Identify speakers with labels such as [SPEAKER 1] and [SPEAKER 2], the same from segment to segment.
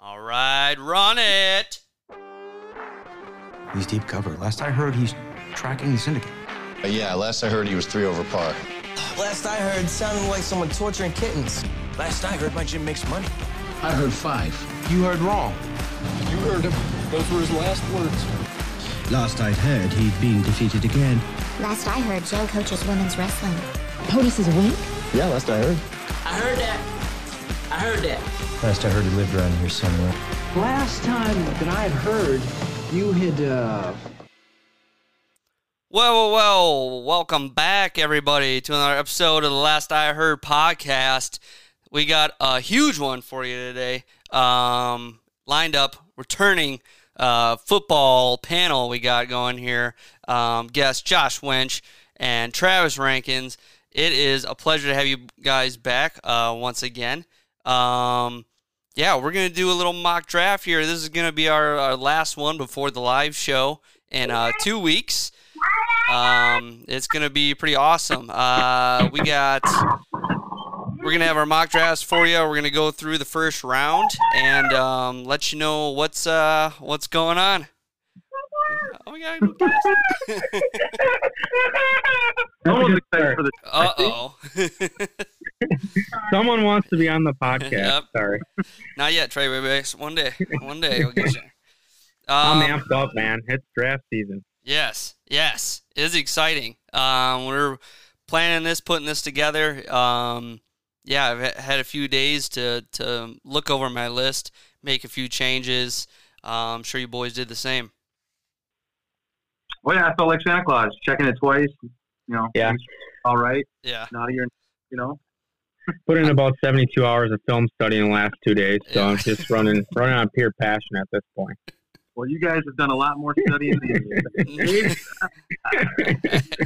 [SPEAKER 1] All right, run it.
[SPEAKER 2] He's deep cover. Last I heard, he's tracking the syndicate.
[SPEAKER 3] Uh, yeah, last I heard he was three over par.
[SPEAKER 4] Last I heard, sounded like someone torturing kittens. Last I heard, my gym makes money.
[SPEAKER 5] I heard five.
[SPEAKER 2] You heard wrong.
[SPEAKER 5] You heard him. Those were his last words.
[SPEAKER 6] Last I'd heard, he'd been defeated again.
[SPEAKER 7] Last I heard, Joe coaches women's wrestling.
[SPEAKER 8] POTUS is weak?
[SPEAKER 3] Yeah, last I heard.
[SPEAKER 9] I heard that. I heard that.
[SPEAKER 6] Last I heard, he lived around here somewhere.
[SPEAKER 5] Last time that I had heard, you had, uh.
[SPEAKER 1] Well, well, well, welcome back, everybody, to another episode of the Last I Heard podcast. We got a huge one for you today. Um, lined up, returning uh, football panel we got going here. Um, guest Josh Winch and Travis Rankins. It is a pleasure to have you guys back uh, once again. Um, yeah, we're gonna do a little mock draft here. This is gonna be our, our last one before the live show in uh, two weeks. Um, it's gonna be pretty awesome. Uh, we got we're gonna have our mock drafts for you. We're gonna go through the first round and um, let you know what's uh what's going on. Oh my god!
[SPEAKER 10] Someone's excited for the.
[SPEAKER 1] Uh oh.
[SPEAKER 10] Someone wants to be on the podcast.
[SPEAKER 1] Yep.
[SPEAKER 10] Sorry,
[SPEAKER 1] Not yet, Trey Baby. One day, one day we'll get you.
[SPEAKER 10] I'm
[SPEAKER 1] Um,
[SPEAKER 10] amped up, man. It's draft season.
[SPEAKER 1] Yes, yes, it is exciting. Um, we're planning this, putting this together. Um, yeah, I've ha- had a few days to to look over my list, make a few changes. Uh, I'm sure you boys did the same.
[SPEAKER 10] Well, yeah, I felt like
[SPEAKER 11] Santa Claus, checking it twice. You know,
[SPEAKER 10] Yeah.
[SPEAKER 11] things all right,
[SPEAKER 1] Yeah,
[SPEAKER 11] not here. You know,
[SPEAKER 10] put in about 72 hours of film study in the last two days, so
[SPEAKER 1] Yeah.
[SPEAKER 10] I'm just running running on pure passion at this point.
[SPEAKER 11] well, you guys have done a lot more studying than me.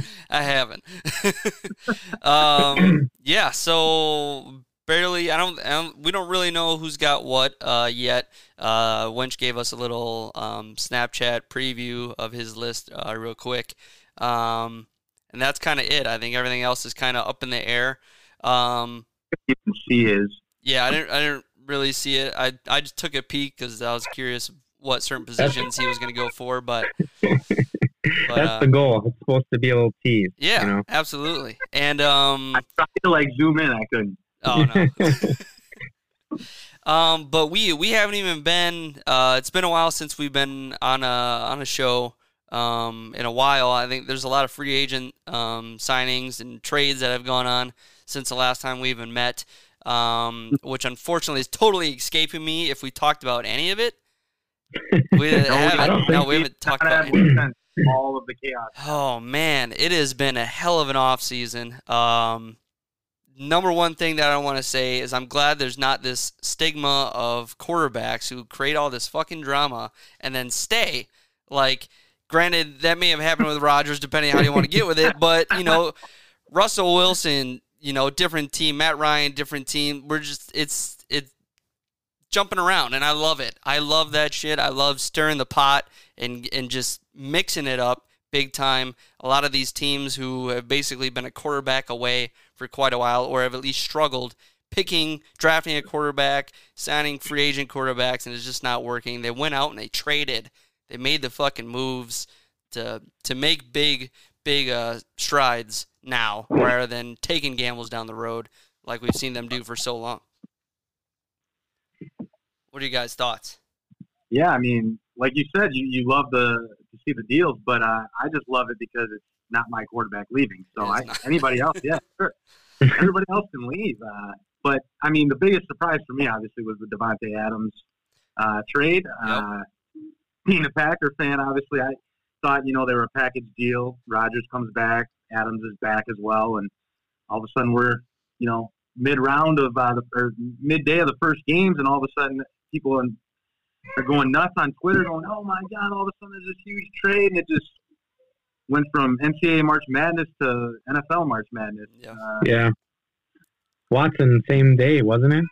[SPEAKER 1] I haven't. um, yeah, so barely. I don't, I don't. We don't really know who's got what uh, yet. Uh, Wench gave us a little um, Snapchat preview of his list uh, real quick, um, and that's kind of it. I think everything else is kind of up in the air. Um,
[SPEAKER 11] She is.
[SPEAKER 1] yeah, I didn't. I didn't really see it. I I just took a peek because I was curious what certain positions he was going to go for, but. but
[SPEAKER 10] That's
[SPEAKER 1] uh,
[SPEAKER 10] the goal. It's supposed to be a little tease.
[SPEAKER 1] yeah,
[SPEAKER 10] You know?
[SPEAKER 1] absolutely. And um,
[SPEAKER 11] I tried to like zoom in, I couldn't.
[SPEAKER 1] oh no. um, but we we haven't even been. Uh, it's been a while since we've been on a on a show. Um, in a while, I think there's a lot of free agent um, signings and trades that have gone on since the last time we even met. Um, which unfortunately is totally escaping me. If we talked about any of it, we haven't.
[SPEAKER 10] don't
[SPEAKER 1] no, we
[SPEAKER 10] think we-
[SPEAKER 1] haven't talked
[SPEAKER 11] Not
[SPEAKER 1] about
[SPEAKER 11] that
[SPEAKER 1] any.
[SPEAKER 11] makes sense. All of the chaos.
[SPEAKER 1] Oh man, it has been a hell of an off season. Um, number one thing that I want to say is I'm glad there's not this stigma of quarterbacks who create all this fucking drama and then stay. Like, granted, that may have happened with Rodgers, depending on how you want to get with it. But you know, Russell Wilson, you know, different team. Matt Ryan, different team. We're just it's it's jumping around, and I love it. I love that shit. I love stirring the pot and and just mixing it up big time. A lot of these teams who have basically been a quarterback away for quite a while, or have at least struggled picking, drafting a quarterback, signing free agent quarterbacks, and it's just not working. They went out and they traded. They made the fucking moves to to make big big uh, strides now rather than taking gambles down the road like we've seen them do for so long. What are you guys' thoughts?
[SPEAKER 11] Yeah, I mean, like you said, you, you love the to see the deals, but uh, I just love it because it's not my quarterback leaving. So
[SPEAKER 1] It's
[SPEAKER 11] I,
[SPEAKER 1] not.
[SPEAKER 11] anybody else, yeah, sure. Everybody else can leave. Uh, but I mean, the biggest surprise for me, obviously, was the Devonte Adams uh, trade. Uh, being a Packer fan, obviously, I thought you know they were a package deal. Rogers comes back, Adams is back as well, and all of a sudden we're you know mid round of uh, the or midday of the first games, and all of a sudden people in are going nuts on Twitter, going, "Oh my God! All of a sudden, there's this huge trade, and it just went from NCAA March Madness to NFL March Madness."
[SPEAKER 1] Yeah.
[SPEAKER 11] Uh,
[SPEAKER 10] Yeah. Watson, same day, wasn't it?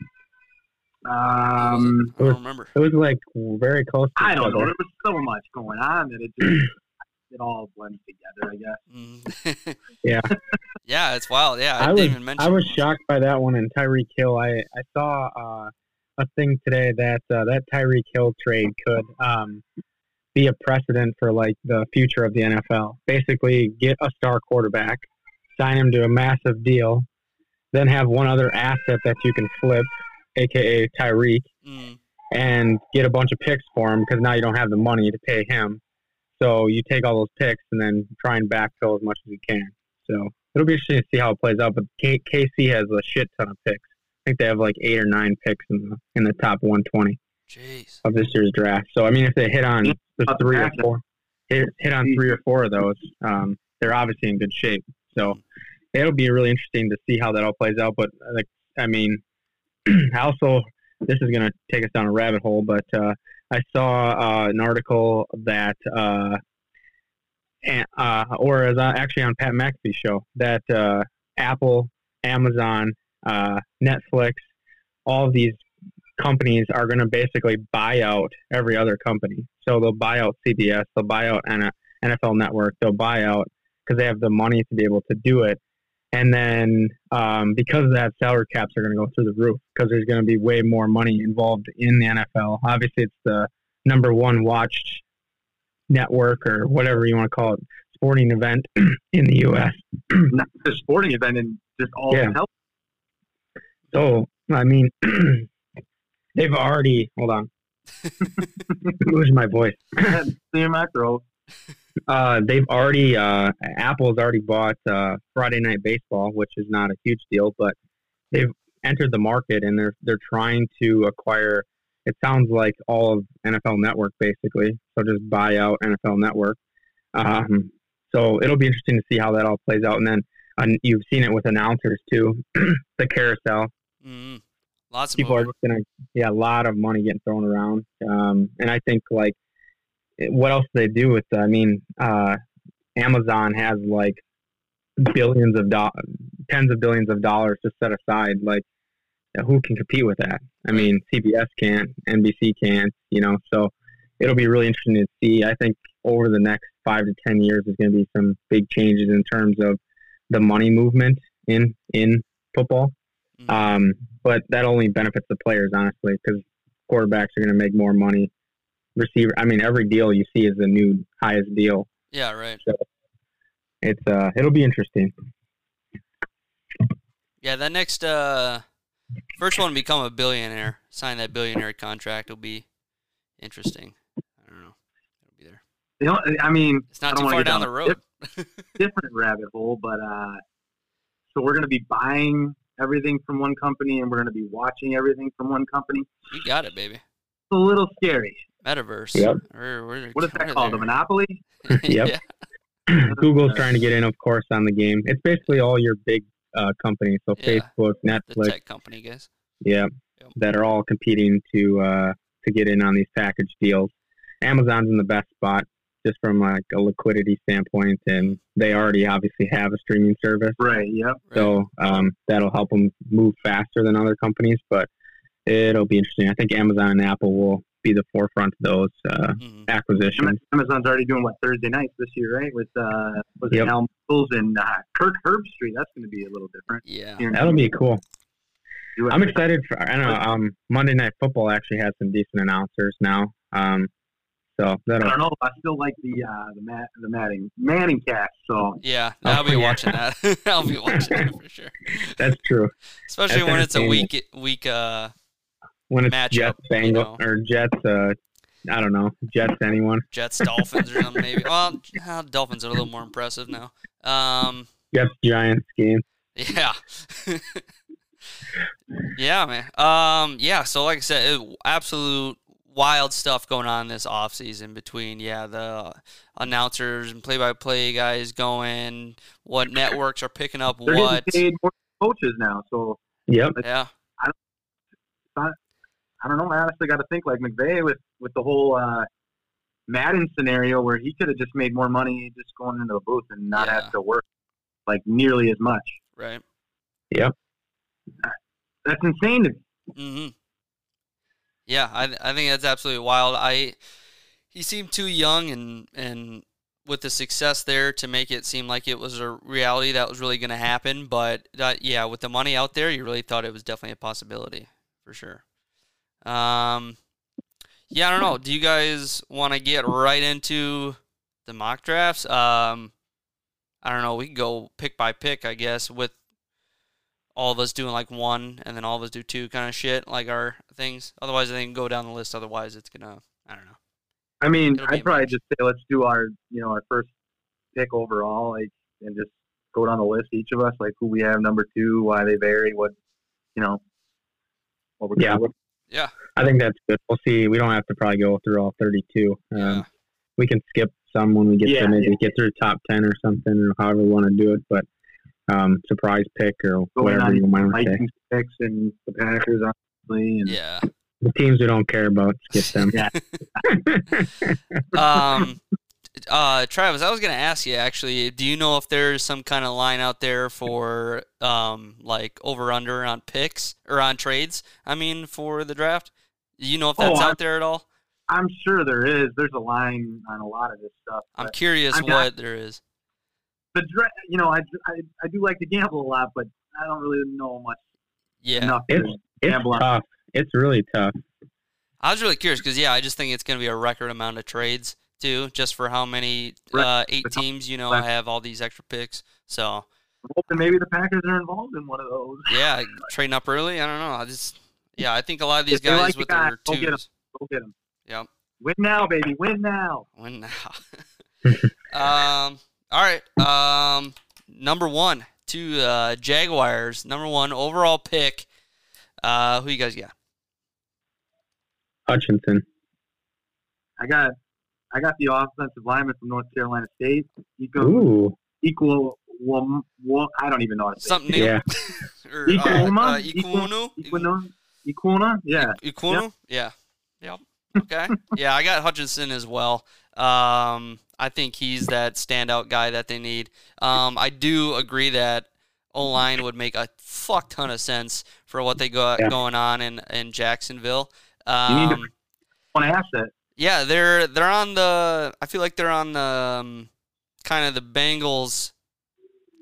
[SPEAKER 11] um,
[SPEAKER 1] I don't remember.
[SPEAKER 10] It was like very close. To
[SPEAKER 11] I don't
[SPEAKER 10] each
[SPEAKER 11] know.
[SPEAKER 10] other.
[SPEAKER 11] There was so much going on that it just it all blends together. I guess.
[SPEAKER 1] Mm.
[SPEAKER 10] Yeah.
[SPEAKER 1] Yeah, it's wild. Yeah, I,
[SPEAKER 10] I
[SPEAKER 1] didn't
[SPEAKER 10] was
[SPEAKER 1] even mention
[SPEAKER 10] I was
[SPEAKER 1] it.
[SPEAKER 10] shocked by that one and Tyreek Hill. I I saw uh, a thing today that uh, that Tyreek Hill trade could um, be a precedent for like the future of the NFL. Basically, get a star quarterback, sign him to a massive deal, then have one other asset that you can flip, aka Tyreek,
[SPEAKER 1] Mm,
[SPEAKER 10] and get a bunch of picks for him because now you don't have the money to pay him. So you take all those picks and then try and backfill as much as you can. So it'll be interesting to see how it plays out. But K- KC has a shit ton of picks. I think they have like eight or nine picks in the in the top 120
[SPEAKER 1] jeez.
[SPEAKER 10] of this year's draft. So I mean, if they hit on the
[SPEAKER 11] Uh,
[SPEAKER 10] three or
[SPEAKER 11] Patrick.
[SPEAKER 10] four, hit, hit on three or four of those, um, they're obviously in good shape. So it'll be really interesting to see how that all plays out. But uh, like, I mean, I also this is going to take us down a rabbit hole, but uh, I saw uh, an article that, uh, and, uh, or as I, actually on Pat McAfee's show, that uh, Apple, Amazon, uh, Netflix, all of these companies are going to basically buy out every other company. So they'll buy out CBS, they'll buy out N- NFL Network, they'll buy out because they have the money to be able to do it. And then um, because of that, salary caps are going to go through the roof because there's going to be way more money involved in the NFL. Obviously, it's the number one watched network or whatever you want to call it, sporting event in the U.S.
[SPEAKER 11] Not the sporting event and just all
[SPEAKER 10] Yeah.
[SPEAKER 11] the help.
[SPEAKER 10] So I mean, they've already hold on. Lose my voice.
[SPEAKER 11] See my throat.
[SPEAKER 10] Uh, they've already uh, Apple's already bought uh, Friday Night Baseball, which is not a huge deal, but they've entered the market and they're they're trying to acquire. It sounds like all of NFL Network basically, so just buy out NFL Network. Um, so it'll be interesting to see how that all plays out, and then uh, you've seen it with announcers too, the carousel
[SPEAKER 1] Mm, lots of
[SPEAKER 10] people are
[SPEAKER 1] movement.
[SPEAKER 10] just gonna yeah a lot of money getting thrown around um, and i think like it- what else do they do with i mean uh, amazon has like billions of dollars tens of billions of dollars just set aside like who can compete with that i mean cbs can't nbc can't you know so it'll be really interesting to see i think over the next five to ten years there's going to be some big changes in terms of the money movement in in football
[SPEAKER 1] Mhm.
[SPEAKER 10] um, but that only benefits the players, honestly, because quarterbacks are going to make more money. Receiver, I mean, every deal you see is the new highest deal.
[SPEAKER 1] yeah, right.
[SPEAKER 10] It's uh, it'll be interesting.
[SPEAKER 1] Yeah, that next uh, first one to become a billionaire, sign that billionaire contract will be interesting. I don't know. It'll be there.
[SPEAKER 11] You know, I mean,
[SPEAKER 1] It's not
[SPEAKER 11] I don't
[SPEAKER 1] too
[SPEAKER 11] wanna
[SPEAKER 1] far
[SPEAKER 11] get
[SPEAKER 1] down
[SPEAKER 11] a
[SPEAKER 1] the road.
[SPEAKER 11] different rabbit hole, but uh, so we're going to be buying everything from one company and we're going to be watching everything from one company. It's
[SPEAKER 1] You got it, baby.
[SPEAKER 11] a little scary.
[SPEAKER 1] Metaverse.
[SPEAKER 10] Yep.
[SPEAKER 1] We're- we're-
[SPEAKER 11] What is
[SPEAKER 1] we're
[SPEAKER 11] that called? A
[SPEAKER 1] there.
[SPEAKER 11] monopoly?
[SPEAKER 10] Yep.
[SPEAKER 1] Yeah.
[SPEAKER 10] Google's trying to get in, of course, on the game. It's basically all your big uh, companies, so
[SPEAKER 1] Yeah.
[SPEAKER 10] Facebook,
[SPEAKER 1] The
[SPEAKER 10] Netflix,
[SPEAKER 1] tech company guys.
[SPEAKER 10] yeah,
[SPEAKER 1] Yep.
[SPEAKER 10] that are all competing to uh, to get in on these package deals. Amazon's in the best spot just from like a liquidity standpoint, and they already obviously have a streaming service.
[SPEAKER 11] Right. Yep.
[SPEAKER 1] Right.
[SPEAKER 10] So um, that'll help them move faster than other companies, but it'll be interesting. I think Amazon and Apple will be the forefront of those uh,
[SPEAKER 1] Mhm.
[SPEAKER 10] acquisitions.
[SPEAKER 11] Amazon's already doing what Thursday nights this year, right? With uh, was
[SPEAKER 10] Yep.
[SPEAKER 11] it Al Mills and uh, Kirk Herbstreit? That's going to be a little different.
[SPEAKER 1] Yeah.
[SPEAKER 11] Here in
[SPEAKER 10] That'll be cool.
[SPEAKER 11] the US.
[SPEAKER 10] I'm excited for. I don't know. Um, Monday Night Football actually has some decent announcers now. Um, so
[SPEAKER 11] I
[SPEAKER 10] that'll.
[SPEAKER 11] don't know. I still like the uh, the Matt the Manning Manning cast. So
[SPEAKER 1] Yeah, I'll be
[SPEAKER 10] yeah.
[SPEAKER 1] watching that. I'll be watching that for sure.
[SPEAKER 10] That's true.
[SPEAKER 1] Especially
[SPEAKER 10] That's
[SPEAKER 1] when it's a
[SPEAKER 10] entertaining.
[SPEAKER 1] week week uh
[SPEAKER 10] When it's
[SPEAKER 1] Matchup,
[SPEAKER 10] Jets,
[SPEAKER 1] you
[SPEAKER 10] Bengals,
[SPEAKER 1] know.
[SPEAKER 10] or Jets. Uh, I don't know. Jets, anyone?
[SPEAKER 1] Jets Dolphins or something maybe. Well, uh, Dolphins are a little more impressive now. Um
[SPEAKER 10] Jets, Giants game.
[SPEAKER 1] Yeah. yeah, man. Um, yeah, so like I said, it, absolute wild stuff going on this offseason between, yeah, the announcers and play by play guys going, what networks are picking up
[SPEAKER 11] they're
[SPEAKER 1] what.
[SPEAKER 11] getting paid more than coaches now. So
[SPEAKER 10] Yep.
[SPEAKER 1] Yeah.
[SPEAKER 11] I don't know. I honestly got to think like McVay with with the whole uh, Madden scenario where he could have just made more money just going into the booth and not
[SPEAKER 1] Yeah.
[SPEAKER 11] have to work like nearly as much.
[SPEAKER 1] Right.
[SPEAKER 11] That's insane to me.
[SPEAKER 1] hmm Yeah, I I think that's absolutely wild. I he seemed too young and and with the success there to make it seem like it was a reality that was really going to happen. uh, But that, yeah, with the money out there, you really thought it was definitely a possibility for sure. Um, yeah, I don't know. Do you guys want to get right into the mock drafts? Um, I don't know. We can go pick by pick, I guess, with all of us doing like one and then all of us do two kind of shit, like our things. Otherwise, I think go down the list. Otherwise, it's gonna. I don't know.
[SPEAKER 11] I mean,
[SPEAKER 1] It'll be
[SPEAKER 11] I'd probably just say let's do our you know our first pick overall, like, and just go down the list each of us, like who we have number two, why they vary, what you know, what we're
[SPEAKER 10] Yeah.
[SPEAKER 11] going with.
[SPEAKER 1] Yeah.
[SPEAKER 10] I think that's good. We'll see. We don't have to probably go through all 32. Um,
[SPEAKER 1] Yeah.
[SPEAKER 10] We can skip some when we get
[SPEAKER 11] Yeah,
[SPEAKER 10] to maybe get through top 10 or something, or however we want to do it. But um, surprise pick or
[SPEAKER 11] Going
[SPEAKER 10] whatever
[SPEAKER 11] on
[SPEAKER 10] you might say.
[SPEAKER 11] Vikings picks and the Packers, obviously, and
[SPEAKER 1] Yeah.
[SPEAKER 10] The teams we don't care about, skip them.
[SPEAKER 11] Yeah.
[SPEAKER 1] um, uh, Travis, I was gonna ask you actually. Do you know if there's some kind of line out there for um, like over under on picks or on trades? I mean, for the draft, Do you know if that's
[SPEAKER 11] Oh,
[SPEAKER 1] out
[SPEAKER 11] I'm-
[SPEAKER 1] there at all?
[SPEAKER 11] I'm sure there is. There's a line on a lot of this stuff.
[SPEAKER 1] I'm
[SPEAKER 11] but
[SPEAKER 1] curious
[SPEAKER 11] I'm
[SPEAKER 1] what
[SPEAKER 11] not-
[SPEAKER 1] there is.
[SPEAKER 11] the dra- you know, I, I, I do like to gamble a lot, but I don't really know much
[SPEAKER 1] Yeah,
[SPEAKER 11] enough. to-
[SPEAKER 10] It's, it's
[SPEAKER 11] Gamble on-
[SPEAKER 10] tough. It's really tough.
[SPEAKER 1] I was really curious because yeah, I just think it's gonna be a record amount of trades too, just for how many
[SPEAKER 11] Right.
[SPEAKER 1] uh, eight teams you know
[SPEAKER 11] Right.
[SPEAKER 1] have all these extra picks. So
[SPEAKER 11] I'm hoping maybe the Packers are involved in one of those.
[SPEAKER 1] yeah, trading up early. I don't know. I just yeah, I think a lot of these
[SPEAKER 11] If they like
[SPEAKER 1] guys
[SPEAKER 11] the
[SPEAKER 1] with
[SPEAKER 11] guy,
[SPEAKER 1] their
[SPEAKER 11] go get 'em.
[SPEAKER 1] twos.
[SPEAKER 11] Go get them.
[SPEAKER 1] Yep.
[SPEAKER 11] Win now, baby. Win now.
[SPEAKER 1] When um, all right. Um, number one to uh, Jaguars. Number one overall pick. Uh, who you guys got?
[SPEAKER 10] Hutchinson.
[SPEAKER 11] I got I got the offensive lineman from North Carolina State. Equal
[SPEAKER 10] Ooh.
[SPEAKER 11] equal Wom- Wom- I don't even know how to say.
[SPEAKER 1] Something new.
[SPEAKER 10] Yeah.
[SPEAKER 1] or, uh,
[SPEAKER 11] Equuma?
[SPEAKER 1] uh, Ikunu?
[SPEAKER 11] Equina. Equina. Yeah.
[SPEAKER 1] Ikunu? Yeah. Yep. Okay. yeah, I got Hutchinson as well. Um, I think he's that standout guy that they need. Um, I do agree that O line would make a fuck ton of sense for what they got
[SPEAKER 10] Yeah.
[SPEAKER 1] going on in, in Jacksonville.
[SPEAKER 11] need to-
[SPEAKER 1] Um,
[SPEAKER 11] One asset.
[SPEAKER 1] Yeah, they're they're on the. I feel like they're on the um, kind of the Bengals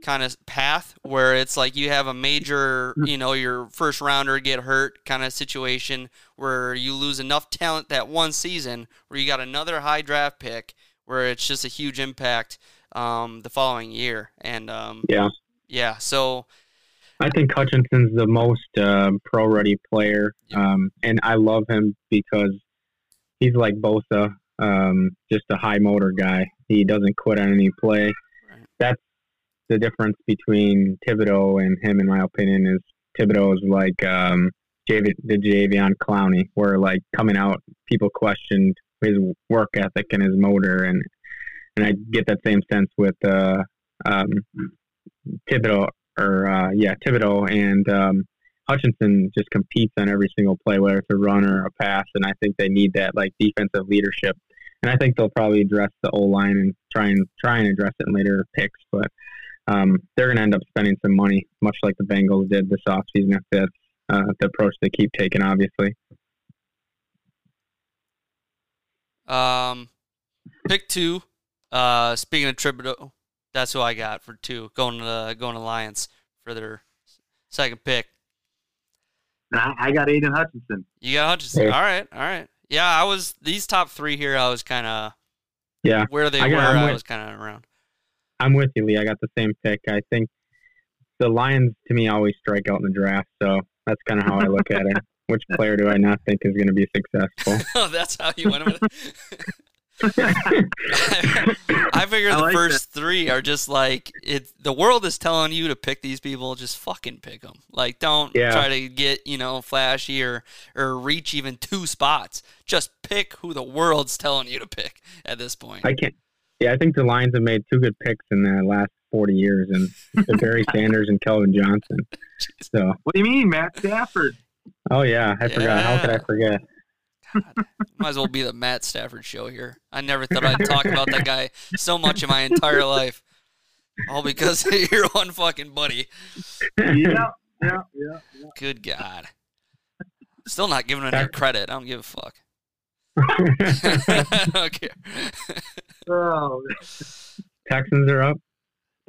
[SPEAKER 1] kind of path where it's like you have a major, you know, your first rounder get hurt kind of situation where you lose enough talent that one season where you got another high draft pick where it's just a huge impact um, the following year and um,
[SPEAKER 10] Yeah.
[SPEAKER 1] yeah, so
[SPEAKER 10] I think Hutchinson's the most um, pro ready player, um, and I love him because he's like Bosa, um, just a high motor guy. He doesn't quit on any play.
[SPEAKER 1] Right.
[SPEAKER 10] That's the difference between Thibodeau and him, in my opinion. Is Thibodeau is like um, Jav- the Javion Clowney, where like coming out, people questioned his work ethic and his motor, and and I get that same sense with uh, um, Thibodeau or uh, yeah, Thibodeau and um, Hutchinson just competes on every single play, whether it's a run or a pass, and I think they need that like defensive leadership. And I think they'll probably address the O line and try and try and address it in later picks, but um, they're going to end up spending some money, much like the Bengals did this offseason if that's uh, the approach they keep taking. Obviously,
[SPEAKER 1] Um, pick two. Uh, speaking of Thibodeau, that's who I got for two. Going to the going to Lions for their second pick.
[SPEAKER 11] And I, I got Aiden Hutchinson.
[SPEAKER 1] You got Hutchinson.
[SPEAKER 10] Yeah.
[SPEAKER 1] All right, all right. Yeah, I was these top three here. I was kind of
[SPEAKER 10] yeah,
[SPEAKER 1] where they
[SPEAKER 10] I
[SPEAKER 1] were.
[SPEAKER 10] got- I'm
[SPEAKER 1] I
[SPEAKER 10] with-
[SPEAKER 1] was kind of around.
[SPEAKER 10] I'm with you, Lee. I got the same pick. I think the Lions, to me, always strike out in the draft. So that's kind of how I look at it. Which player do I not think is going to be successful?
[SPEAKER 1] oh, that's how you went with it. I figure
[SPEAKER 11] I
[SPEAKER 1] the
[SPEAKER 11] like
[SPEAKER 1] first three are just like it. The world is telling you to pick these people. Just fucking pick them. Like, don't
[SPEAKER 10] Yeah.
[SPEAKER 1] try to get you know flashy or or reach even two spots. Just pick who the world's telling you to pick at this point.
[SPEAKER 10] I can't. Yeah, I think the Lions have made two good picks in the last 40 years, and the Barry Sanders and Kelvin Johnson. So,
[SPEAKER 11] What do you mean, Matt Stafford?
[SPEAKER 10] oh yeah, I forgot. How could
[SPEAKER 1] Yeah.
[SPEAKER 10] I forget?
[SPEAKER 1] Might as well be the Matt Stafford show here. I never thought I'd talk about that guy so much in my entire life, all because of your one fucking buddy.
[SPEAKER 11] yeah, yeah, yeah.
[SPEAKER 1] Good God. Still not giving him any credit. I don't give a fuck. I don't care.
[SPEAKER 11] Oh,
[SPEAKER 10] Texans are up.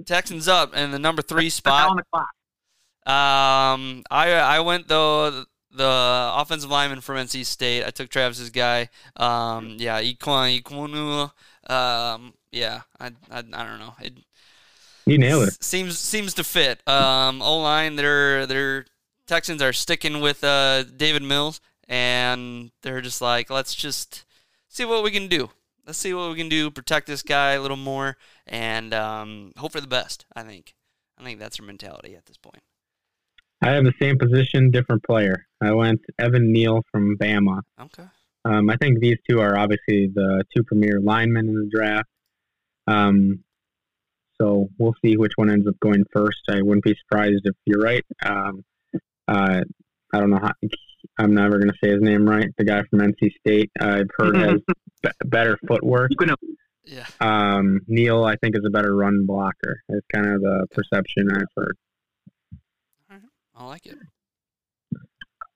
[SPEAKER 1] Texans up in the number three
[SPEAKER 11] down
[SPEAKER 1] spot.
[SPEAKER 11] the clock.
[SPEAKER 1] Um, I I went though the, the offensive lineman from NC State. I took Travis's guy. Um, yeah, Ikwan Ikwunu. Um, yeah, I, I I don't know. It
[SPEAKER 10] You nailed it.
[SPEAKER 1] s- seems seems to fit. Um, O line, they're they're Texans are sticking with uh, David Mills, and they're just like, let's just see what we can do. Let's see what we can do. Protect this guy a little more, and um, hope for the best. I think. I think that's their mentality at this point.
[SPEAKER 10] I have the same position, different player. I went Evan Neal from Bama.
[SPEAKER 1] Okay.
[SPEAKER 10] Um, I think these two are obviously the two premier linemen in the draft. Um, so we'll see which one ends up going first. I wouldn't be surprised if you're right. Um, uh, I don't know how. I'm never going to say his name right. The guy from NC State, I've heard has be- better footwork.
[SPEAKER 1] Yeah.
[SPEAKER 10] Um, Neal, I think, is a better run blocker. It's kind of the perception I've heard.
[SPEAKER 1] I like it.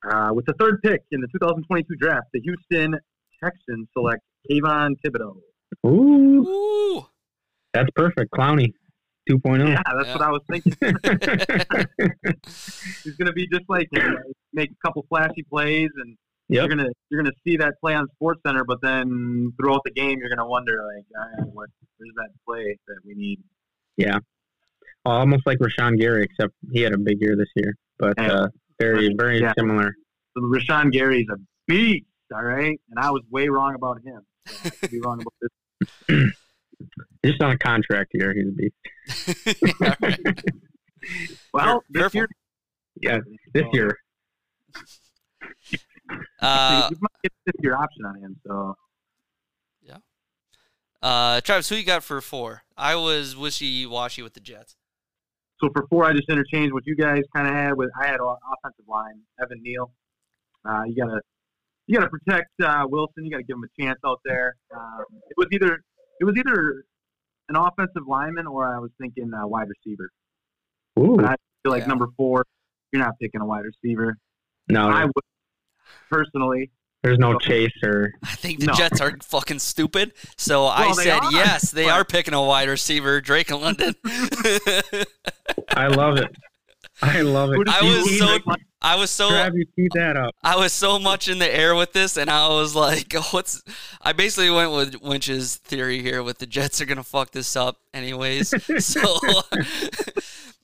[SPEAKER 11] Uh, with the third pick in the 2022 draft, the Houston Texans select Kayvon Thibodeau.
[SPEAKER 10] Ooh,
[SPEAKER 1] Ooh.
[SPEAKER 10] that's perfect. Clowney oh. 2.0.
[SPEAKER 11] Yeah, that's
[SPEAKER 1] Yeah.
[SPEAKER 11] what I was thinking. He's going to be just like him. like, Make a couple flashy plays, and
[SPEAKER 10] Yep.
[SPEAKER 11] you're gonna you're gonna see that play on Sports Center. But then throughout the game, you're gonna wonder like, all right, what, where's that play that we need?
[SPEAKER 10] almost like Rashawn Gary, except he had a big year this year. But
[SPEAKER 11] Yeah.
[SPEAKER 10] uh, very, very
[SPEAKER 11] Yeah.
[SPEAKER 10] similar.
[SPEAKER 11] So Rashawn Gary's a beast, all right. And I was way wrong about him. So I could be wrong about this.
[SPEAKER 10] Just on a contract year, he's a beast.
[SPEAKER 1] All right.
[SPEAKER 11] Well, this
[SPEAKER 1] Careful.
[SPEAKER 11] year,
[SPEAKER 10] Yeah, this
[SPEAKER 11] So,
[SPEAKER 10] year.
[SPEAKER 1] Uh,
[SPEAKER 11] you might get this year option on him. So
[SPEAKER 1] uh, Travis, who you got for four? I was wishy washy with the Jets.
[SPEAKER 11] So for four, I just interchanged what you guys kind of had with. I had o- offensive line, Evan Neal. Uh, you gotta, you gotta protect uh, Wilson. You gotta give him a chance out there. Um, it was either, it was either an offensive lineman or I was thinking uh, wide receiver.
[SPEAKER 10] Ooh,
[SPEAKER 11] I I feel like
[SPEAKER 1] Yeah.
[SPEAKER 11] number four, you're not picking a wide receiver. I
[SPEAKER 10] no,
[SPEAKER 11] would personally.
[SPEAKER 10] there's no chase or
[SPEAKER 1] I think the
[SPEAKER 11] No.
[SPEAKER 1] Jets are fucking stupid. So I
[SPEAKER 11] Well, they
[SPEAKER 1] said
[SPEAKER 11] are,
[SPEAKER 1] yes, they
[SPEAKER 11] but-
[SPEAKER 1] are picking a wide receiver, Drake and London.
[SPEAKER 10] I love it. I love it.
[SPEAKER 11] Who does
[SPEAKER 1] I
[SPEAKER 11] he-
[SPEAKER 1] was
[SPEAKER 11] he-
[SPEAKER 1] so- I was so
[SPEAKER 10] Trav, you keep that up.
[SPEAKER 1] I was so much in the air with this, and I was like, "What's?" I basically went with Winch's theory here, with the Jets are gonna fuck this up anyways. so,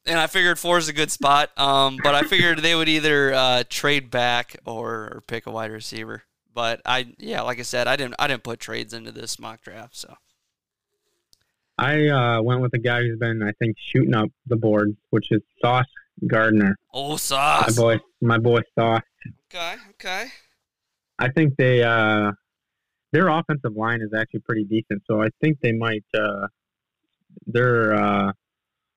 [SPEAKER 1] and I figured four is a good spot, um, but I figured they would either uh, trade back or, or pick a wide receiver. But I, yeah, like I said, I didn't, I didn't put trades into this mock draft, so
[SPEAKER 10] I uh, went with a guy who's been, I think, shooting up the board, which is Sauce Gardner.
[SPEAKER 1] oh
[SPEAKER 10] My
[SPEAKER 1] sauce.
[SPEAKER 10] boy, my boy Sauce.
[SPEAKER 1] Okay, okay,
[SPEAKER 10] I think they uh, their offensive line is actually pretty decent. So I think they might uh, their uh,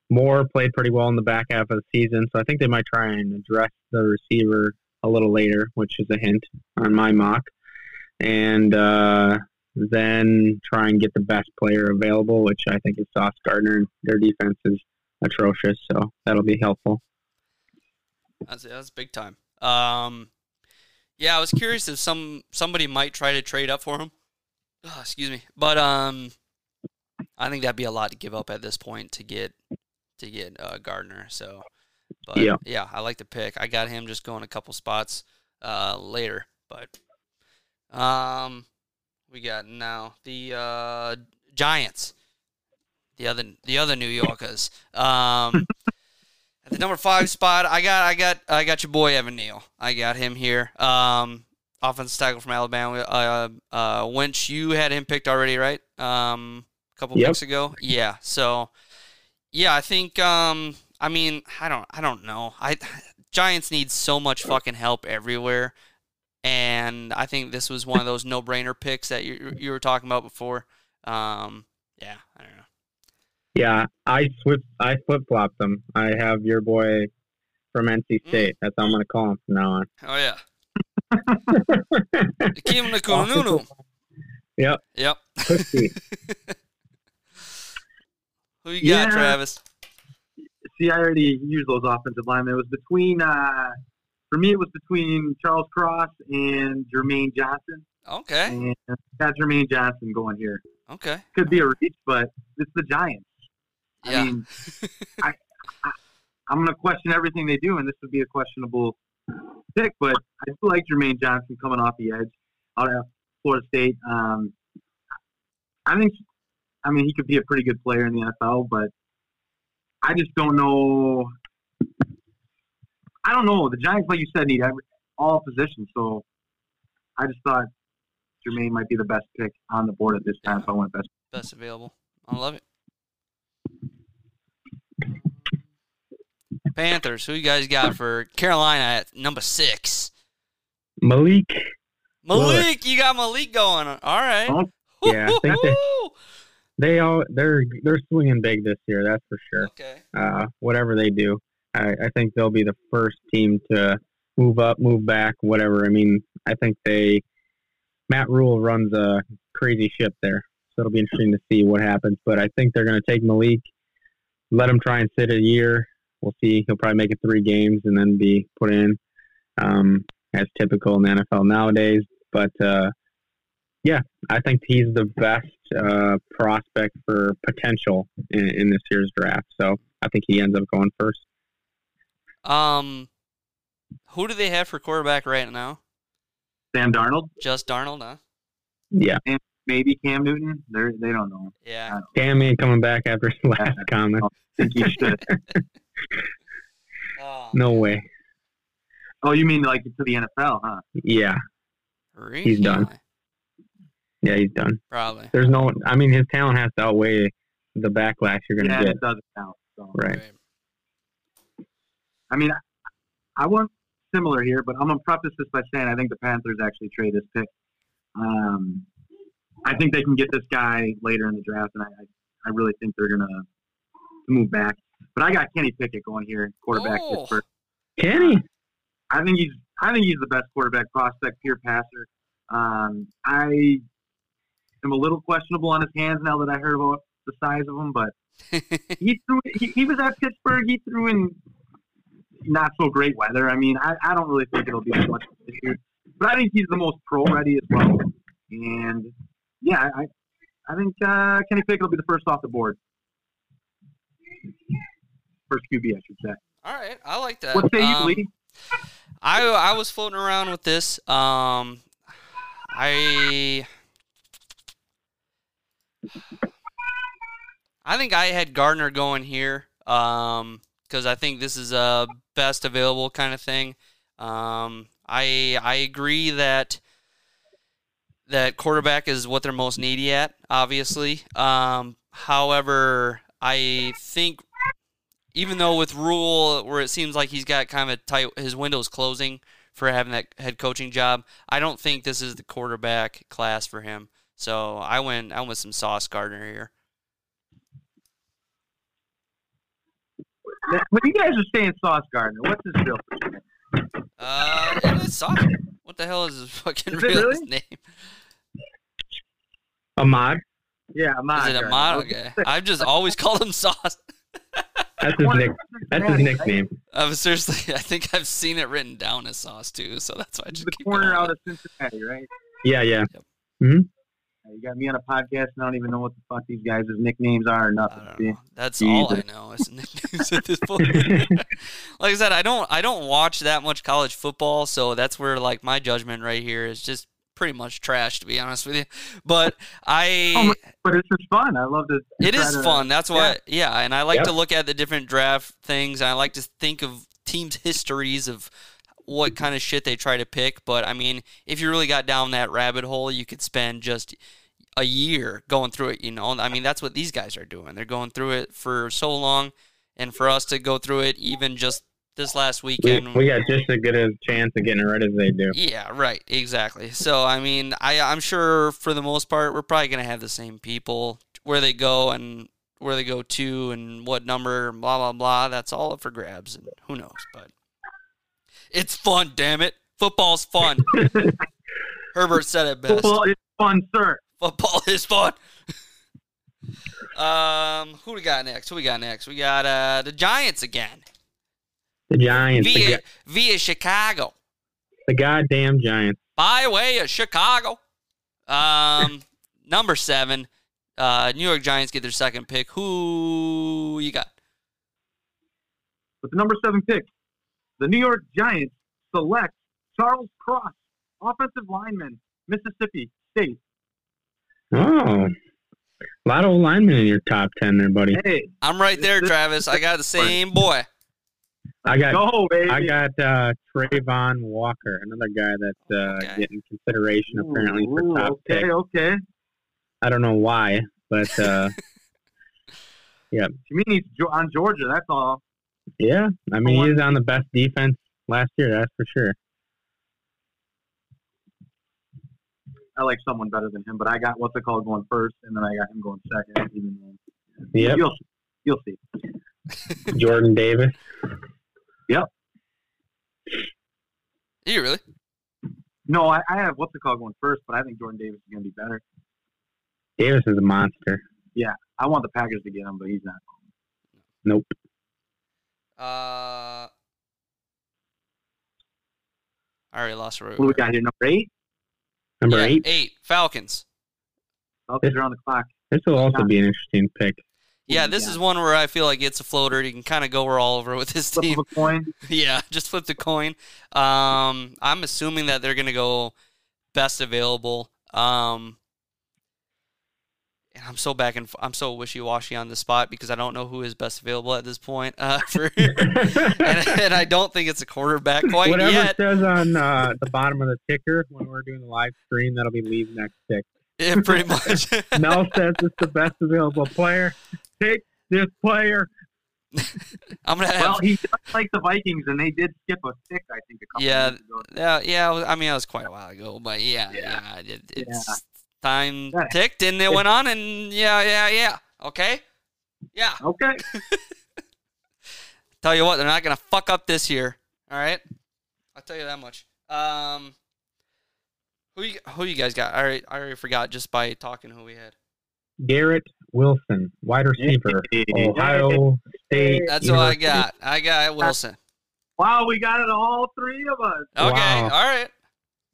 [SPEAKER 10] Moore played pretty well in the back half of the season. So I think they might try and address the receiver a little later, which is a hint on my mock, and uh, then try and get the best player available, which I think is Sauce Gardner. And their defense is atrocious, so that'll be helpful.
[SPEAKER 1] that's that's big time. Um, yeah, I was curious if some somebody might try to trade up for him. Ah, excuse me, but um, I think that'd be a lot to give up at this point to get to get uh, Gardner. So, but
[SPEAKER 10] Yeah.
[SPEAKER 1] yeah, I like the pick. I got him just going a couple spots uh, later, but um, we got now the uh, Giants, the other the other New Yorkers. Um, at the number five spot, I got I got I got your boy Evan Neal. I got him here. Um, offensive tackle from Alabama. Uh, uh, Winch, you had him picked already, right? Um, a couple
[SPEAKER 10] Yep.
[SPEAKER 1] picks ago. Yeah. So, yeah, I think. Um, I mean, I don't, I don't know. I Giants need so much fucking help everywhere, and I think this was one of those no-brainer picks that you you were talking about before. Um, yeah, I don't know.
[SPEAKER 10] Yeah, I flip I flip flop them. I have your boy from NC State. That's how I'm gonna call him from now on.
[SPEAKER 1] Oh yeah. Kim Nkununu.
[SPEAKER 10] Yep.
[SPEAKER 1] Yep.
[SPEAKER 10] Quick feet.
[SPEAKER 1] Who you got,
[SPEAKER 11] Yeah.
[SPEAKER 1] Travis?
[SPEAKER 11] see, I already used those offensive linemen. It was between, uh, for me, it was between Charles Cross and Jermaine Johnson.
[SPEAKER 1] Okay.
[SPEAKER 11] And I got Jermaine Johnson going here.
[SPEAKER 1] Okay.
[SPEAKER 11] Could be a reach, but it's the Giants.
[SPEAKER 1] Yeah.
[SPEAKER 11] I mean, I, I, I'm going to question everything they do, and this would be a questionable pick, but I do like Jermaine Johnson coming off the edge out of Florida State. Um, I think, I mean, he could be a pretty good player in the NFL, but I just don't know. I don't know. The Giants, like you said, need every, all positions, so I just thought Jermaine might be the best pick on the board at this time. If I went best.
[SPEAKER 1] Best available. I love it. Panthers, who you guys got for Carolina at number six?
[SPEAKER 10] Malik.
[SPEAKER 1] Malik, you got Malik going. All right.
[SPEAKER 10] Oh, yeah, I think they-
[SPEAKER 1] Woo-hoo-hoo.
[SPEAKER 10] They all they're they're swinging big this year. That's for sure.
[SPEAKER 1] Okay.
[SPEAKER 10] uh, whatever they do. I, I think they'll be the first team to move up, move back, whatever. I mean, I think they Matt Rule runs a crazy ship there, so it'll be interesting to see what happens. But I think they're going to take Malik, let him try and sit a year. We'll see. He'll probably make it three games and then be put in, um, as typical in the NFL nowadays. But uh, yeah, I think he's the best uh, prospect for potential in, in this year's draft. So I think he ends up going first.
[SPEAKER 1] Um, who do they have for quarterback right now?
[SPEAKER 11] Sam Darnold,
[SPEAKER 1] Just Darnold, huh?
[SPEAKER 10] Yeah,
[SPEAKER 11] maybe Cam Newton. They they don't know.
[SPEAKER 1] Yeah.
[SPEAKER 10] damn ain't coming back after his last comment.
[SPEAKER 11] I think he should.
[SPEAKER 1] Oh,
[SPEAKER 10] Uh, No way.
[SPEAKER 11] oh, you mean like to the NFL, huh?
[SPEAKER 10] Yeah,
[SPEAKER 1] really?
[SPEAKER 10] done. yeah, he's done.
[SPEAKER 1] Probably.
[SPEAKER 10] There's no. I mean, his talent has to outweigh the backlash you're going to
[SPEAKER 11] Yeah,
[SPEAKER 10] get.
[SPEAKER 11] it doesn't count. So.
[SPEAKER 10] Right.
[SPEAKER 11] I mean, I- I want similar here, but I'm gonna preface this by saying I think the Panthers actually trade this pick. Um, I think they can get this guy later in the draft, and I, I- I really think they're gonna move back. But I got Kenny Pickett going here, quarterback.
[SPEAKER 1] Oh.
[SPEAKER 11] This first.
[SPEAKER 10] Kenny.
[SPEAKER 11] I think he's I think he's the best quarterback prospect, pure passer. Um, I am a little questionable on his hands now that I heard about the size of him, but he threw. He, he was at Pittsburgh. He threw in not so great weather. I mean, I, I don't really think it'll be as much of an issue, but I think he's the most pro ready as well. And yeah, I I think uh, Kenny Pickett will be the first off the board. First QB, I should say.
[SPEAKER 1] All right. I like that.
[SPEAKER 11] What say
[SPEAKER 1] Um,
[SPEAKER 11] you, Lee?
[SPEAKER 1] I I was floating around with this. Um, I I think I had Gardner going here. Um, because I think this is a best available kind of thing. Um, I I agree that that quarterback is what they're most needy at, obviously. Um, however, I think even though with Rule, where it seems like he's got kind of a tight, his window's closing for having that head coaching job. I don't think this is the quarterback class for him. So I went, I went with some Sauce Gardner here.
[SPEAKER 11] That- When you guys are saying Sauce Gardner, what's his real?
[SPEAKER 1] Uh, it is Sauce. What the hell is his fucking
[SPEAKER 11] Is it
[SPEAKER 1] real
[SPEAKER 11] really?
[SPEAKER 1] name?
[SPEAKER 10] Ahmad.
[SPEAKER 11] Yeah, Ahmad.
[SPEAKER 1] Is it a
[SPEAKER 11] Gardner.
[SPEAKER 1] model guy? I've just always called him Sauce.
[SPEAKER 10] That's his nick. That's his nickname.
[SPEAKER 1] I was seriously, I think I've seen it written down as Sauce too. So that's why I
[SPEAKER 11] He's
[SPEAKER 1] just
[SPEAKER 11] the
[SPEAKER 1] keep
[SPEAKER 11] corner
[SPEAKER 1] going
[SPEAKER 11] out
[SPEAKER 1] with
[SPEAKER 11] of Cincinnati, right?
[SPEAKER 10] Yeah, yeah.
[SPEAKER 11] You got me on a podcast, and I don't even know what the fuck these guys' nicknames are or
[SPEAKER 1] it.
[SPEAKER 11] nothing.
[SPEAKER 1] I don't
[SPEAKER 11] see?
[SPEAKER 1] know. That's
[SPEAKER 11] Me
[SPEAKER 1] all I
[SPEAKER 11] either.
[SPEAKER 1] know is nicknames at this point. like I said, I don't I don't watch that much college football, so that's where like my judgment right here is just pretty much trash to be honest with you. But I
[SPEAKER 11] Oh my- But it's just fun. I love to.
[SPEAKER 1] it
[SPEAKER 11] try
[SPEAKER 1] is
[SPEAKER 11] to-
[SPEAKER 1] fun. That's why yeah, and I like
[SPEAKER 10] Yep.
[SPEAKER 1] to look at the different draft things and I like to think of teams' histories of what kind of shit they try to pick, but I mean, if you really got down that rabbit hole, you could spend just a year going through it, you know. I mean, that's what these guys are doing. They're going through it for so long and for us to go through it even just this last
[SPEAKER 10] We,
[SPEAKER 1] weekend
[SPEAKER 10] we got just as good a chance of getting it right as they do.
[SPEAKER 1] yeah, right, exactly. So I mean, I I'm sure for the most part we're probably gonna have the same people where they go and where they go to and what number and blah blah blah. That's all up for grabs and who knows, but it's fun, damn it. Football's fun. Herbert said it best.
[SPEAKER 11] Football is fun, sir.
[SPEAKER 1] Football is fun. um, who we got next? Who we got next? We got uh the Giants again.
[SPEAKER 10] The Giants. The,
[SPEAKER 1] Via
[SPEAKER 10] go-
[SPEAKER 1] via Chicago.
[SPEAKER 10] the goddamn Giants.
[SPEAKER 1] by way of Chicago. Um, number seven, uh, New York Giants get their second pick. Who you got?
[SPEAKER 11] With the number seven pick, the New York Giants select Charles Cross, offensive lineman, Mississippi State.
[SPEAKER 10] Oh, a lot of linemen in your top ten there, buddy.
[SPEAKER 11] Hey,
[SPEAKER 1] I'm right there, Travis. I got the same boy.
[SPEAKER 10] I got
[SPEAKER 11] go, baby.
[SPEAKER 10] I got uh, Trayvon Walker, another guy that's uh,
[SPEAKER 1] Okay.
[SPEAKER 10] getting consideration apparently for
[SPEAKER 11] Ooh,
[SPEAKER 10] top
[SPEAKER 11] okay,
[SPEAKER 10] pick.
[SPEAKER 11] okay.
[SPEAKER 10] I don't know why, but uh,
[SPEAKER 11] To me, he's Ge- on Georgia. That's all.
[SPEAKER 10] yeah, I mean he's on the best defense last year, that's for sure.
[SPEAKER 11] I like someone better than him, but I got what's it called going first, and then I got him going second. Even though-
[SPEAKER 10] Yep.
[SPEAKER 11] You'll, you'll see.
[SPEAKER 10] Jordan Davis.
[SPEAKER 1] Are you really?
[SPEAKER 11] No, I, I have what's it called going first, but I think Jordan Davis is going to be better.
[SPEAKER 10] Davis is a monster.
[SPEAKER 11] I want the Packers to get him, but he's not.
[SPEAKER 10] Nope.
[SPEAKER 1] Uh, I already lost the road.
[SPEAKER 11] What do we got here? Number eight.
[SPEAKER 10] Number
[SPEAKER 1] Yeah,
[SPEAKER 10] eight.
[SPEAKER 1] Eight Falcons.
[SPEAKER 11] Falcons are on the clock.
[SPEAKER 10] This will also be an interesting pick.
[SPEAKER 1] Yeah, this is one where I feel like it's a floater. You can kind of go all over with this
[SPEAKER 11] Flip
[SPEAKER 1] team.
[SPEAKER 11] of a coin.
[SPEAKER 1] yeah, just flip the coin. Um, I'm assuming that they're gonna go best available. Um, and I'm so back and f- I'm so wishy washy on the spot because I don't know who is best available at this point. Uh, for and, and I don't think it's a quarterback quite
[SPEAKER 10] Whatever
[SPEAKER 1] yet.
[SPEAKER 10] it says on uh, the bottom of the ticker when we're doing the live stream, that'll be Lee's next pick.
[SPEAKER 1] Yeah, pretty much.
[SPEAKER 10] Mel says it's the best available player. Take this player.
[SPEAKER 1] I'm gonna have
[SPEAKER 11] Well, he does like the Vikings, and they did skip a pick, I think, a couple
[SPEAKER 1] Yeah.
[SPEAKER 11] years ago.
[SPEAKER 1] Yeah, yeah. I was- I mean, that was quite a while ago, but yeah, yeah. it, it's time
[SPEAKER 11] Yeah.
[SPEAKER 1] ticked, and it went on, and yeah, yeah, yeah. Okay, yeah.
[SPEAKER 11] Okay.
[SPEAKER 1] Tell you what, they're not gonna fuck up this year. All right, I'll tell you that much. Um, who you who you guys got? I already, I already forgot just by talking who we had.
[SPEAKER 10] Garrett Wilson, wide receiver,
[SPEAKER 11] Hey.
[SPEAKER 10] Ohio State.
[SPEAKER 1] That's what I
[SPEAKER 10] University.
[SPEAKER 1] got. I got Wilson.
[SPEAKER 11] Wow, we got it all three of us.
[SPEAKER 1] Okay,
[SPEAKER 10] Wow.
[SPEAKER 1] all right.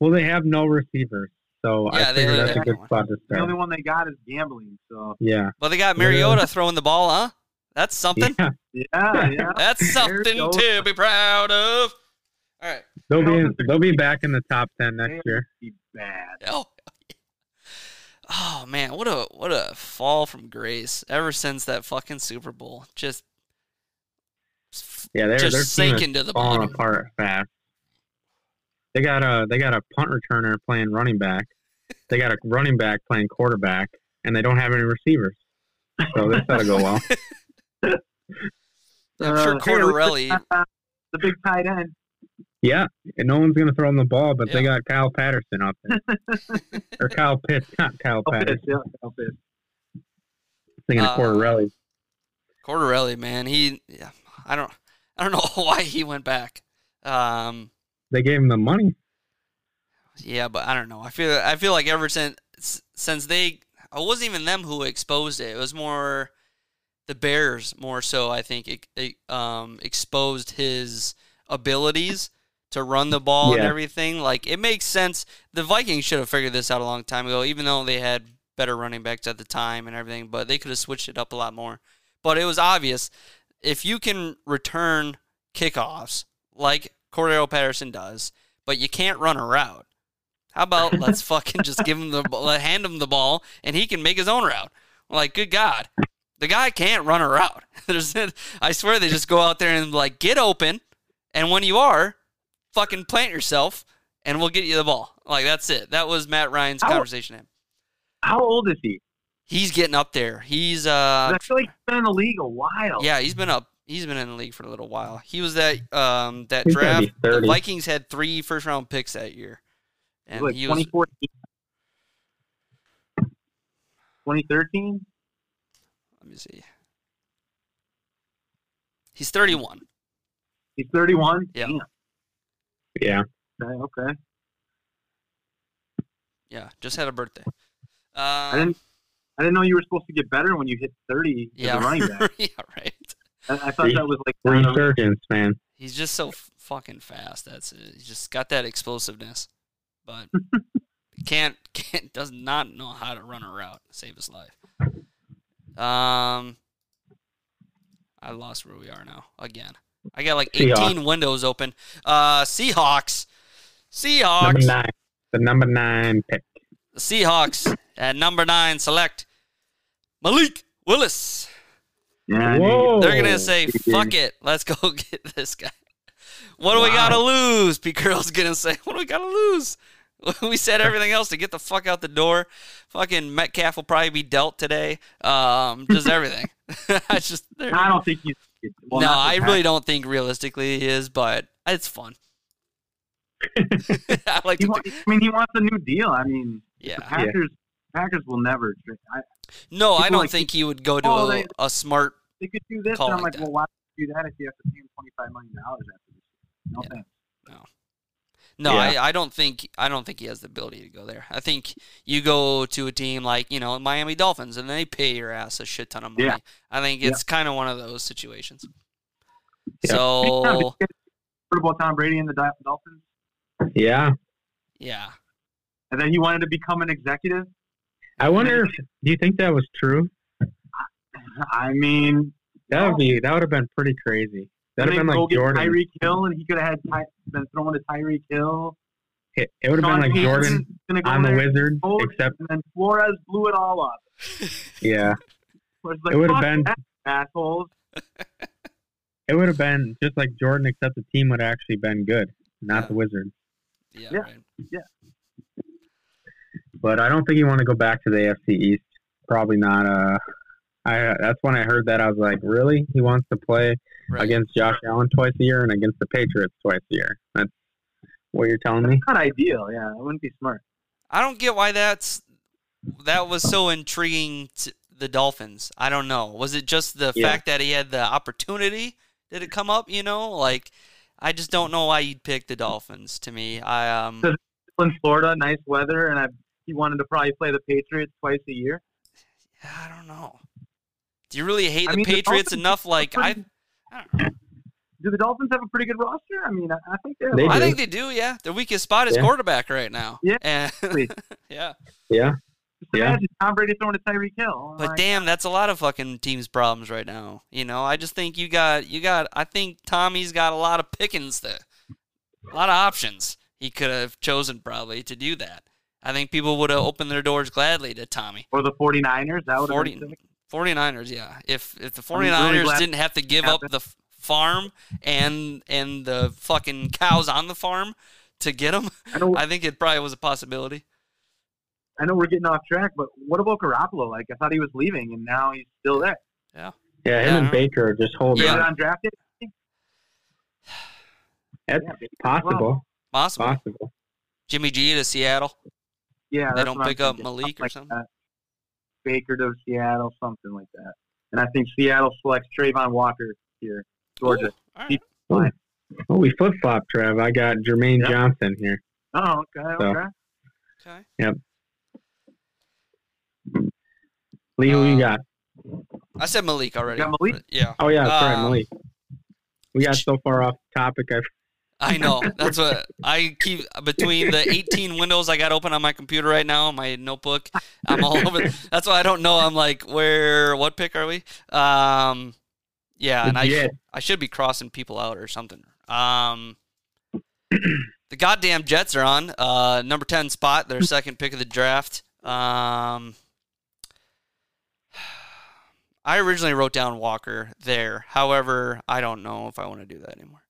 [SPEAKER 10] Well, they have no receivers, so
[SPEAKER 1] Yeah,
[SPEAKER 10] I
[SPEAKER 1] they
[SPEAKER 10] figure
[SPEAKER 1] really
[SPEAKER 10] that's a
[SPEAKER 1] have
[SPEAKER 10] good
[SPEAKER 1] one.
[SPEAKER 10] spot to
[SPEAKER 11] The only
[SPEAKER 10] start.
[SPEAKER 11] one they got is gambling. So
[SPEAKER 10] Yeah.
[SPEAKER 1] Well, they got
[SPEAKER 10] Yeah.
[SPEAKER 1] Mariota throwing the ball, huh? That's something.
[SPEAKER 10] yeah.
[SPEAKER 11] yeah, yeah.
[SPEAKER 1] That's
[SPEAKER 11] There it
[SPEAKER 1] something
[SPEAKER 11] goes.
[SPEAKER 1] to be proud of. All right.
[SPEAKER 10] They'll be they'll be back in the top ten next year.
[SPEAKER 11] He's bad.
[SPEAKER 1] Oh, oh man, what a what a fall from grace ever since that fucking Super Bowl. Just
[SPEAKER 10] Yeah, they're
[SPEAKER 1] Just
[SPEAKER 10] they're
[SPEAKER 1] sinking to the
[SPEAKER 10] falling
[SPEAKER 1] bottom.
[SPEAKER 10] apart fast. They got a they got a punt returner playing running back. They got a running back playing quarterback, and they don't have any receivers. So this ought to go well.
[SPEAKER 1] I'm sure
[SPEAKER 11] Uh, hey, we
[SPEAKER 1] Cordarelli-
[SPEAKER 11] just got, uh, the big tight end.
[SPEAKER 10] Yeah, and no one's gonna throw him the ball, but they
[SPEAKER 1] Yeah.
[SPEAKER 10] got Kyle Patterson out there, or Kyle Pitts, not Kyle
[SPEAKER 11] I'll piss,
[SPEAKER 10] Patterson.
[SPEAKER 11] yeah, I'll piss.
[SPEAKER 10] Thinking
[SPEAKER 1] Uh,
[SPEAKER 10] of Cordarelli.
[SPEAKER 1] Cordarelli, man, he yeah, I don't I don't know why he went back. Um,
[SPEAKER 10] They gave him the money.
[SPEAKER 1] yeah, but I don't know. I feel I feel like ever since since they it wasn't even them who exposed it. It was more the Bears more so. I think it, it um exposed his abilities to run the ball and
[SPEAKER 10] Yeah.
[SPEAKER 1] everything. Like it makes sense. The Vikings should have figured this out a long time ago, even though they had better running backs at the time and everything. But they could have switched it up a lot more. But it was obvious if you can return kickoffs like Cordero Patterson does, but you can't run a route. How about let's fucking just give him the ball- hand him the ball and he can make his own route. Like, good God, the guy can't run a route. There's, I swear they just go out there and like get open, and when you are, fucking plant yourself, and we'll get you the ball. Like that's it. That was Matt Ryan's
[SPEAKER 11] How-
[SPEAKER 1] conversation. to him.
[SPEAKER 11] How old is he?
[SPEAKER 1] He's getting up there. He's uh,
[SPEAKER 11] I feel like he's been in the league a while.
[SPEAKER 1] yeah, he's been up. He's been in the league for a little while. He was that um that
[SPEAKER 10] He's gotta be
[SPEAKER 1] draft. The
[SPEAKER 10] 30.
[SPEAKER 1] Vikings had three first round picks that year, and
[SPEAKER 11] He's like
[SPEAKER 1] he was
[SPEAKER 11] 2014. 2013?
[SPEAKER 1] Let me see. He's 31.
[SPEAKER 11] He's 31?
[SPEAKER 1] Yeah.
[SPEAKER 11] Damn.
[SPEAKER 10] Yeah,
[SPEAKER 11] Okay, okay.
[SPEAKER 1] Yeah, just had a birthday. Um,
[SPEAKER 11] I didn't I didn't know you were supposed to get better when you hit 30
[SPEAKER 1] yeah,
[SPEAKER 11] as a running back.
[SPEAKER 1] yeah, right.
[SPEAKER 11] I, I thought that was like kind of-
[SPEAKER 10] resurgence, man.
[SPEAKER 1] He's just so f- fucking fast. That's it. He's just got that explosiveness, but can't can't does not know how to run a route to save his life. Um, I lost where we are now again. I got like 18
[SPEAKER 10] Seahawks.
[SPEAKER 1] windows open. Uh, Seahawks.
[SPEAKER 10] Number
[SPEAKER 1] Seahawks.
[SPEAKER 10] nine. The number nine pick.
[SPEAKER 1] The Seahawks at number nine select Malik Willis.
[SPEAKER 11] Yeah, I knew
[SPEAKER 10] Whoa.
[SPEAKER 1] They're going to say, fuck it. Let's go get this guy. What do we got to lose? P. Curl's going to say, what do we got to lose? We said everything else to get the fuck out the door. Fucking Metcalf will probably be dealt today. Um, just everything. I just
[SPEAKER 11] you- I don't think he's. Well,
[SPEAKER 1] no,
[SPEAKER 11] not
[SPEAKER 1] I
[SPEAKER 11] the
[SPEAKER 1] really don't think realistically he is, but it's fun. I like
[SPEAKER 11] He
[SPEAKER 1] to
[SPEAKER 11] wa-
[SPEAKER 1] think,
[SPEAKER 11] I mean, he wants a new deal. I mean, the
[SPEAKER 1] yeah.
[SPEAKER 11] Packers. Packers will never. tra- I,
[SPEAKER 1] No, I
[SPEAKER 11] people
[SPEAKER 1] don't
[SPEAKER 11] like
[SPEAKER 1] think he would go to
[SPEAKER 11] Oh,
[SPEAKER 1] a,
[SPEAKER 11] they-
[SPEAKER 1] a smart.
[SPEAKER 11] they could do this,
[SPEAKER 1] Call
[SPEAKER 11] and I'm
[SPEAKER 1] like
[SPEAKER 11] like,
[SPEAKER 1] that.
[SPEAKER 11] well, why would you do that if you have to pay him twenty five million dollars after this? No
[SPEAKER 1] Yeah.
[SPEAKER 11] thanks.
[SPEAKER 1] No, I, I don't think I don't think he has the ability to go there. I think you go to a team like you know Miami Dolphins and they pay your ass a shit ton of money.
[SPEAKER 11] Yeah.
[SPEAKER 1] I think it's kind of one of those situations.
[SPEAKER 10] Yeah.
[SPEAKER 11] Speaking of,
[SPEAKER 1] So
[SPEAKER 11] did you hear about Tom Brady and the Dol- Dolphins,
[SPEAKER 10] Yeah.
[SPEAKER 1] yeah,
[SPEAKER 11] and then he wanted to become an executive.
[SPEAKER 10] I wonder if do you think that was true?
[SPEAKER 11] I mean,
[SPEAKER 10] That would be that would have been pretty crazy. That
[SPEAKER 11] and
[SPEAKER 10] would have
[SPEAKER 11] then
[SPEAKER 10] been
[SPEAKER 11] go
[SPEAKER 10] like
[SPEAKER 11] get
[SPEAKER 10] Jordan.
[SPEAKER 11] Tyreek Hill, and he could have had Ty- been thrown to Tyreek Hill.
[SPEAKER 10] it it would have been
[SPEAKER 11] Sean
[SPEAKER 10] like
[SPEAKER 11] Payton's
[SPEAKER 10] Jordan
[SPEAKER 11] gonna go
[SPEAKER 10] on the
[SPEAKER 11] there,
[SPEAKER 10] Wizard,
[SPEAKER 11] vote,
[SPEAKER 10] except
[SPEAKER 11] and then Flores blew it all up.
[SPEAKER 10] yeah,
[SPEAKER 11] Flores was like,
[SPEAKER 10] It would've
[SPEAKER 11] "Fuck
[SPEAKER 10] been-
[SPEAKER 11] that, assholes.
[SPEAKER 10] it would have been just like Jordan, except the team would have actually been good, not the Wizard.
[SPEAKER 1] yeah,
[SPEAKER 11] Yeah.
[SPEAKER 1] Right.
[SPEAKER 10] But I don't think you want to go back to the AFC East. Probably not. Uh, I that's when I heard that I was like, really? He wants to play
[SPEAKER 1] right.
[SPEAKER 10] against Josh Allen twice a year and against the Patriots twice a year. That's what you're telling me.
[SPEAKER 11] Not ideal. Yeah, it wouldn't be smart.
[SPEAKER 1] I don't get why that's that was so intriguing to the Dolphins. I don't know. Was it just the
[SPEAKER 10] Yeah.
[SPEAKER 1] fact that he had the opportunity? Did it come up? You know, like I just don't know why you'd pick the Dolphins. To me, I um
[SPEAKER 11] Does- In Florida, nice weather, and I, he wanted to probably play the Patriots twice a year.
[SPEAKER 1] I don't know. Do you really hate
[SPEAKER 11] I
[SPEAKER 1] the
[SPEAKER 11] mean, the
[SPEAKER 1] Patriots
[SPEAKER 11] Dolphins
[SPEAKER 1] enough?
[SPEAKER 11] are
[SPEAKER 1] Like I,
[SPEAKER 11] pretty- Do the Dolphins have a pretty good roster? I mean, I, I think they're.
[SPEAKER 10] They
[SPEAKER 1] I
[SPEAKER 10] do.
[SPEAKER 1] think they do. Yeah, their weakest spot is
[SPEAKER 10] Yeah.
[SPEAKER 1] quarterback right now.
[SPEAKER 11] Yeah,
[SPEAKER 1] And-
[SPEAKER 11] exactly.
[SPEAKER 1] yeah.
[SPEAKER 10] Yeah.
[SPEAKER 11] Just
[SPEAKER 10] Yeah.
[SPEAKER 11] imagine Tom Brady throwing to Tyreek Hill. Oh
[SPEAKER 1] But
[SPEAKER 11] my-
[SPEAKER 1] damn, that's a lot of fucking teams' problems right now. You know, I just think you got you got. I think Tommy's got a lot of pickings there, a lot of options he could have chosen probably to do that. I think people would have opened their doors gladly to Tommy.
[SPEAKER 11] or the 49ers. That would
[SPEAKER 1] 40,
[SPEAKER 11] have been sick.
[SPEAKER 1] 49ers, yeah. If if the
[SPEAKER 11] I'm really
[SPEAKER 1] 49ers
[SPEAKER 11] glad
[SPEAKER 1] didn't have to give up
[SPEAKER 11] happened.
[SPEAKER 1] the f- farm and and the fucking cows on the farm to get him,
[SPEAKER 11] I know,
[SPEAKER 1] I think it probably was a possibility.
[SPEAKER 11] I know we're getting off track, but what about Garoppolo? Like, I thought he was leaving, and now he's still there.
[SPEAKER 10] Yeah, him
[SPEAKER 1] Yeah.
[SPEAKER 10] and Baker are just holding.
[SPEAKER 1] Yeah.
[SPEAKER 11] Is it undrafted?
[SPEAKER 10] That's
[SPEAKER 11] Yeah, Baker-
[SPEAKER 10] possible.
[SPEAKER 1] Possible.
[SPEAKER 10] Possible.
[SPEAKER 1] Jimmy G to Seattle.
[SPEAKER 11] Yeah,
[SPEAKER 1] They
[SPEAKER 11] that's
[SPEAKER 1] don't
[SPEAKER 11] what I'm
[SPEAKER 1] pick up
[SPEAKER 11] thinking.
[SPEAKER 1] Malik or something?
[SPEAKER 11] Like that. Baker to Seattle, something like that. And I think Seattle selects Trayvon Walker here, Georgia.
[SPEAKER 1] All right.
[SPEAKER 11] Keep-
[SPEAKER 10] Oh, we flip flop, Trev. I got Jermaine
[SPEAKER 11] Yeah.
[SPEAKER 10] Johnson here.
[SPEAKER 11] Oh, okay,
[SPEAKER 10] So-
[SPEAKER 11] okay.
[SPEAKER 1] Okay.
[SPEAKER 10] Lee, who
[SPEAKER 1] Uh,
[SPEAKER 10] you got?
[SPEAKER 1] I said Malik already.
[SPEAKER 11] got Malik?
[SPEAKER 1] but Yeah.
[SPEAKER 10] Oh yeah, that's right,
[SPEAKER 1] uh,
[SPEAKER 10] Malik. We got so far off topic. I
[SPEAKER 1] I know. That's what I keep between the 18 windows I got open on my computer right now, my notebook. I'm all over. That's why I don't know. I'm like, where? What pick are we? Um, yeah, and I
[SPEAKER 10] Legit.
[SPEAKER 1] I should be crossing people out or something. Um, the goddamn Jets are on uh, number 10 spot, their second pick of the draft. Um, I originally wrote down Walker there. However, I don't know if I want to do that anymore.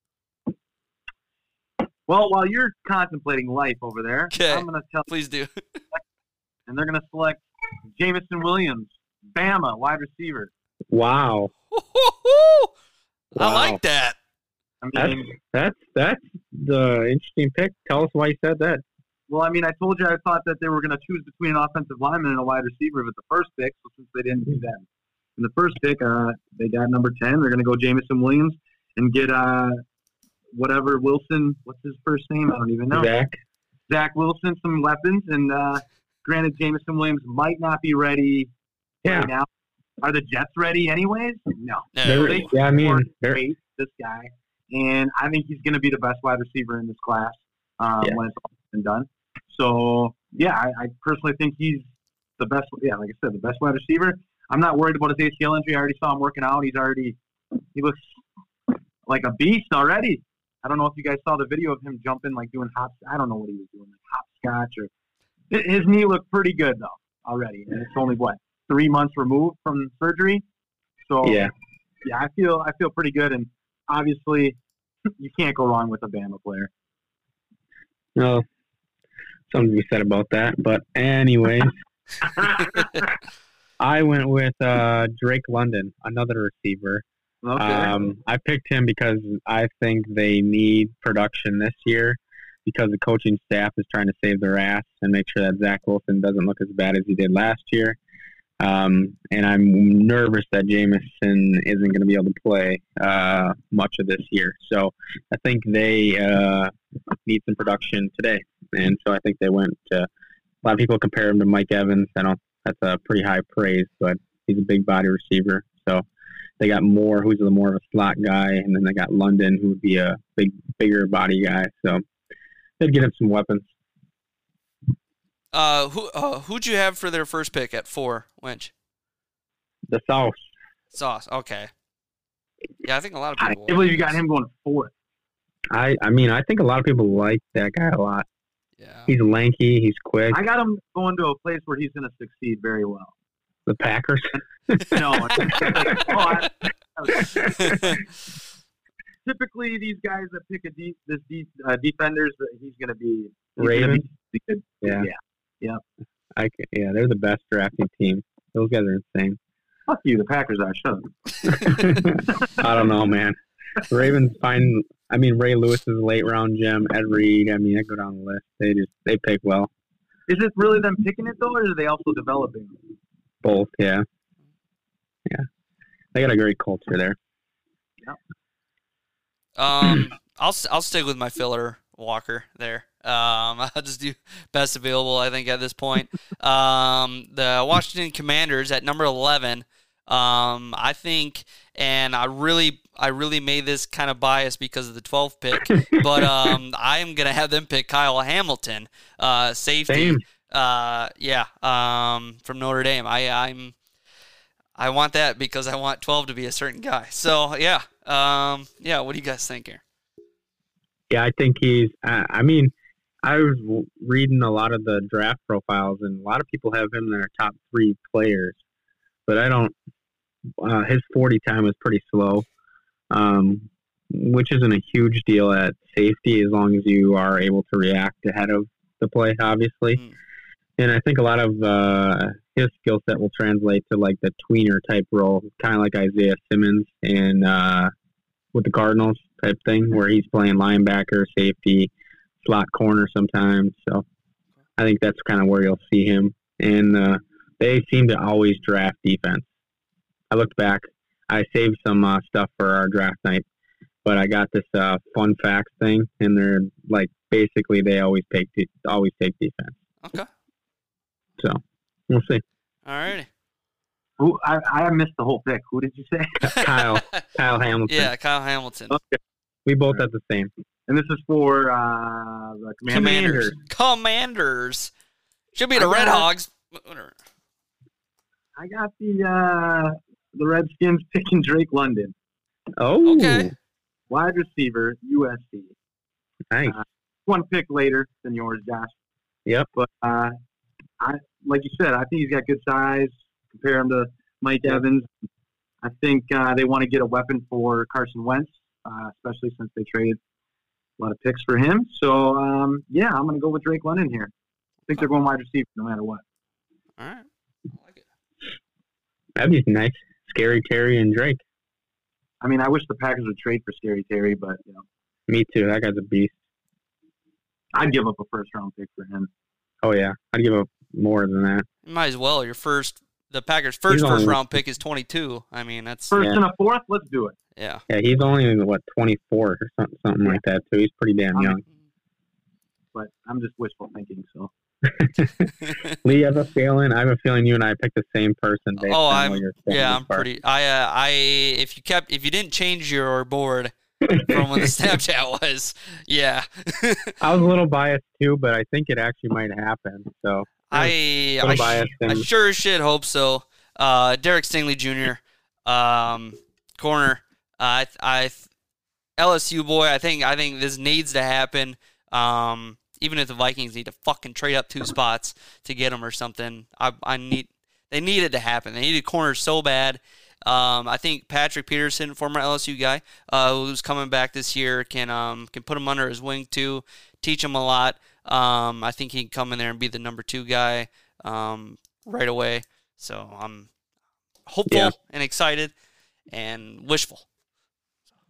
[SPEAKER 11] Well, while you're contemplating life over there,
[SPEAKER 1] Okay.
[SPEAKER 11] I'm going to tell
[SPEAKER 1] Please do.
[SPEAKER 11] and they're going to select Jamison Williams, Bama, wide receiver.
[SPEAKER 10] wow,
[SPEAKER 1] I
[SPEAKER 10] Wow.
[SPEAKER 1] like that.
[SPEAKER 11] I
[SPEAKER 10] that's
[SPEAKER 11] mean,
[SPEAKER 10] that's that's the interesting pick. Tell us why you said that.
[SPEAKER 11] well, I mean, I told you I thought that they were going to choose between an offensive lineman and a wide receiver with the first pick, so since they didn't
[SPEAKER 10] Mm-hmm.
[SPEAKER 11] do that in the first pick, uh, they got number 10. They're going to go Jamison Williams and get uh, whatever Wilson, what's his first name? I don't even know.
[SPEAKER 10] Zach,
[SPEAKER 11] Zach Wilson some weapons, and uh, granted, Jamison Williams might not be ready
[SPEAKER 10] Yeah.
[SPEAKER 11] right now. Are the Jets ready, anyways? No.
[SPEAKER 1] No,
[SPEAKER 10] They're-
[SPEAKER 11] they-
[SPEAKER 10] yeah, I mean,
[SPEAKER 11] Or
[SPEAKER 10] they're,
[SPEAKER 11] Wait, this guy, and I think he's going to be the best wide receiver in this class um,
[SPEAKER 10] Yeah.
[SPEAKER 11] when it's all said and done. So yeah, I, I personally think he's the best. Yeah, like I said, the best wide receiver. I'm not worried about his ACL injury. I already saw him working out. He's already he looks like a beast already. I don't know if you guys saw the video of him jumping, like doing hop. I don't know what he was doing, like hopscotch or. hi- His knee looked pretty good though already, and it's only what three months removed from surgery. So
[SPEAKER 10] Yeah.
[SPEAKER 11] yeah, I feel I feel pretty good, and obviously, you can't go wrong with a Bama player.
[SPEAKER 10] No, something to be said about that. But anyways, I went with uh, Drake London, another receiver.
[SPEAKER 11] Okay.
[SPEAKER 10] Um, I picked him because I think they need production this year because the coaching staff is trying to save their ass and make sure that Zach Wilson doesn't look as bad as he did last year. Um, and I'm nervous that Jamison isn't going to be able to play uh, much of this year. So I think they uh, need some production today. And so I think they went. Uh, a lot of people compare him to Mike Evans. I don't. That's a pretty high praise, but he's a big body receiver. So they got Moore, who's a more of a slot guy, and then they got London, who would be a big, bigger body guy. So they'd get him some weapons.
[SPEAKER 1] Uh, who uh, who'd you have for their first pick at four? Winch
[SPEAKER 10] The South.
[SPEAKER 1] Sauce. Okay. Yeah, I think a lot of
[SPEAKER 11] I
[SPEAKER 1] people.
[SPEAKER 11] can't believe you got him going fourth.
[SPEAKER 10] I, I mean, I think a lot of people like that guy a lot.
[SPEAKER 1] Yeah.
[SPEAKER 10] He's lanky. He's quick.
[SPEAKER 11] I got him going to a place where he's going to succeed very well.
[SPEAKER 10] The Packers.
[SPEAKER 11] No, oh, I- typically these guys that pick a deep, this deep uh, defenders, that he's going to be he's gonna
[SPEAKER 10] Ravens.
[SPEAKER 11] be good.
[SPEAKER 10] Yeah.
[SPEAKER 11] Yeah. Yep.
[SPEAKER 10] I ca- yeah, they're the best drafting team. Those guys are insane.
[SPEAKER 11] Fuck you, the Packers are. Shut up.
[SPEAKER 10] I don't know, man. Ravens find. I mean, Ray Lewis is a late round gem. Ed Reed. I mean, I go down the list. They just they pick well.
[SPEAKER 11] Is it really them picking it though, or are they also developing?
[SPEAKER 10] Both. Yeah. Yeah. They got a great culture there.
[SPEAKER 1] Um, I'll s- I'll stick with my filler Walker there. Um, I'll just do best available. I think at this point, um, the Washington Commanders at number eleven. Um, I think, and I really, I really made this kind of biased because of the 12th pick, but um, I am gonna have them pick Kyle Hamilton, uh, safety.
[SPEAKER 10] Same.
[SPEAKER 1] Uh, yeah, um, from Notre Dame. I, I'm, I want that because I want 12 to be a certain guy. So yeah, um, yeah. What do you guys think here?
[SPEAKER 10] Yeah, I think he's. I I mean, I was w- reading a lot of the draft profiles, and a lot of people have him in their top three players. But I don't. Uh, his forty time is pretty slow, um, which isn't a huge deal at safety as long as you are able to react ahead of the play, obviously.
[SPEAKER 1] Mm.
[SPEAKER 10] And I think a lot of uh, his skill set will translate to like the tweener type role, kind of like Isaiah Simmons and uh, with the Cardinals type thing, where he's playing linebacker, safety, slot corner sometimes. So I think that's kind of where you'll see him. And uh, they seem to always draft defense. I looked back. I saved some uh, stuff for our draft night, but I got this uh, fun facts thing, and they're like basically they always take de- always take defense.
[SPEAKER 1] Okay.
[SPEAKER 10] So we'll see.
[SPEAKER 1] All righty.
[SPEAKER 11] Who I, I missed the whole pick. Who did you say?
[SPEAKER 10] Kyle, Kyle Hamilton.
[SPEAKER 1] Yeah, Kyle Hamilton.
[SPEAKER 10] We both have the same.
[SPEAKER 11] And this is for uh, the
[SPEAKER 1] Commanders.
[SPEAKER 11] Commanders.
[SPEAKER 1] Commanders. Should be the
[SPEAKER 11] I
[SPEAKER 1] Red
[SPEAKER 11] got-
[SPEAKER 1] Hogs. Whatever.
[SPEAKER 11] I got the uh, the Redskins picking Drake London,
[SPEAKER 10] Oh,
[SPEAKER 1] Okay.
[SPEAKER 11] wide receiver, USC.
[SPEAKER 10] nice.
[SPEAKER 11] One pick later than yours, Josh.
[SPEAKER 10] Yep.
[SPEAKER 11] But uh, I like you said, I think he's got good size. Compare him to Mike Evans. I think uh, they want to get a weapon for Carson Wentz, uh, especially since they traded a lot of picks for him. So um, yeah, I'm going to go with Drake London here. I think they're going wide receiver no matter what.
[SPEAKER 1] All right. I like it.
[SPEAKER 10] That'd be nice. Scary Terry and Drake.
[SPEAKER 11] I mean, I wish the Packers would trade for Scary Terry, but you know,
[SPEAKER 10] Me too. That guy's a beast.
[SPEAKER 11] I'd give up a first round pick for him.
[SPEAKER 10] Oh yeah, I'd give up more than that.
[SPEAKER 1] You might as well. Your first, the Packers' first
[SPEAKER 10] only-
[SPEAKER 1] first round pick is 22. I mean, that's
[SPEAKER 11] First
[SPEAKER 10] Yeah.
[SPEAKER 11] and a fourth, let's do it.
[SPEAKER 1] yeah.
[SPEAKER 10] Yeah, he's only what twenty four or something, something like that. So he's pretty damn
[SPEAKER 11] I'm-
[SPEAKER 10] young.
[SPEAKER 11] But I'm just wishful thinking. So
[SPEAKER 10] Lee, I have a feeling. I have a feeling you and I picked the same person. Based
[SPEAKER 1] Oh,
[SPEAKER 10] on
[SPEAKER 1] I'm-
[SPEAKER 10] what you're saying
[SPEAKER 1] Yeah,
[SPEAKER 10] so
[SPEAKER 1] I'm
[SPEAKER 10] far.
[SPEAKER 1] pretty. I uh, I if you kept if you didn't change your board from when the Snapchat was, yeah.
[SPEAKER 10] I was a little biased too, but I think it actually might happen. So
[SPEAKER 1] I
[SPEAKER 10] I'm
[SPEAKER 1] I,
[SPEAKER 10] biased.
[SPEAKER 1] I
[SPEAKER 10] And,
[SPEAKER 1] sure as shit hope so. Uh, Derek Stingley Jr., um, corner. I th- I th- LSU boy, I think I think this needs to happen. Um, even if the Vikings need to fucking trade up two spots to get him or something, I, I need they need it to happen. They needed corners so bad. Um, I think Patrick Peterson, former LSU guy, uh, who's coming back this year, can um, can put him under his wing too, teach him a lot. Um, I think he can come in there and be the number two guy um, right away. So I'm hopeful
[SPEAKER 10] Yeah.
[SPEAKER 1] and excited and wishful.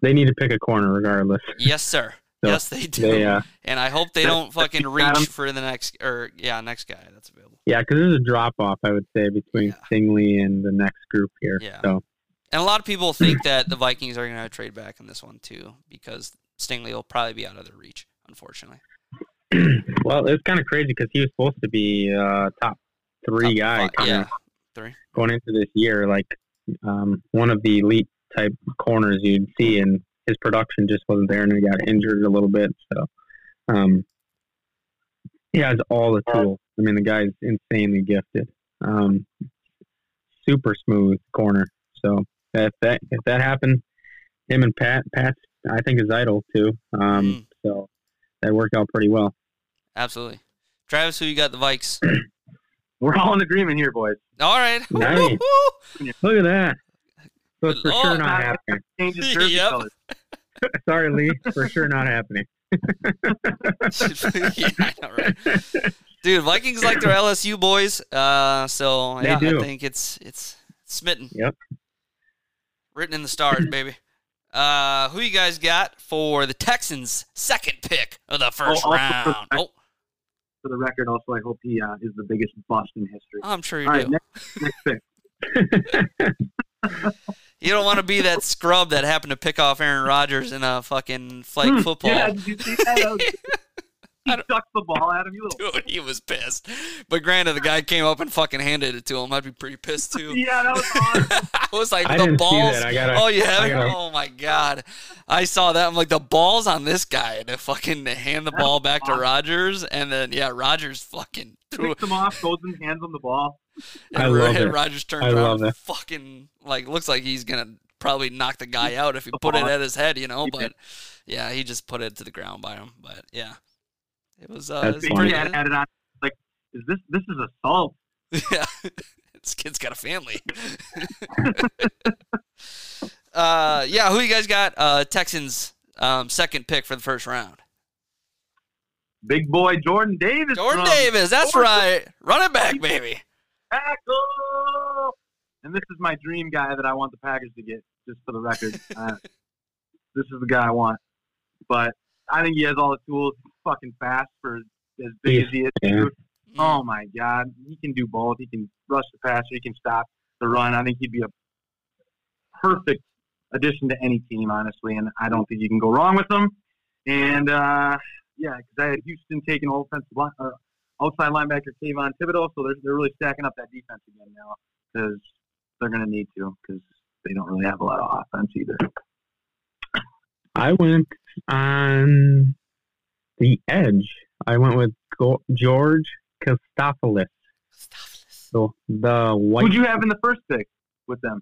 [SPEAKER 10] They need to pick a corner regardless.
[SPEAKER 1] Yes, sir.
[SPEAKER 10] So,
[SPEAKER 1] yes, they do.
[SPEAKER 10] They, uh,
[SPEAKER 1] and I hope they don't fucking
[SPEAKER 10] Adam-
[SPEAKER 1] reach for the next or yeah next guy that's available.
[SPEAKER 10] yeah, because there's a drop off, I would say, between
[SPEAKER 1] Yeah.
[SPEAKER 10] Stingley and the next group here.
[SPEAKER 1] Yeah.
[SPEAKER 10] So
[SPEAKER 1] And a lot of people think that the Vikings are going to trade back in this one too because Stingley will probably be out of their reach, unfortunately.
[SPEAKER 10] well, it's kind of crazy because he was supposed to be uh, top three
[SPEAKER 1] Top
[SPEAKER 10] guy
[SPEAKER 1] five-
[SPEAKER 10] coming
[SPEAKER 1] yeah,
[SPEAKER 10] going into this year, like um, one of the elite type corners you'd see, and his production just wasn't there, and he got injured a little bit. So um, he has all the tools. I mean, the guy's insanely gifted, um, super smooth corner. So if that if that happens, him and Pat Pat I think is idol too. Um,
[SPEAKER 1] Mm.
[SPEAKER 10] So that worked out pretty well.
[SPEAKER 1] absolutely. Travis, who you got the Vikes?
[SPEAKER 11] We're all in agreement here, boys.
[SPEAKER 1] All right.
[SPEAKER 10] Nice.
[SPEAKER 1] Woo-hoo-hoo.
[SPEAKER 10] Look at that.
[SPEAKER 1] Oh,
[SPEAKER 10] So it's for sure
[SPEAKER 1] Lord.
[SPEAKER 10] not happening.
[SPEAKER 11] Change his jersey
[SPEAKER 1] Yep.
[SPEAKER 11] colors.
[SPEAKER 10] Sorry, Lee. For sure not happening.
[SPEAKER 1] yeah, I know, right. Dude, Vikings like their LSU boys. Uh, so
[SPEAKER 10] They
[SPEAKER 1] yeah,
[SPEAKER 10] do.
[SPEAKER 1] I think it's it's smitten.
[SPEAKER 10] Yep.
[SPEAKER 1] Written in the stars, baby. Uh, who you guys got for the Texans' second pick of the first
[SPEAKER 11] also for the
[SPEAKER 1] round? Oh,
[SPEAKER 11] For the record, also, I hope he uh, is the biggest bust in history.
[SPEAKER 1] I'm sure you do.
[SPEAKER 11] All right, next, next pick.
[SPEAKER 1] You don't want to be that scrub that happened to pick off Aaron Rodgers in a fucking flag
[SPEAKER 10] Hmm,
[SPEAKER 1] football.
[SPEAKER 11] Yeah, did you see that? That was- he sucked the ball at him. You little.
[SPEAKER 1] Dude, he was pissed. But granted, the guy came up and fucking handed it to him. I'd be pretty pissed too.
[SPEAKER 11] Yeah, that was awesome.
[SPEAKER 1] I was like,
[SPEAKER 10] I
[SPEAKER 1] the
[SPEAKER 10] didn't see
[SPEAKER 1] balls.
[SPEAKER 10] that. I gotta-
[SPEAKER 1] oh, you
[SPEAKER 10] I
[SPEAKER 1] haven't?
[SPEAKER 10] gotta-
[SPEAKER 1] Oh my god! I saw that. I'm like, the balls on this guy to fucking hand the ball back to Rogers, and then yeah, Rogers fucking threw it.
[SPEAKER 11] Picks him off, goes and hands on the ball.
[SPEAKER 10] I
[SPEAKER 1] and
[SPEAKER 10] love it.
[SPEAKER 1] Rogers turned
[SPEAKER 10] I
[SPEAKER 1] around,
[SPEAKER 10] love
[SPEAKER 1] and
[SPEAKER 10] it.
[SPEAKER 1] fucking like looks like he's gonna probably knock the guy out if he put it at his head, you know. But yeah, he just put it to the ground by him. But yeah, it was uh,
[SPEAKER 10] That's
[SPEAKER 1] it's
[SPEAKER 10] funny.
[SPEAKER 1] pretty.
[SPEAKER 11] Yeah, had it on. Like, is this this is assault?
[SPEAKER 1] Yeah. this kid's got a family. uh, yeah, who you guys got? Uh, Texans um, second pick for the first round.
[SPEAKER 11] Big boy Jordan Davis.
[SPEAKER 1] Jordan
[SPEAKER 11] from
[SPEAKER 1] Davis, that's
[SPEAKER 11] Georgia.
[SPEAKER 1] right. Running back, baby.
[SPEAKER 11] Tackle. And this is my dream guy that I want the Packers to get. Just for the record, uh, this is the guy I want. But I think he has all the tools. He's fucking fast for as big as he is.
[SPEAKER 10] Yeah.
[SPEAKER 11] Oh my God, he can do both. He can rush the passer. He can stop the run. I think he'd be a perfect addition to any team, honestly. And I don't think you can go wrong with him. And uh, yeah, because I had Houston taking offensive line, uh, outside linebacker Kayvon Thibodeau, so they're they're really stacking up that defense again now because they're going to need to because they don't really have a lot of offense either.
[SPEAKER 10] I went on the edge. I went with Go- George Kostopoulos. So the
[SPEAKER 11] Who'd
[SPEAKER 10] white.
[SPEAKER 11] you have in the first pick with them?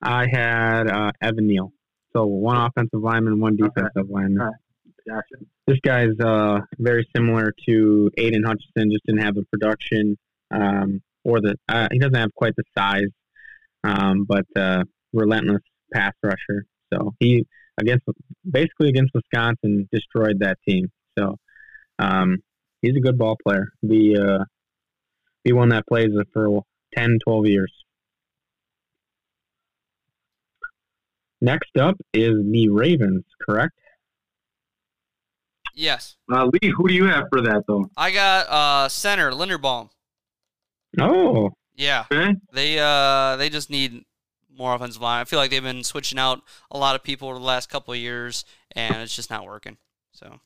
[SPEAKER 10] I had uh, Evan Neal. So one offensive lineman, one
[SPEAKER 11] Okay.
[SPEAKER 10] defensive lineman.
[SPEAKER 11] All right. Gotcha.
[SPEAKER 10] This guy's uh, very similar to Aiden Hutchinson. Just didn't have the production um, or the. Uh, he doesn't have quite the size, um, but uh, relentless pass rusher. So he against basically against Wisconsin destroyed that team. So um, he's a good ball player. Be uh, be one that plays for 10, 12 years. Next up is the Ravens, correct?
[SPEAKER 1] Yes.
[SPEAKER 11] Uh, Lee, who do you have for that though?
[SPEAKER 1] I got uh, center, Linderbaum.
[SPEAKER 10] Oh,
[SPEAKER 1] Yeah.
[SPEAKER 11] Okay.
[SPEAKER 1] They uh they just need more offensive line. I feel like they've been switching out a lot of people over the last couple of years, and it's just not working. So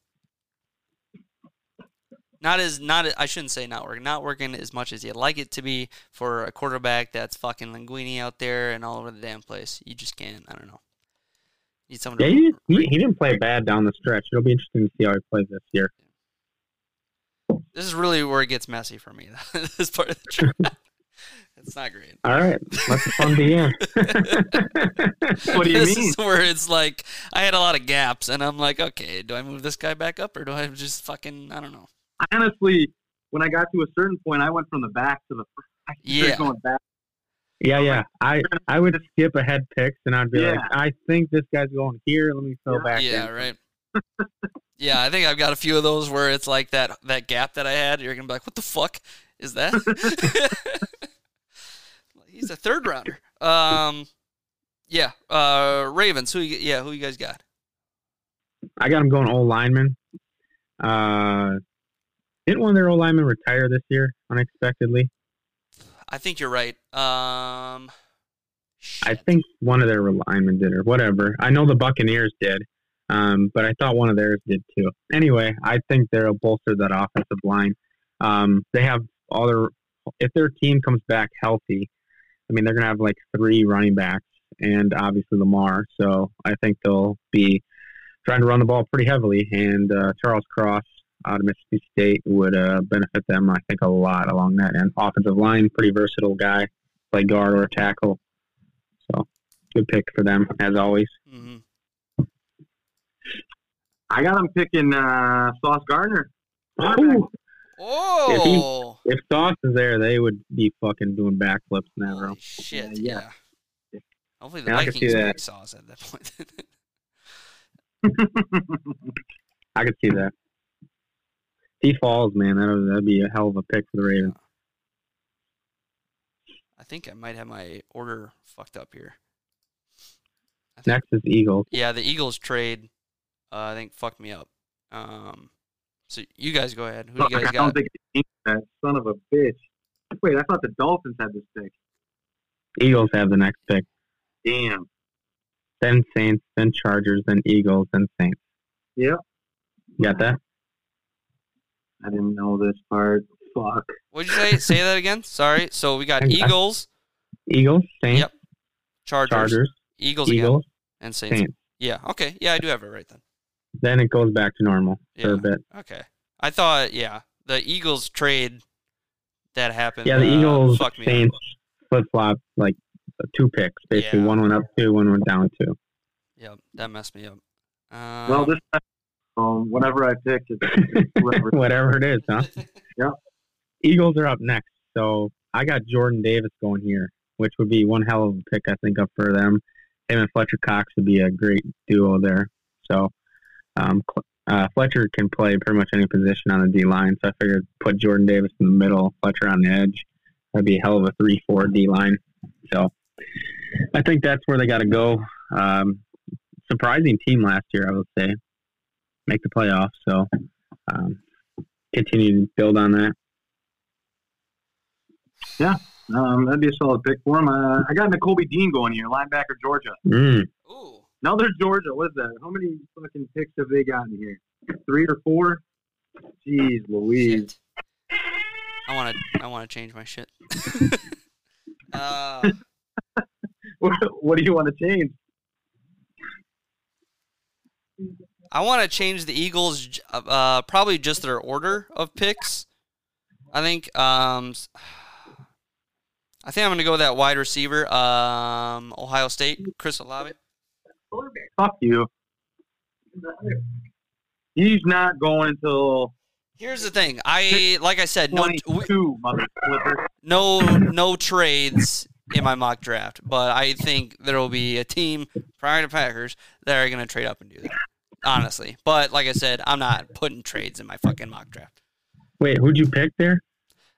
[SPEAKER 1] not as not I shouldn't say not working. Not working as much as you'd like it to be for a quarterback that's fucking linguini out there and all over the damn place. You just can't. I don't know. Need someone
[SPEAKER 10] Yeah,
[SPEAKER 1] to
[SPEAKER 10] he, he, he didn't play bad down the stretch. It'll be interesting to see how he plays this year.
[SPEAKER 1] this is really where it gets messy for me. this part of the draft. It's It's not great.
[SPEAKER 10] All right, let the fun begin.
[SPEAKER 11] What do you
[SPEAKER 1] this
[SPEAKER 11] mean?
[SPEAKER 1] is where it's like I had a lot of gaps, and I'm like, okay, do I move this guy back up, or do I just fucking I don't know?
[SPEAKER 11] Honestly, when I got to a certain point, I went from the back to the front. I started
[SPEAKER 1] Yeah.
[SPEAKER 11] going back.
[SPEAKER 10] Yeah, yeah. I I would skip ahead picks, and I'd be like,
[SPEAKER 11] Yeah.
[SPEAKER 10] I think this guy's going here. Let me fill back
[SPEAKER 1] yeah,
[SPEAKER 10] in.
[SPEAKER 1] right. yeah, I think I've got a few of those where it's like that that gap that I had. You're gonna be like, what the fuck is that? He's a third rounder. Um, yeah. Uh, Ravens. Who? You, yeah, who you guys got?
[SPEAKER 10] I got him going old lineman. Uh, didn't one of their old linemen retire this year unexpectedly?
[SPEAKER 1] I think you're right. Um,
[SPEAKER 10] I
[SPEAKER 1] shit.
[SPEAKER 10] think one of their linemen did, or whatever. I know the Buccaneers did, um, but I thought one of theirs did too. Anyway, I think they'll bolster that offensive line. Um, they have all their. If their team comes back healthy, I mean they're gonna have like three running backs and obviously Lamar. So I think they'll be trying to run the ball pretty heavily, and uh, Charles Cross out of Mississippi State would uh, benefit them, I think, a lot along that end. Offensive line, pretty versatile guy, play guard or tackle. So good pick for them as always.
[SPEAKER 1] Mhm.
[SPEAKER 11] I got him picking uh, Sauce Gardner.
[SPEAKER 10] Ooh,
[SPEAKER 1] Oh.
[SPEAKER 10] if Sauce is there, they would be fucking doing backflips in that
[SPEAKER 1] Holy
[SPEAKER 10] room.
[SPEAKER 1] Shit.
[SPEAKER 11] Yeah, yeah.
[SPEAKER 1] yeah. Hopefully the
[SPEAKER 10] Uh, Yeah, I can see
[SPEAKER 1] Vikings
[SPEAKER 10] that.
[SPEAKER 1] make sauce at that point.
[SPEAKER 10] I could see that. If he falls, man, that'd, that'd be a hell of a pick for the Ravens.
[SPEAKER 1] I think I might have my order fucked up here.
[SPEAKER 10] Next is Eagles.
[SPEAKER 1] Yeah, the Eagles trade, uh, I think, fucked me up. Um, so you guys go ahead. Who do you
[SPEAKER 11] Fuck,
[SPEAKER 1] guys
[SPEAKER 11] I don't
[SPEAKER 1] got?
[SPEAKER 11] think it changed that son of a bitch. Wait, I thought the Dolphins had this pick.
[SPEAKER 10] Eagles have the next pick.
[SPEAKER 11] Damn.
[SPEAKER 10] Then Saints, then Chargers, then Eagles, then Saints.
[SPEAKER 11] Yep.
[SPEAKER 10] You got that?
[SPEAKER 11] I didn't know this part. Fuck.
[SPEAKER 1] What'd you say? say that again. Sorry. So we got
[SPEAKER 10] Hang on.
[SPEAKER 1] Eagles,
[SPEAKER 10] Eagles, Saints,
[SPEAKER 1] Yep. Chargers,
[SPEAKER 10] Chargers,
[SPEAKER 1] Eagles, again,
[SPEAKER 10] Eagles,
[SPEAKER 1] and Saints.
[SPEAKER 10] Saints.
[SPEAKER 1] Yeah. Okay. Yeah, I do have it right then.
[SPEAKER 10] Then it goes back to normal for a
[SPEAKER 1] Yeah.
[SPEAKER 10] bit.
[SPEAKER 1] Okay. I thought, yeah, the Eagles trade that happened.
[SPEAKER 10] Yeah, the
[SPEAKER 1] uh,
[SPEAKER 10] Eagles,
[SPEAKER 1] fucked me up.
[SPEAKER 10] Saints, flip flop, like two picks. Basically,
[SPEAKER 1] Yeah.
[SPEAKER 10] one went up two, one went down two.
[SPEAKER 1] Yep, that messed me up. Um,
[SPEAKER 11] well, this time, um, whatever I picked, it's whoever.
[SPEAKER 10] Whatever it is, huh?
[SPEAKER 11] Yeah.
[SPEAKER 10] Eagles are up next. So I got Jordan Davis going here, which would be one hell of a pick, I think, up for them. Him and Fletcher Cox would be a great duo there. So um, Cl- uh, Fletcher can play pretty much any position on the D line. So I figured put Jordan Davis in the middle, Fletcher on the edge. That'd be a hell of a 3 4 D line. So I think that's where they got to go. Um, surprising team last year, I would say. Make the playoffs. So um, continue to build on that.
[SPEAKER 11] Um, that'd be a solid pick for him. Uh, I got Nicobe Dean going here, linebacker, Georgia.
[SPEAKER 10] Mm.
[SPEAKER 1] Ooh,
[SPEAKER 11] Another Georgia. What is that? How many fucking picks have they gotten here? Three or four? Jeez Louise.
[SPEAKER 1] shit. I want to. I want to change my shit. uh,
[SPEAKER 11] What, what do you want to change?
[SPEAKER 1] I want to change the Eagles. j- Uh, probably just their order of picks. I think. Um, s- I think I'm gonna go with that wide receiver. Um, Ohio State, Chris Olave.
[SPEAKER 11] Fuck you. He's not going until
[SPEAKER 1] Here's the thing. I like I said, no, we-
[SPEAKER 11] 22, mother flipper.
[SPEAKER 1] no no trades in my mock draft, but I think there will be a team prior to Packers that are going to trade up and do that. Honestly, but like I said, I'm not putting trades in my fucking mock draft.
[SPEAKER 10] Wait, who'd you pick there?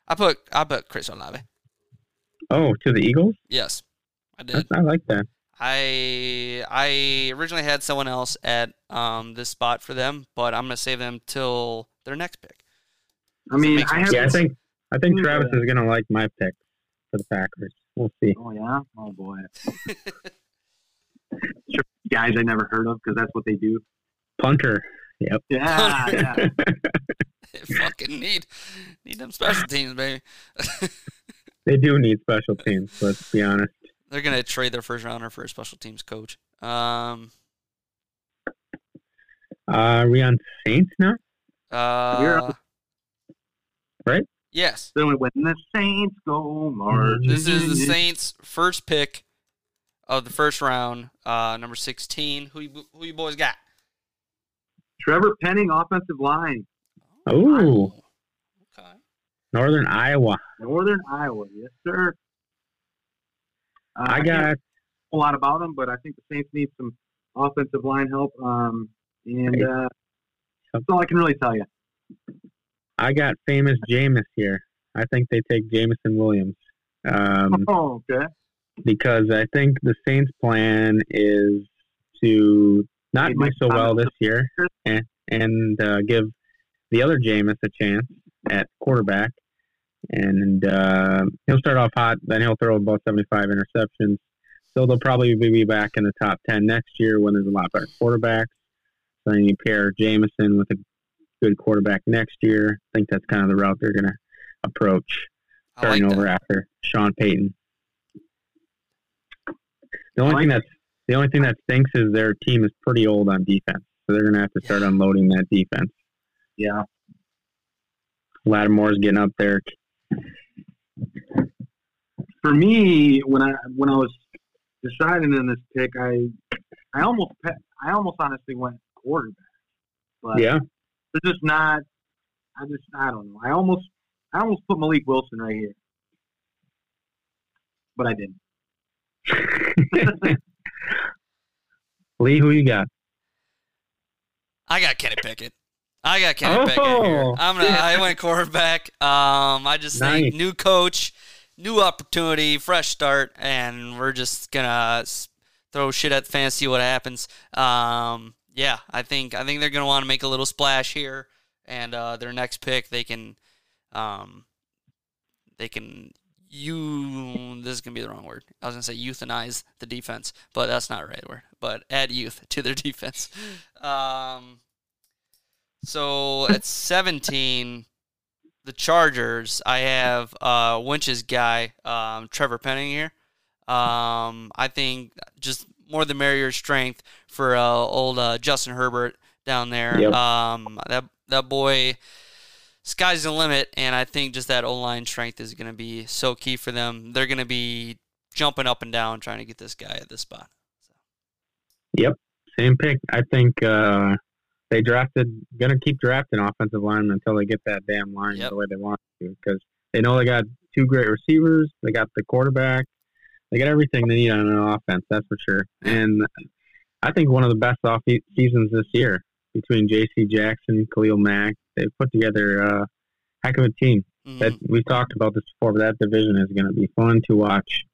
[SPEAKER 1] I put I put Chris Olave.
[SPEAKER 10] Oh, to the Eagles.
[SPEAKER 1] Yes, I did.
[SPEAKER 10] I like that.
[SPEAKER 1] I I originally had someone else at um this spot for them, but I'm gonna save them till their next pick.
[SPEAKER 11] I mean,
[SPEAKER 1] Makes
[SPEAKER 11] I
[SPEAKER 1] more
[SPEAKER 11] have.
[SPEAKER 10] Yeah, I think I think
[SPEAKER 11] Who's
[SPEAKER 10] Travis
[SPEAKER 11] that?
[SPEAKER 10] is gonna like my pick for the Packers. We'll see.
[SPEAKER 11] Oh yeah. Oh boy. Sure, Guys I never heard of because that's what they do.
[SPEAKER 10] Punter.
[SPEAKER 11] Yeah, yeah.
[SPEAKER 1] Fucking need need them special teams, baby.
[SPEAKER 10] They do need special teams. Let's be honest.
[SPEAKER 1] They're gonna trade their first rounder for a special teams coach. Um,
[SPEAKER 10] Uh, are we on Saints now?
[SPEAKER 1] Uh,
[SPEAKER 11] You're up.
[SPEAKER 10] Right?
[SPEAKER 1] Yes.
[SPEAKER 11] Then we went, the Saints go march.
[SPEAKER 1] This is the Saints' first pick of the first round, uh, number 16. Who you, who you boys got?
[SPEAKER 11] Trevor Penning, offensive line,
[SPEAKER 10] Ooh,
[SPEAKER 1] Okay.
[SPEAKER 10] Northern
[SPEAKER 11] Uh,
[SPEAKER 10] Iowa.
[SPEAKER 11] Northern Iowa. Yes, sir. Uh,
[SPEAKER 10] I
[SPEAKER 11] can't
[SPEAKER 10] got
[SPEAKER 11] a lot about him, but I think the Saints need some offensive line help. Um, and uh, that's all I can really tell you.
[SPEAKER 10] I got famous Jameis here. I think they take Jamison Williams. Um,
[SPEAKER 11] Oh, okay.
[SPEAKER 10] because I think the Saints' plan is to not
[SPEAKER 11] Hey,
[SPEAKER 10] do
[SPEAKER 11] Mike
[SPEAKER 10] so well
[SPEAKER 11] Thomas.
[SPEAKER 10] this year and, and uh, give the other Jameis a chance at quarterback. And uh, he'll start off hot, then he'll throw about 75 interceptions. So they'll probably be back in the top 10 next year when there's a lot better quarterbacks. So then you pair Jamison with a good quarterback next year. I think that's kind of the route they're going to approach
[SPEAKER 1] I
[SPEAKER 10] starting
[SPEAKER 1] like
[SPEAKER 10] over
[SPEAKER 1] that.
[SPEAKER 10] after Sean Payton. The only
[SPEAKER 11] like
[SPEAKER 10] thing that's the only thing that stinks is their team is pretty old on defense, so they're gonna have to start unloading that defense.
[SPEAKER 11] Yeah.
[SPEAKER 10] Lattimore's getting up there.
[SPEAKER 11] For me, when I when I was deciding in this pick, I I almost pe- I almost honestly went quarterback, but
[SPEAKER 10] Yeah,
[SPEAKER 11] they're just not. I just I don't know. I almost I almost put Malik Wilson right here, but I didn't.
[SPEAKER 10] Lee, who you got?
[SPEAKER 1] I got Kenny Pickett. I got Kenny Pickett here.
[SPEAKER 10] Oh.
[SPEAKER 1] I'm gonna, I went quarterback. Um, I just think
[SPEAKER 10] Nice.
[SPEAKER 1] new coach, new opportunity, fresh start, and we're just gonna s- throw shit at the fan, see what happens. Um, yeah, I think I think they're gonna want to make a little splash here, and uh, their next pick they can, um, they can you. This is gonna be the wrong word. I was gonna say euthanize the defense, but that's not the right word. But add youth to their defense. Um, so at 17, the Chargers, I have uh, Winch's guy, um, Trevor Penning here. Um, I think just more the merrier strength for uh, old uh, Justin Herbert down there.
[SPEAKER 10] Yep.
[SPEAKER 1] Um, that that boy, sky's the limit, and I think just that O line strength is going to be so key for them. They're going to be jumping up and down trying to get this guy at this spot.
[SPEAKER 10] Same pick. I think uh, they drafted, gonna keep drafting offensive linemen until they get that damn line
[SPEAKER 1] Yep.
[SPEAKER 10] the way they want to, because they know they got two great receivers, they got the quarterback, they got everything they need on an offense. That's for sure. And I think one of the best off e, seasons this year between J.C. Jackson, Khalil Mack, they've put together a heck of a team.
[SPEAKER 1] Mhm.
[SPEAKER 10] That we've talked about this before, but that division is going to be fun to watch.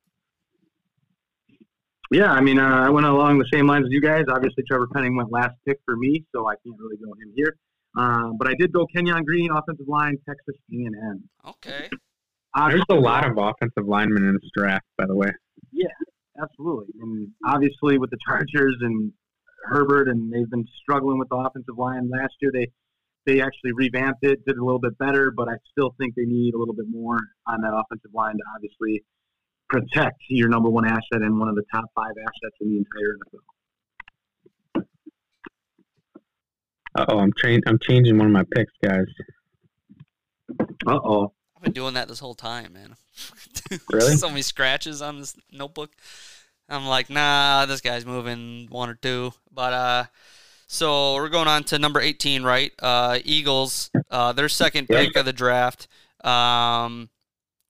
[SPEAKER 11] Yeah, I mean, uh, I went along the same lines as you guys. Obviously, Trevor Penning went last pick for me, so I can't really go him here. Um, but I did go Kenyon Green, offensive line, Texas A&M.
[SPEAKER 1] Okay.
[SPEAKER 10] There's a lot of offensive linemen in this draft, by the way.
[SPEAKER 11] Absolutely. And obviously, with the Chargers and Herbert, and they've been struggling with the offensive line. Last year, they they actually revamped it, did a little bit better, but I still think they need a little bit more on that offensive line to obviously protect your number one asset and one of the top five assets in the entire NFL.
[SPEAKER 10] Oh, I'm train. I'm changing one of my picks, guys.
[SPEAKER 11] Uh oh.
[SPEAKER 1] I've been doing that this whole time, man.
[SPEAKER 10] Really?
[SPEAKER 1] so many scratches on this notebook. I'm like, nah, this guy's moving one or two. But uh so we're going on to number 18, right? Uh Eagles, uh their second
[SPEAKER 10] Yeah.
[SPEAKER 1] pick of the draft. Um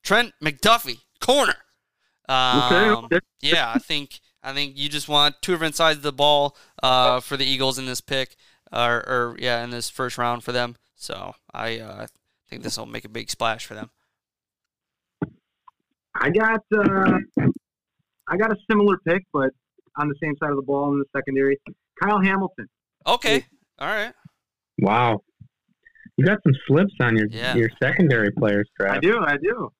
[SPEAKER 1] Trent McDuffie, corner. Um,
[SPEAKER 10] okay.
[SPEAKER 1] yeah, I think I think you just want two different sides of the ball uh, for the Eagles in this pick, uh, or, or yeah, in this first round for them. So I uh, think this will make a big splash for them.
[SPEAKER 11] I got uh, I got a similar pick, but on the same side of the ball in the secondary. Kyle Hamilton.
[SPEAKER 1] Okay, all right.
[SPEAKER 10] Wow, you got some slips on your
[SPEAKER 1] Yeah.
[SPEAKER 10] your secondary players
[SPEAKER 11] I
[SPEAKER 10] draft.
[SPEAKER 11] do, I do.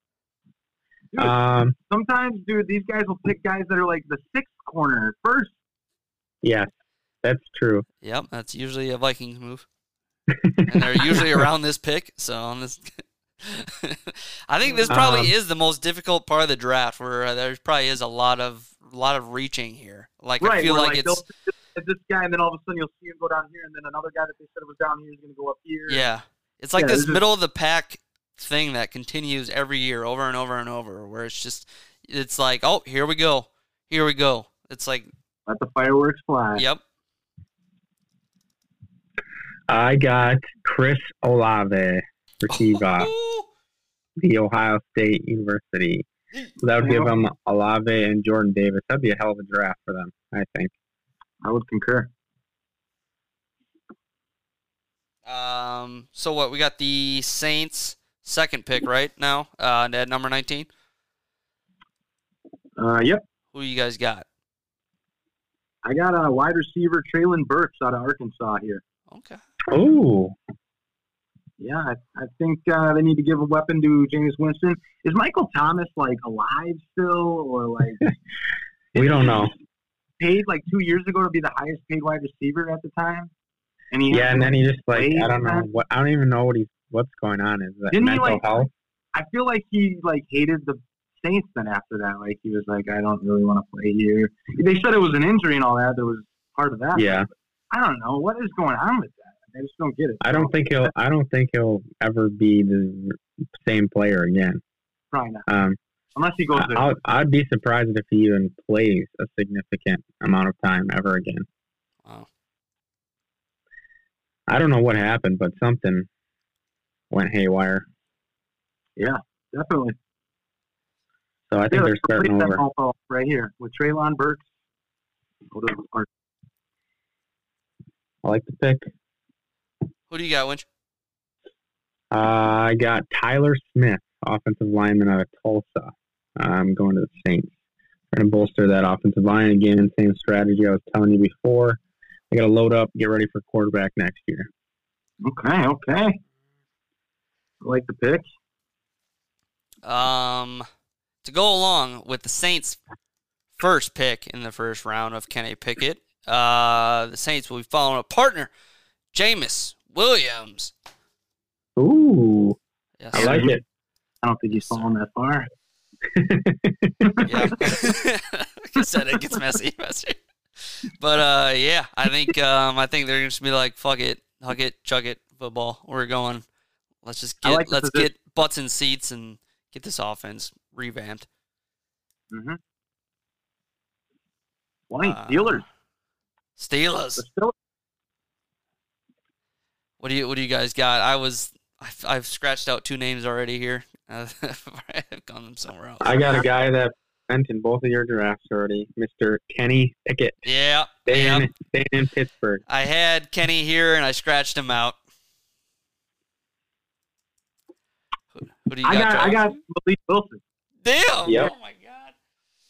[SPEAKER 11] do.
[SPEAKER 10] Um,
[SPEAKER 11] Sometimes, dude, these guys will pick guys that are like the sixth corner first.
[SPEAKER 10] yes, that's true.
[SPEAKER 1] Yep, that's usually a Vikings move, and they're usually around this pick. So on this, I think this probably
[SPEAKER 10] Um,
[SPEAKER 1] is the most difficult part of the draft, where uh, there probably is a lot of lot of reaching here. Like I feel
[SPEAKER 11] where,
[SPEAKER 1] like
[SPEAKER 11] they'll
[SPEAKER 1] it's
[SPEAKER 11] pick this- this guy, and then all of a sudden you'll see him go down here, and then another guy that they said was down here is going to go up here.
[SPEAKER 1] Yeah. It's like
[SPEAKER 11] Yeah,
[SPEAKER 1] this
[SPEAKER 11] this is-
[SPEAKER 1] middle of the pack thing that continues every year over and over and over where it's just it's like oh here we go here we go it's like
[SPEAKER 11] Let the fireworks fly.
[SPEAKER 1] yep
[SPEAKER 10] I got Chris Olave, receiver,
[SPEAKER 1] Ooh,
[SPEAKER 10] the Ohio State University. So that would give them Olave and Jordan Davis. That'd be a hell of a draft for them, I think.
[SPEAKER 11] I would concur.
[SPEAKER 1] um so what we got the saints second pick right now uh at number 19
[SPEAKER 11] Uh, yep.
[SPEAKER 1] who you guys got
[SPEAKER 11] I got a wide receiver, Traylon Burks, out of Arkansas here.
[SPEAKER 1] okay
[SPEAKER 10] Ooh,
[SPEAKER 11] Yeah, I, I think uh, they need to give a weapon to James Winston. Is Michael Thomas like alive still, or like
[SPEAKER 10] we don't know.
[SPEAKER 11] paid like two years ago to be the highest paid wide receiver at the time? And he
[SPEAKER 10] Yeah, and then he just like
[SPEAKER 11] Wait,
[SPEAKER 10] I don't know
[SPEAKER 11] man.
[SPEAKER 10] what I don't even know what he's what's going on. Is that
[SPEAKER 11] Didn't he,
[SPEAKER 10] mental
[SPEAKER 11] like-
[SPEAKER 10] health?
[SPEAKER 11] I feel like he like hated the Saints. Then after that, like he was like, I don't really want to play here. They said it was an injury and all that. There was part of that.
[SPEAKER 10] Yeah,
[SPEAKER 11] I don't know what is going on with that. I just don't get it.
[SPEAKER 10] I don't think he'll I don't think he'll ever be the same player again.
[SPEAKER 11] probably not
[SPEAKER 10] Um,
[SPEAKER 11] unless he goes
[SPEAKER 10] I-
[SPEAKER 11] there.
[SPEAKER 10] I'll, I'd be surprised if he even plays a significant amount of time ever again.
[SPEAKER 1] Wow.
[SPEAKER 10] I don't know what happened, but something went haywire.
[SPEAKER 11] Definitely.
[SPEAKER 10] So I
[SPEAKER 11] Yeah,
[SPEAKER 10] think they're
[SPEAKER 11] let's replace
[SPEAKER 10] starting
[SPEAKER 11] that
[SPEAKER 10] over.
[SPEAKER 11] ball right here with Traylon Burks. Go to the- or-
[SPEAKER 10] I like the pick.
[SPEAKER 1] who do you got winch
[SPEAKER 10] Uh, I got Tyler Smith, offensive lineman out of Tulsa. I'm going to the Saints. We're going to bolster that offensive line again. Same strategy I was telling you before. I got to load up, get ready for quarterback next year.
[SPEAKER 11] Okay, okay. I like the pick.
[SPEAKER 1] Um, to go along with the Saints' first pick in the first round of Kenny Pickett, uh, the Saints will be following a partner, Jameis Williams.
[SPEAKER 10] Ooh,
[SPEAKER 1] Yes,
[SPEAKER 10] I like it.
[SPEAKER 11] I don't think he's falling that far.
[SPEAKER 1] yeah. like I said, it gets messy. messy. But uh, yeah, I think um, I think they're gonna just be like, fuck it, hug it, chug it, football. We're going. Let's just
[SPEAKER 11] I
[SPEAKER 1] get
[SPEAKER 11] like the
[SPEAKER 1] let's
[SPEAKER 11] position.
[SPEAKER 1] get butts and seats and get this offense revamped.
[SPEAKER 11] Mm-hmm. Why
[SPEAKER 1] Uh,
[SPEAKER 11] Steelers?
[SPEAKER 1] Steelers.
[SPEAKER 11] The Steelers.
[SPEAKER 1] What do you What do you guys got? I was I've, I've scratched out two names already here. Uh, I've gone them somewhere else.
[SPEAKER 10] I got a guy that went in both of your drafts already, Mr. Kenny Pickett.
[SPEAKER 1] yeah,
[SPEAKER 10] Staying,
[SPEAKER 1] yeah.
[SPEAKER 10] staying in Pittsburgh.
[SPEAKER 1] I had Kenny here and I scratched him out. Who, who do you
[SPEAKER 11] I got,
[SPEAKER 1] Charles?
[SPEAKER 11] I got Malik Wilson.
[SPEAKER 1] Damn.
[SPEAKER 10] Yep.
[SPEAKER 1] Oh my god.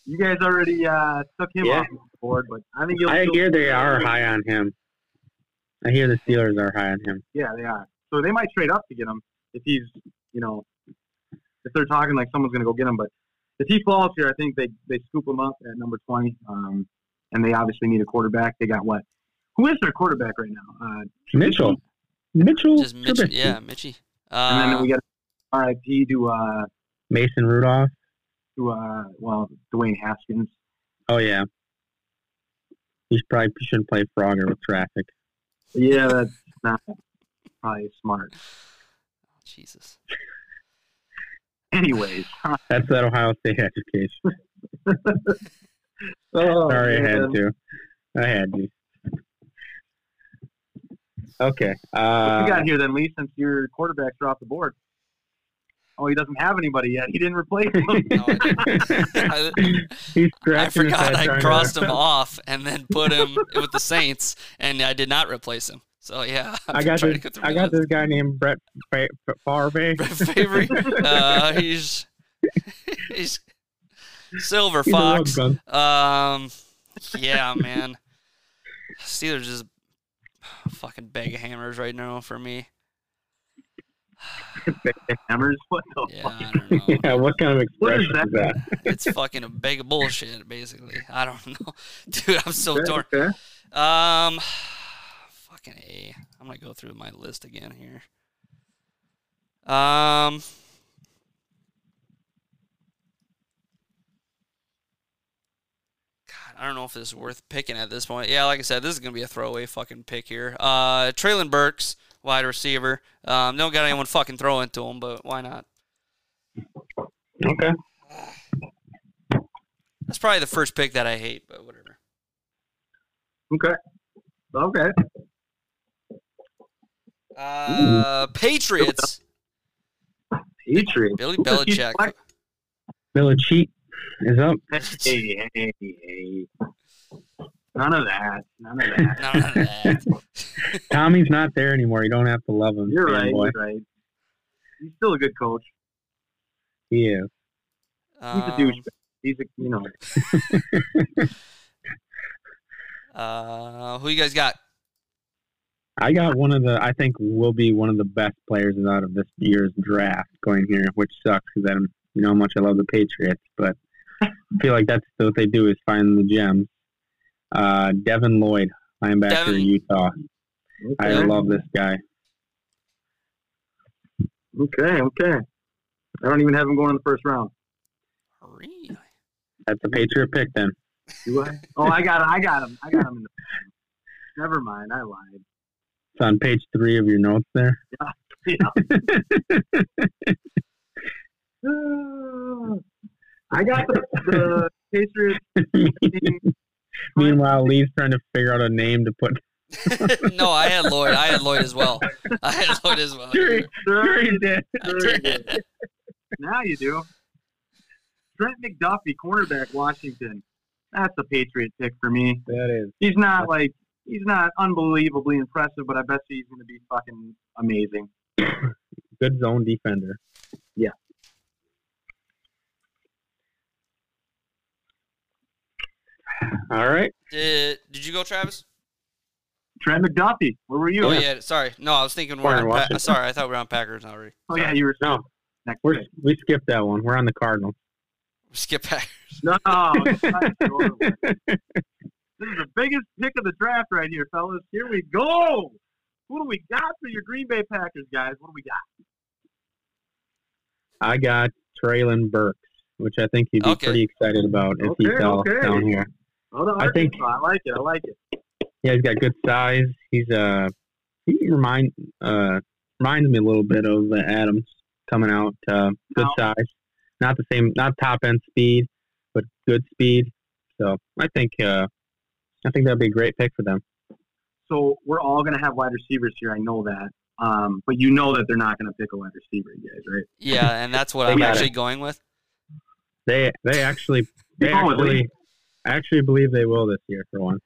[SPEAKER 11] You guys already uh, took him
[SPEAKER 10] Yeah.
[SPEAKER 11] off the board, but I think you'll.
[SPEAKER 10] I
[SPEAKER 11] still-
[SPEAKER 10] hear they are high on him. I hear the Steelers are high on him.
[SPEAKER 11] Yeah, they are. So they might trade up to get him if he's, you know, if they're talking like someone's going to go get him. But if he falls here, I think they they scoop him up at number twenty. Um, and they obviously need a quarterback. They got what? Who is their quarterback right now? Uh,
[SPEAKER 10] Mitchell. Mitchell.
[SPEAKER 1] Just Mitch.
[SPEAKER 10] Trubisky.
[SPEAKER 1] Yeah, Mitchy.
[SPEAKER 11] and
[SPEAKER 1] Uh,
[SPEAKER 11] then we got RIP to uh,
[SPEAKER 10] Mason Rudolph.
[SPEAKER 11] to uh, well Dwayne Haskins.
[SPEAKER 10] Oh yeah. He probably shouldn't play Frogger with traffic.
[SPEAKER 11] Yeah, that's not probably smart.
[SPEAKER 1] Jesus.
[SPEAKER 11] Anyways,
[SPEAKER 10] That's that Ohio State education.
[SPEAKER 11] Oh,
[SPEAKER 10] Sorry, I had to. I had to. Okay.
[SPEAKER 11] What
[SPEAKER 10] Uh,
[SPEAKER 11] you got here then, Lee? Since your quarterbacks are off the board. Oh, he doesn't have anybody yet. He didn't replace him.
[SPEAKER 1] Oh, No, I,
[SPEAKER 10] He's
[SPEAKER 1] I
[SPEAKER 10] scratching his
[SPEAKER 1] forgot
[SPEAKER 10] head
[SPEAKER 1] I
[SPEAKER 10] trying to-
[SPEAKER 1] crossed him off and then put him with the Saints, and I did not replace him. So yeah,
[SPEAKER 10] I got
[SPEAKER 1] trying to
[SPEAKER 10] this.
[SPEAKER 1] get through
[SPEAKER 10] I got this guy named Brett Fa- Fa- Favre.
[SPEAKER 1] Brett Favre. Uh, he's he's Silver
[SPEAKER 10] He's a love
[SPEAKER 1] Fox.
[SPEAKER 10] gun.
[SPEAKER 1] Um, yeah, man. Steelers just a fucking bag of hammers right now for me.
[SPEAKER 11] Hammers. What the
[SPEAKER 1] Yeah,
[SPEAKER 11] fuck?
[SPEAKER 1] I don't know.
[SPEAKER 10] Yeah, what kind of
[SPEAKER 11] What is
[SPEAKER 10] expression
[SPEAKER 11] that?
[SPEAKER 10] is that?
[SPEAKER 1] It's fucking a bag of bullshit, basically. I don't know, dude. I'm so
[SPEAKER 11] Okay,
[SPEAKER 1] torn.
[SPEAKER 11] okay.
[SPEAKER 1] Um, fucking a. I'm gonna go through my list again here. Um, God, I don't know if this is worth picking at this point. Yeah, like I said, this is gonna be a throwaway fucking pick here. Uh, Traylon Burks wide receiver. Um, don't got anyone fucking throwing to him, but why not?
[SPEAKER 10] Okay.
[SPEAKER 1] That's probably the first pick that I hate, but whatever.
[SPEAKER 11] Okay. Okay.
[SPEAKER 1] Uh, Patriots.
[SPEAKER 11] Patriots.
[SPEAKER 1] Billy
[SPEAKER 11] Who does he
[SPEAKER 1] Belichick.
[SPEAKER 11] select?
[SPEAKER 10] Miller Cheat is up.
[SPEAKER 11] Hey, hey, hey. None of that. None of that.
[SPEAKER 1] None of that.
[SPEAKER 10] Tommy's not there anymore. You don't have to love him.
[SPEAKER 11] You're right.
[SPEAKER 10] fanboy.
[SPEAKER 11] You're right. He's still a good coach.
[SPEAKER 10] He is.
[SPEAKER 11] He's
[SPEAKER 10] Um,
[SPEAKER 11] a douchebag. He's a you know.
[SPEAKER 1] Um, uh, who you guys got?
[SPEAKER 10] I got one of the. I think will be one of the best players out of this year's draft going here, which sucks because I don't you know how much I love the Patriots, but I feel like that's what they do is find the gems. Uh, Devin Lloyd, linebacker,
[SPEAKER 1] Devin-
[SPEAKER 10] Utah. I
[SPEAKER 11] Okay.
[SPEAKER 10] love this guy.
[SPEAKER 11] Okay. Okay. I don't even have him going in the first round.
[SPEAKER 1] Really?
[SPEAKER 10] That's a Patriot pick then.
[SPEAKER 11] Do I? Oh, I got. I got him. I got him. In the, never mind. I lied.
[SPEAKER 10] It's on page three of your notes there.
[SPEAKER 11] Uh, I got the, the Patriots. team.
[SPEAKER 10] Meanwhile, Lee's trying to figure out a name to put.
[SPEAKER 1] no, I had Lloyd. I had Lloyd as well. I had Lloyd as well.
[SPEAKER 10] Sure, sure he did.
[SPEAKER 11] Sure you do. now you do. Trent McDuffie, cornerback, Washington. That's a Patriot pick for me.
[SPEAKER 10] That is.
[SPEAKER 11] He's not like he's not unbelievably impressive, but I bet you he's going to be fucking amazing.
[SPEAKER 10] Good zone defender. All right.
[SPEAKER 1] Did, did you go, Travis?
[SPEAKER 11] Trent McDuffie, where were you?
[SPEAKER 1] Oh yeah. Sorry. No, I was thinking we're
[SPEAKER 10] Corner
[SPEAKER 1] on. Pa-
[SPEAKER 10] Washington.
[SPEAKER 1] sorry, I thought we were on Packers already.
[SPEAKER 11] Oh, yeah, you were
[SPEAKER 10] No,
[SPEAKER 11] next.
[SPEAKER 10] we're,
[SPEAKER 11] pick.
[SPEAKER 10] we skipped that one. We're on the Cardinals.
[SPEAKER 1] Skip Packers.
[SPEAKER 11] No, it's not your one. this is the biggest pick of the draft right here, fellas. Here we go. What do we got for your Green Bay Packers, guys? What do we got?
[SPEAKER 10] I got Traylon Burks, which I think he'd be
[SPEAKER 1] Okay.
[SPEAKER 10] pretty excited about if he
[SPEAKER 11] Okay,
[SPEAKER 10] fell
[SPEAKER 11] okay.
[SPEAKER 10] down here.
[SPEAKER 11] Oh, the
[SPEAKER 10] I think-
[SPEAKER 11] Arkansas. I like it. I like it.
[SPEAKER 10] Yeah, he's got good size. He's uh he remind uh reminds me a little bit of the Adams coming out. Uh, good
[SPEAKER 11] No.
[SPEAKER 10] size, not the same, not top end speed, but good speed. So I think uh I think that'd be a great pick for them.
[SPEAKER 11] So we're all going to have wide receivers here. I know that. Um, but you know that they're not going to pick a wide receiver, you guys, right?
[SPEAKER 1] Yeah, and that's what
[SPEAKER 10] They
[SPEAKER 1] I'm
[SPEAKER 10] got
[SPEAKER 1] actually going with.
[SPEAKER 10] They they actually they
[SPEAKER 11] Oh,
[SPEAKER 10] actually
[SPEAKER 11] really?
[SPEAKER 10] I actually believe they will this year for one.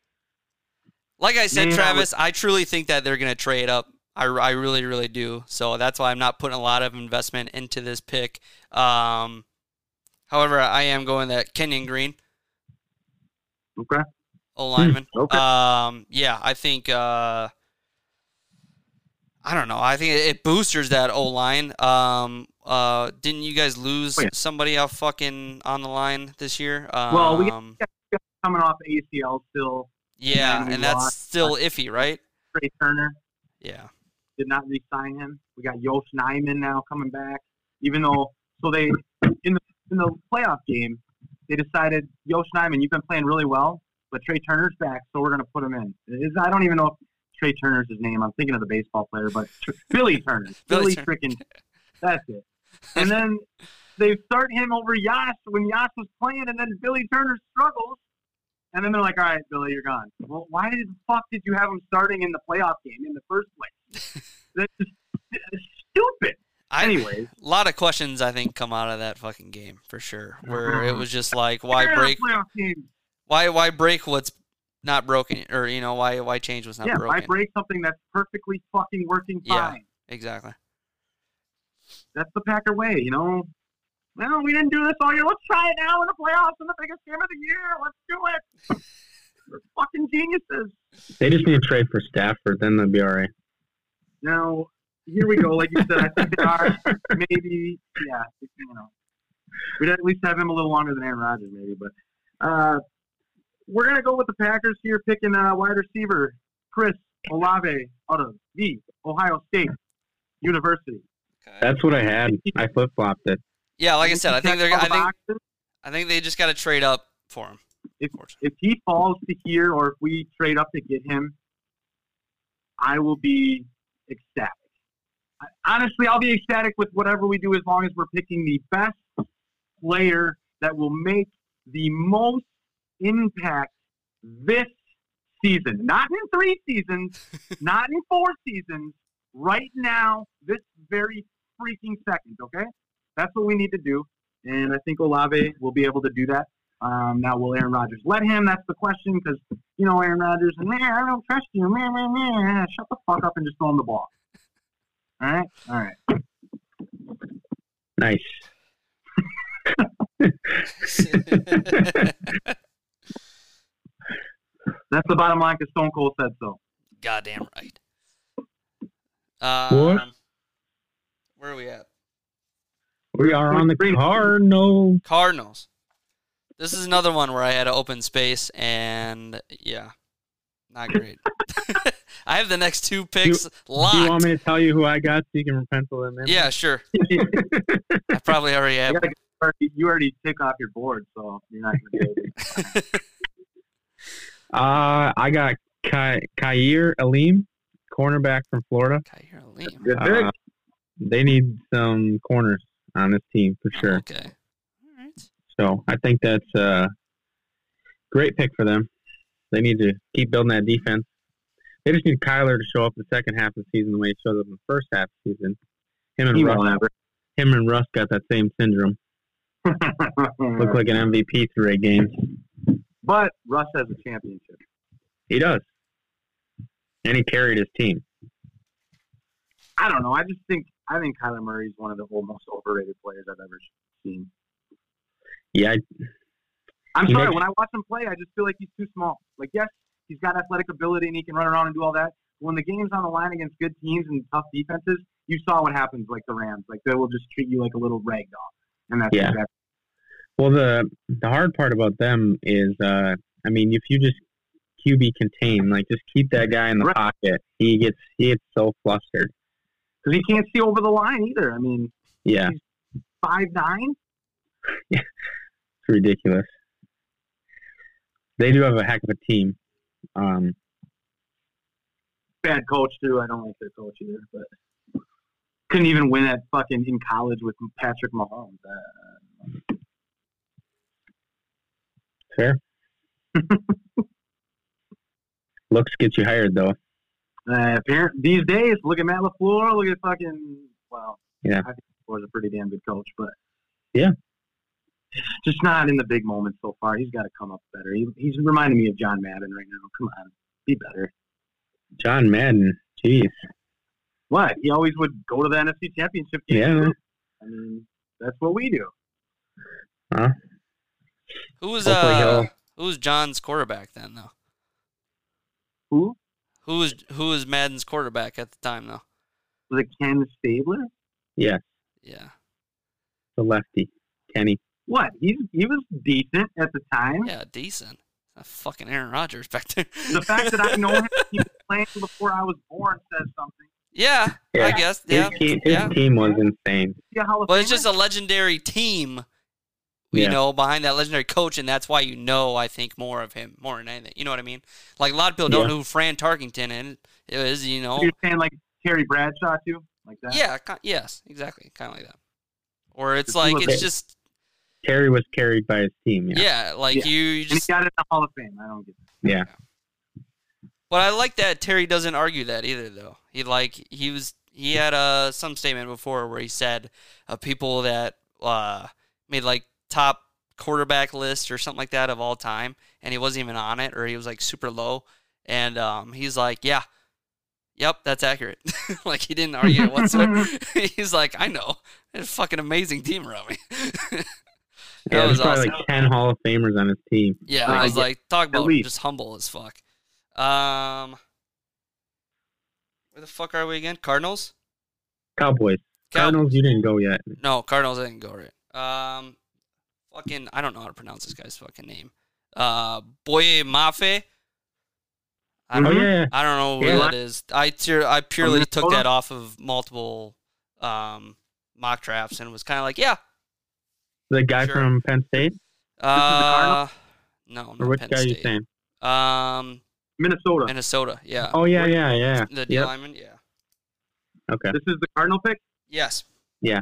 [SPEAKER 1] Like I said,
[SPEAKER 11] Man, Mm, I
[SPEAKER 1] Travis, I truly think that they're going to trade up. I, I really, really do. So that's why I'm not putting a lot of investment into this pick. Um, however, I am going that Kenyon Green,
[SPEAKER 11] Okay. Hmm,
[SPEAKER 1] O lineman.
[SPEAKER 11] okay.
[SPEAKER 1] Um, yeah, I think. Uh, I don't know. I think it, it boosters that O line. Um, uh, didn't you guys lose
[SPEAKER 11] Oh, yeah.
[SPEAKER 1] somebody out fucking on the line this year? Um,
[SPEAKER 11] Well, we- Coming off ACL still,
[SPEAKER 1] yeah,
[SPEAKER 11] and we
[SPEAKER 1] and that's
[SPEAKER 11] lost-
[SPEAKER 1] still iffy, right?
[SPEAKER 11] Trey Turner
[SPEAKER 1] Yeah.
[SPEAKER 11] did not re-sign him. We got Yosh Nyman now coming back, even though so they in the in the playoff game they decided Yosh Nyman, you've been playing really well, but Trey Turner's back, so we're going to put him in. It's, I don't even know if Trey Turner's his name. I'm thinking of the baseball player, but Tr- Billy Turner,
[SPEAKER 1] Billy
[SPEAKER 11] Billy,
[SPEAKER 1] Turner.
[SPEAKER 11] freaking, that's it. And then they start him over Yash when Yash was playing, and then Billy Turner struggles. And then they're like, all right, Billy, you're gone. Well, why did the fuck did you have him starting in the playoff game in the first place? That's just it's stupid.
[SPEAKER 1] I,
[SPEAKER 11] Anyways,
[SPEAKER 1] a lot of questions I think come out of that fucking game for sure. Where it was just like, why
[SPEAKER 11] they're in Uh-huh. a
[SPEAKER 1] break?
[SPEAKER 11] playoff game.
[SPEAKER 1] Why why break what's not broken? Or you know, why why change what's not
[SPEAKER 11] Yeah,
[SPEAKER 1] broken?
[SPEAKER 11] why break something that's perfectly fucking working
[SPEAKER 1] Yeah.
[SPEAKER 11] fine?
[SPEAKER 1] exactly.
[SPEAKER 11] That's the Packer way, you know. Well, we didn't do this all year. Let's try it now in the playoffs in the biggest game of the year. Let's do it. We're fucking geniuses.
[SPEAKER 10] They just need to trade for Stafford, then they'll be all right.
[SPEAKER 11] Now, here we go. Like you said, I think they are maybe, yeah, you know, we'd at least have him a little longer than Aaron Rodgers, maybe. But uh, we're gonna go with the Packers here, picking uh, wide receiver Chris Olave out of the Ohio State University.
[SPEAKER 10] That's what I had. I flip flopped it.
[SPEAKER 1] Yeah, like I said, I think they're. I
[SPEAKER 11] Check all
[SPEAKER 1] think
[SPEAKER 11] the boxes.
[SPEAKER 1] I think they just got to trade up for him.
[SPEAKER 11] If- if he falls to here or if we trade up to get him, I will be ecstatic. I, honestly, I'll be ecstatic with whatever we do as long as we're picking the best player that will make the most impact this season. Not in three seasons, not in four seasons, right now, this very freaking second, okay? That's what we need to do. And I think Olave will be able to do that. Um, now, will Aaron Rodgers let him? That's the question because, you know, Aaron Rodgers, man, I don't trust you. Man, man, man, shut the fuck up and just throw him the ball. All right? All right.
[SPEAKER 10] Nice.
[SPEAKER 11] That's the bottom line because Stone Cold said so.
[SPEAKER 1] Goddamn right. Um, Where are we at?
[SPEAKER 10] We are on the Cardinal.
[SPEAKER 1] Cardinals. This is another one where I had an open space, and yeah, not great. I have the next two picks locked.
[SPEAKER 10] Do you want me to tell you who I got so you can pencil them in?
[SPEAKER 1] yeah, sure. I probably already have.
[SPEAKER 11] You already- You already tick off your board, so you're not going to be able to.
[SPEAKER 10] Uh, I got Ky- Kyir Elim, cornerback from Florida.
[SPEAKER 1] Kyrie Lamb.
[SPEAKER 11] Good pick.
[SPEAKER 10] Uh, they need some corners on this team for
[SPEAKER 1] Oh,
[SPEAKER 10] sure.
[SPEAKER 1] Okay. All right.
[SPEAKER 10] So I think that's a great pick for them. They need to keep building that defense. They just need Kyler to show up the second half of the season the way he showed up in the first half of the season. Him and
[SPEAKER 11] He
[SPEAKER 10] Russ,
[SPEAKER 11] won't ever.
[SPEAKER 10] him and Russ got that same syndrome.
[SPEAKER 11] Mm-hmm.
[SPEAKER 10] Look like an MVP through eight games.
[SPEAKER 11] but Russ has a championship.
[SPEAKER 10] He does, and he carried his team.
[SPEAKER 11] I don't know. I just think I think Kyler Murray's one of the whole most overrated players I've ever seen.
[SPEAKER 10] Yeah,
[SPEAKER 11] I'm
[SPEAKER 10] He
[SPEAKER 11] sorry.
[SPEAKER 10] makes-
[SPEAKER 11] when I watch him play, I just feel like he's too small. Like, yes, he's got athletic ability and he can run around and do all that. When the game's on the line against good teams and tough defenses, you saw what happens. Like the Rams, like they will just treat you like a little rag doll, and that's
[SPEAKER 10] Yeah.
[SPEAKER 11] exactly
[SPEAKER 10] Well, the the hard part about them is, uh, I mean, if you just QB contain, like just keep that guy in the
[SPEAKER 11] Right.
[SPEAKER 10] pocket, he gets he gets so flustered.
[SPEAKER 11] because he can't see over the line either. I mean,
[SPEAKER 10] Yeah,
[SPEAKER 11] five nine.
[SPEAKER 10] it's ridiculous. They do have a heck of a team. Um,
[SPEAKER 11] bad coach too. I don't like their coach either, but couldn't even win at fucking in college with Patrick Mahomes. Uh,
[SPEAKER 10] fair. Looks get you hired though.
[SPEAKER 11] uh, apparent these days, look at Matt Lafleur. Look at fucking well.
[SPEAKER 10] Yeah.
[SPEAKER 11] I think Lafleur's a pretty damn good coach, but
[SPEAKER 10] Yeah.
[SPEAKER 11] just not in the big moments so far. He's got to come up better. He, he's reminding me of John Madden right now. Come on, be better.
[SPEAKER 10] John Madden, jeez,
[SPEAKER 11] What he always would go to the NFC Championship game.
[SPEAKER 10] Yeah.
[SPEAKER 11] I mean that's what we do.
[SPEAKER 1] Who was
[SPEAKER 10] Hopefully
[SPEAKER 1] uh,
[SPEAKER 10] he'll-
[SPEAKER 1] who was John's quarterback then though?
[SPEAKER 11] Who
[SPEAKER 1] Who was who was Madden's quarterback at the time though?
[SPEAKER 11] was it? Ken Stabler.
[SPEAKER 1] Yeah.
[SPEAKER 10] the lefty, Kenny.
[SPEAKER 11] What he he was decent at the time.
[SPEAKER 1] Yeah, decent. Not fucking Aaron Rodgers back there.
[SPEAKER 11] the fact that I know him he was playing before I was born says something.
[SPEAKER 1] yeah, I
[SPEAKER 10] Yeah.
[SPEAKER 1] guess.
[SPEAKER 10] His
[SPEAKER 1] Yeah.
[SPEAKER 10] team, his
[SPEAKER 1] yeah.
[SPEAKER 10] team was insane.
[SPEAKER 11] Yeah, Hall of
[SPEAKER 1] Well, it's
[SPEAKER 11] Famer?
[SPEAKER 1] just a legendary team, you
[SPEAKER 10] Yeah.
[SPEAKER 1] know, behind that legendary coach, and that's why you know, I think, more of him, more than anything. You know what I mean? Like, a lot of people don't
[SPEAKER 10] Yeah.
[SPEAKER 1] know who Fran Tarkington is, is, you know.
[SPEAKER 11] you're saying like Terry Bradshaw too, like that.
[SPEAKER 1] Oh. Yeah, ki- yes, exactly. Kind of like that. Or it's
[SPEAKER 11] Just
[SPEAKER 1] like,
[SPEAKER 11] look
[SPEAKER 1] it's
[SPEAKER 10] at-
[SPEAKER 1] just,
[SPEAKER 10] Terry was carried by his team. Yeah.
[SPEAKER 1] yeah, like
[SPEAKER 11] Yeah.
[SPEAKER 1] you you
[SPEAKER 11] and he
[SPEAKER 1] just.
[SPEAKER 11] got it in the Hall of Fame. I don't get it.
[SPEAKER 1] But I like that Terry doesn't argue that either, though. He like he was he had uh, some statement before where he said uh, people that uh, made like top quarterback list or something like that of all time, and he wasn't even on it, or he was like super low, and um, he's like, yeah. Yep, that's accurate. like he didn't argue it whatsoever. He's like, I know, it's a fucking amazing team around me. that was
[SPEAKER 10] Yeah, there's
[SPEAKER 1] awesome.
[SPEAKER 10] probably like ten Hall of Famers on his team.
[SPEAKER 1] Yeah,
[SPEAKER 11] Uh,
[SPEAKER 1] I was
[SPEAKER 11] yeah,
[SPEAKER 1] like, talk about
[SPEAKER 11] least.
[SPEAKER 1] just humble as fuck. Um, where the fuck are we again? Cardinals?
[SPEAKER 10] Cowboys.
[SPEAKER 1] Cow-
[SPEAKER 10] Cardinals, you didn't go yet. Oh,
[SPEAKER 1] No, Cardinals. I didn't go right. Um, fucking, I don't know how to pronounce this guy's fucking name. Uh, Boye Mafe. I
[SPEAKER 10] Oh
[SPEAKER 1] don't,
[SPEAKER 10] yeah,
[SPEAKER 1] I don't know where
[SPEAKER 10] Yeah.
[SPEAKER 1] that is. I tier, I purely took
[SPEAKER 11] Minnesota?
[SPEAKER 1] that off of multiple um mock drafts and was kind of like, yeah.
[SPEAKER 10] the guy
[SPEAKER 1] Sure.
[SPEAKER 10] from Penn State,
[SPEAKER 1] Uh,
[SPEAKER 11] Cardinals?
[SPEAKER 1] no,
[SPEAKER 10] or
[SPEAKER 1] not
[SPEAKER 10] which
[SPEAKER 1] Penn
[SPEAKER 10] guy you
[SPEAKER 1] State.
[SPEAKER 10] saying?
[SPEAKER 1] Um,
[SPEAKER 11] Minnesota.
[SPEAKER 1] Minnesota. Yeah.
[SPEAKER 10] Oh yeah, yeah, yeah.
[SPEAKER 1] The D
[SPEAKER 10] Yep.
[SPEAKER 1] lineman, yeah.
[SPEAKER 10] Okay.
[SPEAKER 11] This is the Cardinal pick.
[SPEAKER 1] Yes.
[SPEAKER 10] Yeah.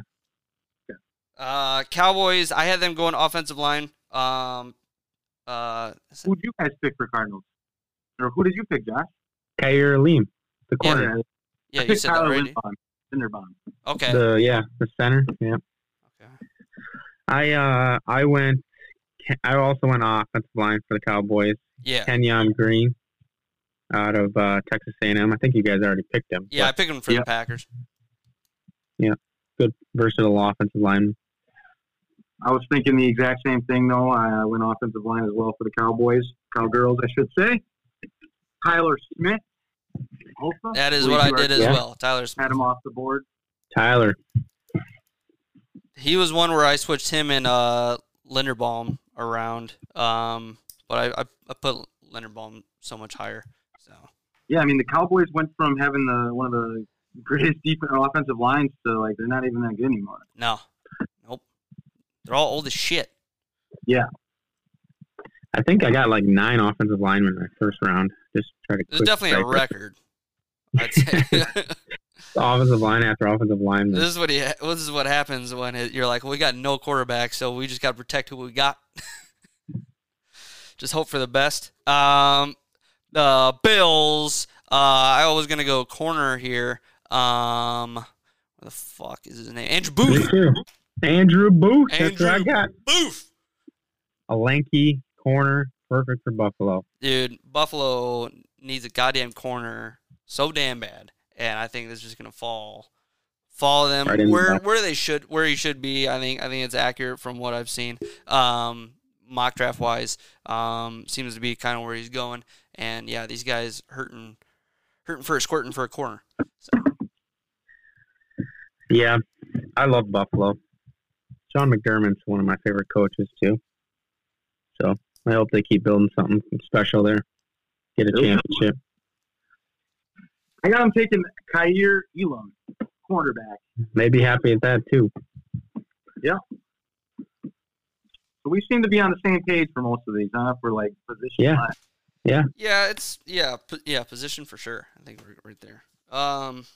[SPEAKER 1] Uh, Cowboys. I had them going offensive line. Um, uh,
[SPEAKER 11] Who would you guys pick for Cardinals? Or who did you pick, Josh?
[SPEAKER 10] Kyrie Leem, the
[SPEAKER 1] Yeah.
[SPEAKER 10] corner.
[SPEAKER 1] yeah,
[SPEAKER 11] I
[SPEAKER 1] you
[SPEAKER 11] picked
[SPEAKER 1] said that
[SPEAKER 11] Tyler
[SPEAKER 1] already.
[SPEAKER 11] Lindebaum. Linderbaum.
[SPEAKER 1] Okay.
[SPEAKER 10] The yeah, the center. Yeah.
[SPEAKER 1] Okay.
[SPEAKER 10] I uh I went. I also went offensive line for the Cowboys.
[SPEAKER 1] Yeah.
[SPEAKER 10] Kenyon Green, out of uh, Texas A&M. I think you guys already picked him.
[SPEAKER 1] Yeah, I picked them for
[SPEAKER 11] Yeah.
[SPEAKER 1] the Packers.
[SPEAKER 10] But Good versatile offensive lineman.
[SPEAKER 11] I was thinking the exact same thing, though. I went offensive line as well for the Cowboys, Cowgirls, I should say. Tyler Smith. Also,
[SPEAKER 1] That is
[SPEAKER 11] We
[SPEAKER 1] what I
[SPEAKER 11] do our-
[SPEAKER 1] did as
[SPEAKER 10] Yeah.
[SPEAKER 1] well. Tyler Smith.
[SPEAKER 11] Had him off the board.
[SPEAKER 10] Tyler.
[SPEAKER 1] He was one where I switched him and uh, Linderbaum around. Um, but I, I, I put Linderbaum so much higher. So
[SPEAKER 11] Yeah, I mean the Cowboys went from having the one of the greatest defense offensive lines to like they're not even that good anymore.
[SPEAKER 1] no, nope. They're all old as shit.
[SPEAKER 10] I think I got like nine offensive linemen in my first round. Just try to.
[SPEAKER 1] There's
[SPEAKER 10] quick
[SPEAKER 1] definitely a
[SPEAKER 10] strike.
[SPEAKER 1] record. I'd say.
[SPEAKER 10] Offensive line after offensive lineman.
[SPEAKER 1] This is what he. Well, this is what happens when it, you're like, we got no quarterback, so we just got to protect who we got. just hope for the best. Um, the Bills. Uh, I was gonna go corner here. Um, what the fuck is his name? Andrew
[SPEAKER 10] Me
[SPEAKER 1] Booth.
[SPEAKER 10] too. Andrew Booth. That's
[SPEAKER 1] Andrew
[SPEAKER 10] what I got.
[SPEAKER 1] Booth.
[SPEAKER 10] A lanky corner, perfect for Buffalo.
[SPEAKER 1] Dude, Buffalo needs a goddamn corner so damn bad, and I think this is just gonna fall, follow them
[SPEAKER 10] Right in the
[SPEAKER 1] where
[SPEAKER 10] back.
[SPEAKER 1] where they should where he should be. I think I think it's accurate from what I've seen, um, mock draft wise. Um, seems to be kind of where he's going, and yeah, these guys hurting, hurting for a squirting for a corner.
[SPEAKER 10] Yeah, I love Buffalo. John McDermott's one of my favorite coaches too. So I hope they keep building something special there. Get a championship.
[SPEAKER 11] I got him taking Kair Elam, cornerback.
[SPEAKER 10] They'd be happy at that too.
[SPEAKER 11] So we seem to be on the same page for most of these, huh? For like position.
[SPEAKER 10] Yeah.
[SPEAKER 11] wise.
[SPEAKER 1] Yeah, it's yeah po- yeah position for sure. I think we're right there. Um,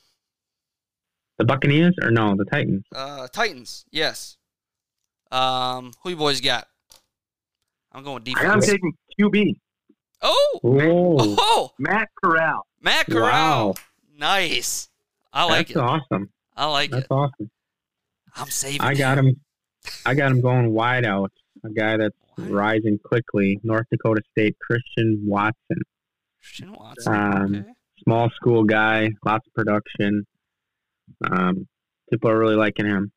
[SPEAKER 10] The Buccaneers or no, the Titans.
[SPEAKER 1] Uh, Titans, yes. Um, who you boys got? I'm going
[SPEAKER 11] I got him
[SPEAKER 1] defense.
[SPEAKER 11] taking QB
[SPEAKER 1] oh,
[SPEAKER 10] Oh,
[SPEAKER 1] oh,
[SPEAKER 11] Matt Corral.
[SPEAKER 1] Matt Corral.
[SPEAKER 10] wow!
[SPEAKER 1] Nice. I like
[SPEAKER 10] That's
[SPEAKER 1] it.
[SPEAKER 10] awesome.
[SPEAKER 1] I like
[SPEAKER 10] That's
[SPEAKER 1] it.
[SPEAKER 10] awesome.
[SPEAKER 1] I'm saving.
[SPEAKER 10] I got him. I got him going wide out. A guy that's
[SPEAKER 1] What?
[SPEAKER 10] rising quickly. North Dakota State Christian Watson.
[SPEAKER 1] Christian Watson.
[SPEAKER 10] Um,
[SPEAKER 1] okay.
[SPEAKER 10] small school guy, lots of production. Um, people are really liking him.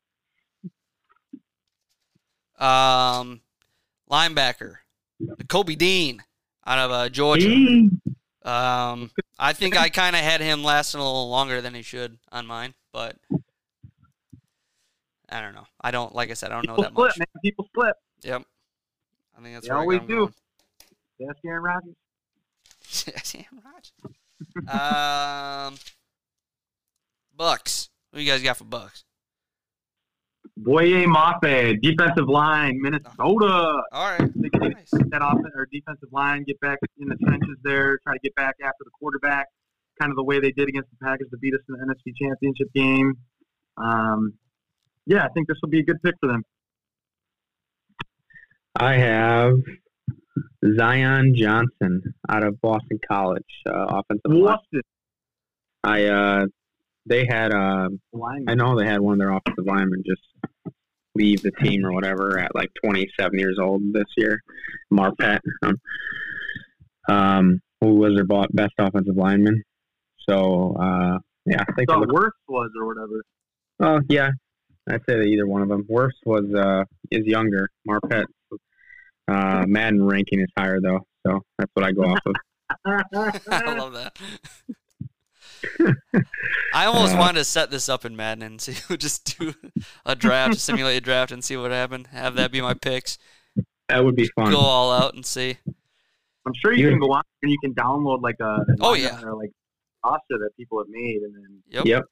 [SPEAKER 1] um, linebacker, Kobe Dean, out of uh, Georgia.
[SPEAKER 10] He,
[SPEAKER 1] Um, I think I kind of had him lasting a little longer than he should on mine, but I don't know. I don't like I said. I don't know
[SPEAKER 11] People
[SPEAKER 1] that much.
[SPEAKER 11] slip, man. People slip.
[SPEAKER 1] Yep. I think that's
[SPEAKER 11] They
[SPEAKER 1] where I
[SPEAKER 11] always
[SPEAKER 1] got 'em
[SPEAKER 11] do.
[SPEAKER 1] going.
[SPEAKER 11] That's Aaron Rodgers.
[SPEAKER 1] Sam Rogers. um, Bucks. What you guys got for Bucks?
[SPEAKER 11] Boye Mafe, defensive line, Minnesota.
[SPEAKER 1] All right.
[SPEAKER 11] They can
[SPEAKER 1] Nice.
[SPEAKER 11] get that offense or defensive line, get back in the trenches there, try to get back after the quarterback, kind of the way they did against the Packers to beat us in the NFC Championship game. Um, yeah, I think this will be a good pick for them.
[SPEAKER 10] I have Zion Johnson out of Boston College, uh, offensive line.
[SPEAKER 11] Boston
[SPEAKER 10] I uh, they had uh,
[SPEAKER 11] line.
[SPEAKER 10] I know they had one of their offensive linemen just leave the team or whatever at like 27 years old this year. Marpet, um, um, who was their bo- best offensive lineman? So uh, yeah, I think they're
[SPEAKER 11] thought
[SPEAKER 10] looking
[SPEAKER 11] worse was or whatever.
[SPEAKER 10] Oh yeah, I'd say that either one of them. Worse was uh is younger. Marpet uh Madden ranking is higher though, so that's what I go off of.
[SPEAKER 1] I love that. I almost wanted to set this up in Madden and see, just do a draft, simulate a draft, and see what happened. Have that be my picks.
[SPEAKER 10] That would be fun.
[SPEAKER 1] Go all out and see.
[SPEAKER 11] I'm sure you
[SPEAKER 10] Yeah.
[SPEAKER 11] can go on and you can download like a a
[SPEAKER 1] Oh,
[SPEAKER 11] lineup
[SPEAKER 1] yeah.
[SPEAKER 11] or like roster that people have made and then
[SPEAKER 1] Yep.
[SPEAKER 10] Yep.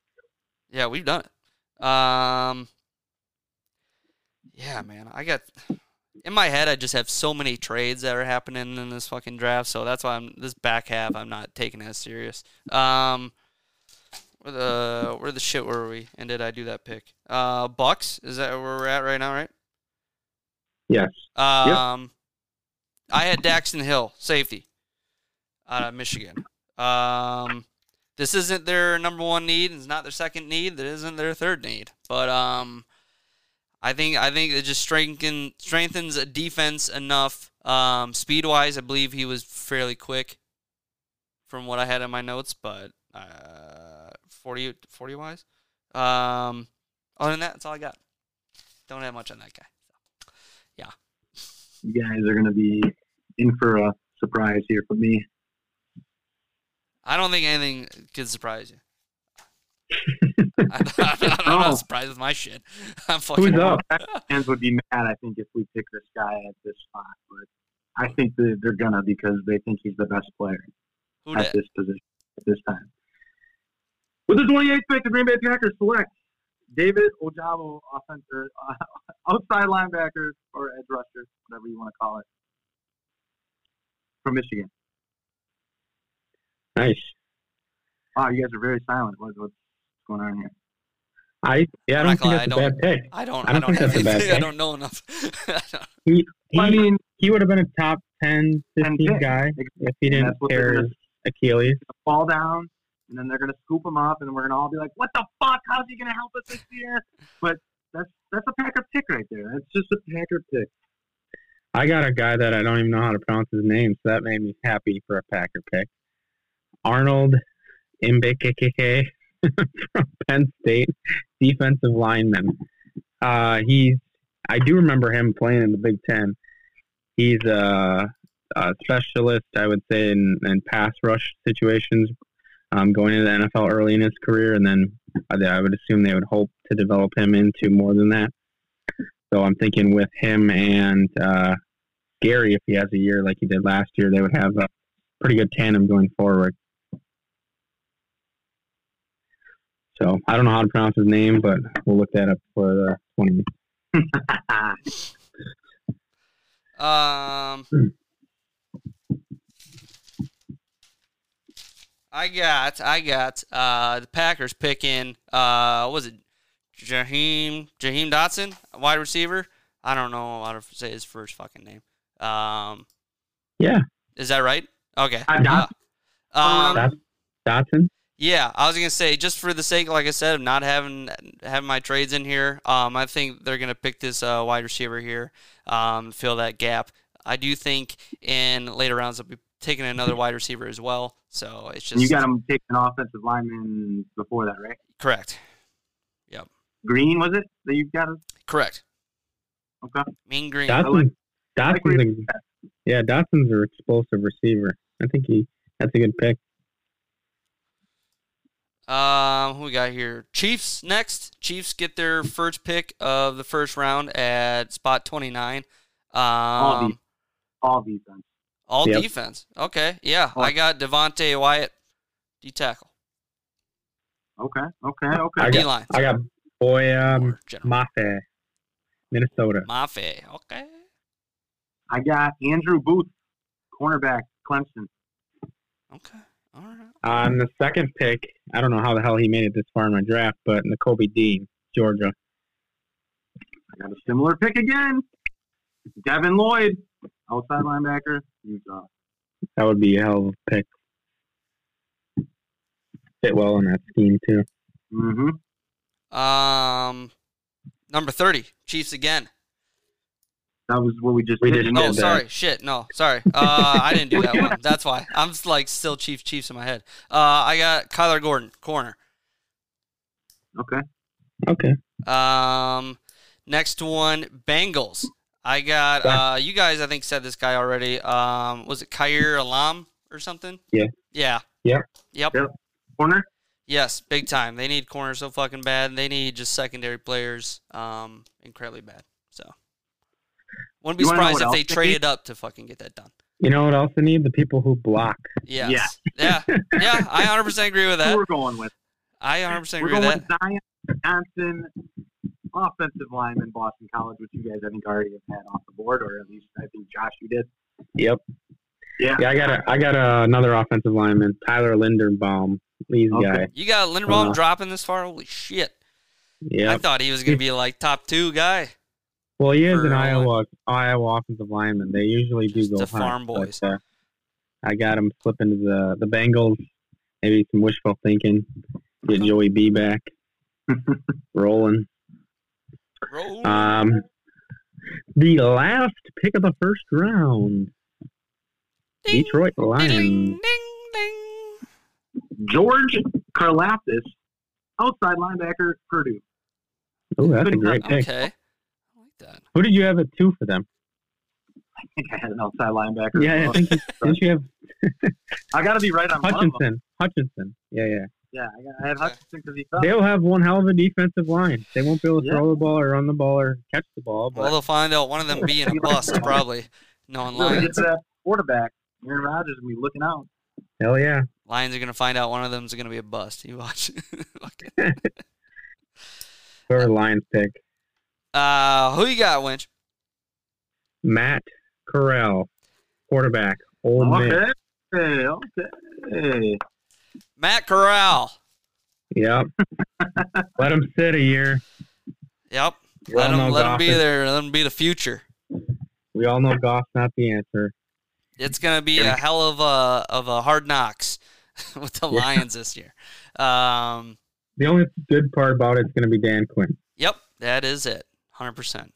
[SPEAKER 1] Yeah, we've done it. Um, yeah, man, I got in my head. I just have so many trades that are happening in this fucking draft, so that's why I'm this back half. I'm not taking as serious. Um, Where the where the shit were we? And did I do that pick? Uh, Bucks is that where we're at right now? Right.
[SPEAKER 10] Yes.
[SPEAKER 1] Um, I had Daxton Hill, safety, out of Michigan. Um, this isn't their number one need. It's not their second need. It isn't their third need. But um, I think I think it just strengthen, strengthens a defense enough. Um, speed wise, I believe he was fairly quick, from what I had in my notes. But uh, 40, 40 wise. Um, other than that, that's all I got. Don't have much on that guy.
[SPEAKER 11] You guys are going to be in for a surprise here for me.
[SPEAKER 1] I don't think anything could surprise you. I, am
[SPEAKER 11] Oh.
[SPEAKER 1] not surprised with my shit. I'm fucking.
[SPEAKER 10] Who's up?
[SPEAKER 11] Fans would be mad, I think, if we pick this guy at this spot. But I think that they're going to because they think he's the best player
[SPEAKER 1] Who
[SPEAKER 11] at
[SPEAKER 1] that?
[SPEAKER 11] this position at this time. With the 28th pick, the Green Bay Packers select David Ojabo, offensive uh, outside linebacker or edge rusher, whatever you want to call it, from Michigan.
[SPEAKER 10] Nice.
[SPEAKER 11] Wow, you guys are very silent. What, what's going on here?
[SPEAKER 10] I yeah, I
[SPEAKER 1] I'm not
[SPEAKER 10] don't think that's a
[SPEAKER 1] gonna lie, I
[SPEAKER 10] bad pick.
[SPEAKER 1] I don't. I
[SPEAKER 10] I don't
[SPEAKER 1] don't
[SPEAKER 10] think
[SPEAKER 1] have
[SPEAKER 10] that's a bad
[SPEAKER 1] anything. I
[SPEAKER 10] pick.
[SPEAKER 1] don't know enough. I don't-
[SPEAKER 10] He,
[SPEAKER 11] I mean,
[SPEAKER 10] he would have been a top 10,
[SPEAKER 11] 10
[SPEAKER 10] 15
[SPEAKER 11] pick.
[SPEAKER 10] guy if he
[SPEAKER 11] And
[SPEAKER 10] didn't
[SPEAKER 11] that's what they're
[SPEAKER 10] tear
[SPEAKER 11] gonna
[SPEAKER 10] his Achilles.
[SPEAKER 11] fall down, and then they're gonna scoop him up, and we're gonna all be like, "What the fuck? How's he gonna help us this year?" But that's that's a Packer pick right there. That's just a Packer pick.
[SPEAKER 10] I got a guy that I don't even know how to pronounce his name, so that made me happy for a Packer pick. Arnold Mbekeke from Penn State, defensive lineman. Uh, he's I do remember him playing in the Big Ten. He's a, a specialist, I would say, in, in pass rush situations. Um, going into the NFL early in his career, and then I I would assume they would hope to develop him into more than that. So I'm thinking with him and uh, Gary, if he has a year like he did last year, they would have a pretty good tandem going forward. So I don't know how to pronounce his name, but we'll look that up for the 20.
[SPEAKER 1] Um, I got, I got uh, the Packers picking. Uh, what was it Jaheim Jaheim Dotson, wide receiver? I don't know how to say his first fucking name. Um,
[SPEAKER 10] Yeah.
[SPEAKER 1] is that right? Okay.
[SPEAKER 11] Uh, Dotson.
[SPEAKER 1] Uh, um,
[SPEAKER 10] Dot- Dotson?
[SPEAKER 1] yeah, I was gonna say just for the sake, like I said, of not having having my trades in here, um, I think they're gonna pick this uh, wide receiver here, um, fill that gap. I do think in later rounds they'll be taking another wide receiver as well. So it's just
[SPEAKER 11] you got him taking an offensive lineman before that, right?
[SPEAKER 1] correct,
[SPEAKER 11] Green was it that you got him?
[SPEAKER 1] correct.
[SPEAKER 11] Okay.
[SPEAKER 1] Mean Green.
[SPEAKER 11] I like-
[SPEAKER 10] Dotson,
[SPEAKER 11] like where
[SPEAKER 10] Dotson's a, yeah, Dotson's an explosive receiver. I think he that's a good pick.
[SPEAKER 1] Um, who we got here? Chiefs next. Chiefs get their first pick of the first round at spot twenty nine.
[SPEAKER 11] All
[SPEAKER 1] Um,
[SPEAKER 11] defense. All defense.
[SPEAKER 1] all
[SPEAKER 10] Yep.
[SPEAKER 1] defense. Okay, yeah,
[SPEAKER 11] All-
[SPEAKER 1] I got Devontae Wyatt, D tackle,
[SPEAKER 11] Okay. Okay. Okay.
[SPEAKER 10] I
[SPEAKER 1] D
[SPEAKER 10] got- Um,
[SPEAKER 1] line.
[SPEAKER 10] I got Boya
[SPEAKER 1] or general.
[SPEAKER 10] Mafe, Minnesota.
[SPEAKER 1] Mafe. Okay.
[SPEAKER 11] I got Andrew Booth, cornerback, Clemson.
[SPEAKER 1] Okay. All right.
[SPEAKER 10] On Uh, the second pick, I don't know how the hell he made it this far in my draft, but Nicobe Dean, Georgia.
[SPEAKER 11] I got a similar pick again. Devin Lloyd, outside linebacker, Utah.
[SPEAKER 10] That would be a hell of a pick. Fit well in that scheme too.
[SPEAKER 11] Mm-hmm.
[SPEAKER 1] Um, number thirty, Chiefs again.
[SPEAKER 11] That was what we just
[SPEAKER 10] We
[SPEAKER 11] did.
[SPEAKER 10] didn't
[SPEAKER 1] Oh,
[SPEAKER 10] did that.
[SPEAKER 1] sorry. Shit. No, sorry. Uh, I didn't do that one. That's why I'm just, like still Chiefs, Chiefs in my head. Uh, I got Kyler Gordon, corner.
[SPEAKER 11] Okay.
[SPEAKER 10] Okay.
[SPEAKER 1] Um, next one, Bengals. I got uh, you guys. I think said this guy already. Um, was it Kair Alam or something?
[SPEAKER 10] Yeah.
[SPEAKER 1] Yeah.
[SPEAKER 10] Yep.
[SPEAKER 1] Yep.
[SPEAKER 11] Corner.
[SPEAKER 1] Yes, big time. They need corners so fucking bad. and They need just secondary players, um, incredibly bad. So, wouldn't be
[SPEAKER 11] You wanna know
[SPEAKER 1] surprised
[SPEAKER 11] what
[SPEAKER 1] if they
[SPEAKER 11] else they
[SPEAKER 1] traded up to fucking get that done.
[SPEAKER 10] You know what else I need? The people who block.
[SPEAKER 1] Yes. Yeah. Yeah. I 100 percent agree with
[SPEAKER 11] Who
[SPEAKER 1] that.
[SPEAKER 11] we're going with?
[SPEAKER 1] I 100 percent
[SPEAKER 11] We're
[SPEAKER 1] agree with
[SPEAKER 11] going
[SPEAKER 1] that.
[SPEAKER 11] with Zion Johnson, offensive lineman, Boston College, which you guys I think already have had off the board, or at least I think Josh, you did.
[SPEAKER 10] Yep.
[SPEAKER 11] Yeah.
[SPEAKER 10] Yeah, I got a, I got a, another offensive lineman, Tyler Linderbaum, He's the
[SPEAKER 11] Okay.
[SPEAKER 10] guy.
[SPEAKER 1] You got Lindbaum
[SPEAKER 11] Uh-huh.
[SPEAKER 10] Uh,
[SPEAKER 1] dropping this far? Holy shit. I
[SPEAKER 10] Yeah.
[SPEAKER 1] thought he was going to be like top two guy.
[SPEAKER 10] Well, he is
[SPEAKER 1] for,
[SPEAKER 10] an
[SPEAKER 1] uh,
[SPEAKER 10] Iowa Iowa offensive lineman. They usually do
[SPEAKER 1] Just
[SPEAKER 10] go
[SPEAKER 1] the
[SPEAKER 10] high,
[SPEAKER 1] farm
[SPEAKER 10] but,
[SPEAKER 1] boys.
[SPEAKER 10] uh, I got him flipping to the the Bengals. Maybe some wishful thinking.
[SPEAKER 1] Uh-huh.
[SPEAKER 10] Get Joey B back rolling.
[SPEAKER 1] Roll.
[SPEAKER 11] Uh,
[SPEAKER 10] Um, the last pick of the first round.
[SPEAKER 1] Ding,
[SPEAKER 10] Detroit
[SPEAKER 1] ding,
[SPEAKER 10] Lions.
[SPEAKER 1] ding, ding.
[SPEAKER 11] George Karlaftis, outside linebacker, Purdue.
[SPEAKER 10] Oh, that's a great pick.
[SPEAKER 1] Okay. I like that.
[SPEAKER 10] Who did you have at two for them?
[SPEAKER 11] I think I had an outside linebacker.
[SPEAKER 10] Yeah, I think you, didn't you have
[SPEAKER 11] I got to be right on one of them.
[SPEAKER 10] Hutchinson. Hutchinson. Yeah, yeah.
[SPEAKER 11] Yeah, I, got, I had
[SPEAKER 1] Okay.
[SPEAKER 11] Hutchinson because he fell.
[SPEAKER 10] They'll have one hell of a defensive line. They won't be able to
[SPEAKER 11] Yeah.
[SPEAKER 10] throw the ball or run the ball or catch the ball. But
[SPEAKER 1] Well, they'll find out one of them being a bust, probably. No, and
[SPEAKER 11] Really
[SPEAKER 1] Lions.
[SPEAKER 11] get to that quarterback. Aaron Rodgers will be looking out.
[SPEAKER 10] hell yeah.
[SPEAKER 1] Lions are going to find out one of them's going to be a bust. You watch. Okay.
[SPEAKER 10] Whoever Lions pick.
[SPEAKER 1] uh, who you got, Winch?
[SPEAKER 10] Matt Corral, quarterback, Ole Miss.
[SPEAKER 11] okay. Hey, okay.
[SPEAKER 1] Matt Corral.
[SPEAKER 10] Yep. Let him sit a year.
[SPEAKER 1] Yep.
[SPEAKER 10] We
[SPEAKER 1] Let
[SPEAKER 10] all
[SPEAKER 1] him,
[SPEAKER 10] know
[SPEAKER 1] let him
[SPEAKER 10] Goff
[SPEAKER 1] be
[SPEAKER 10] is-
[SPEAKER 1] there. Let him be the future.
[SPEAKER 10] We all know Goff's not the answer.
[SPEAKER 1] It's going to be a hell of a of a hard knocks with the
[SPEAKER 10] Yeah.
[SPEAKER 1] Lions this year. Um,
[SPEAKER 10] The only good part about it's going to be Dan Quinn.
[SPEAKER 1] yep, that is it. 100%.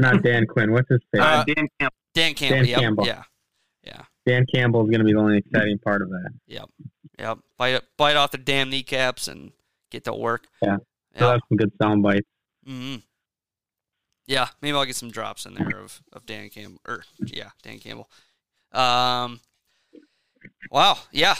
[SPEAKER 10] not Dan Quinn. What's his face?
[SPEAKER 1] Uh,
[SPEAKER 11] Dan Campbell.
[SPEAKER 1] Dan Campbell. yep,
[SPEAKER 10] Campbell.
[SPEAKER 1] Yeah.
[SPEAKER 10] Dan Campbell is going to be the only exciting part of that.
[SPEAKER 1] Yep. Bite bite off their damn kneecaps and get to work.
[SPEAKER 10] Yeah. Uh, They'll
[SPEAKER 1] Yep.
[SPEAKER 10] have some good sound bites.
[SPEAKER 1] hmm Yeah. Maybe I'll get some drops in there of, of Dan Campbell. Or yeah, Dan Campbell. Um. Wow. Yeah.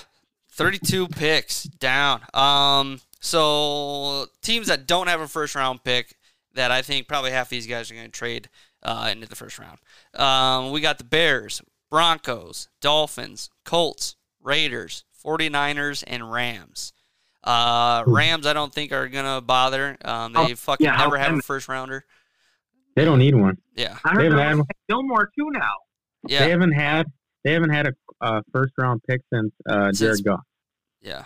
[SPEAKER 1] Thirty-two picks down. Um. So teams that don't have a first-round pick that I think probably half these guys are going to trade uh, into the first round. Um, we got the Bears, Broncos, Dolphins, Colts, Raiders, 49ers, and Rams. Uh, Rams, I don't think are going to bother. Um, they
[SPEAKER 11] Oh,
[SPEAKER 1] fucking
[SPEAKER 11] yeah,
[SPEAKER 1] never
[SPEAKER 11] I-
[SPEAKER 1] have a first rounder.
[SPEAKER 10] They don't need one.
[SPEAKER 1] Yeah.
[SPEAKER 11] I
[SPEAKER 10] Hey,
[SPEAKER 11] heard
[SPEAKER 10] man.
[SPEAKER 11] that was Gilmore too now.
[SPEAKER 1] Yeah.
[SPEAKER 10] They haven't had they haven't had a uh, first round pick since uh,
[SPEAKER 1] Since-
[SPEAKER 10] Jared Goff.
[SPEAKER 1] Yeah.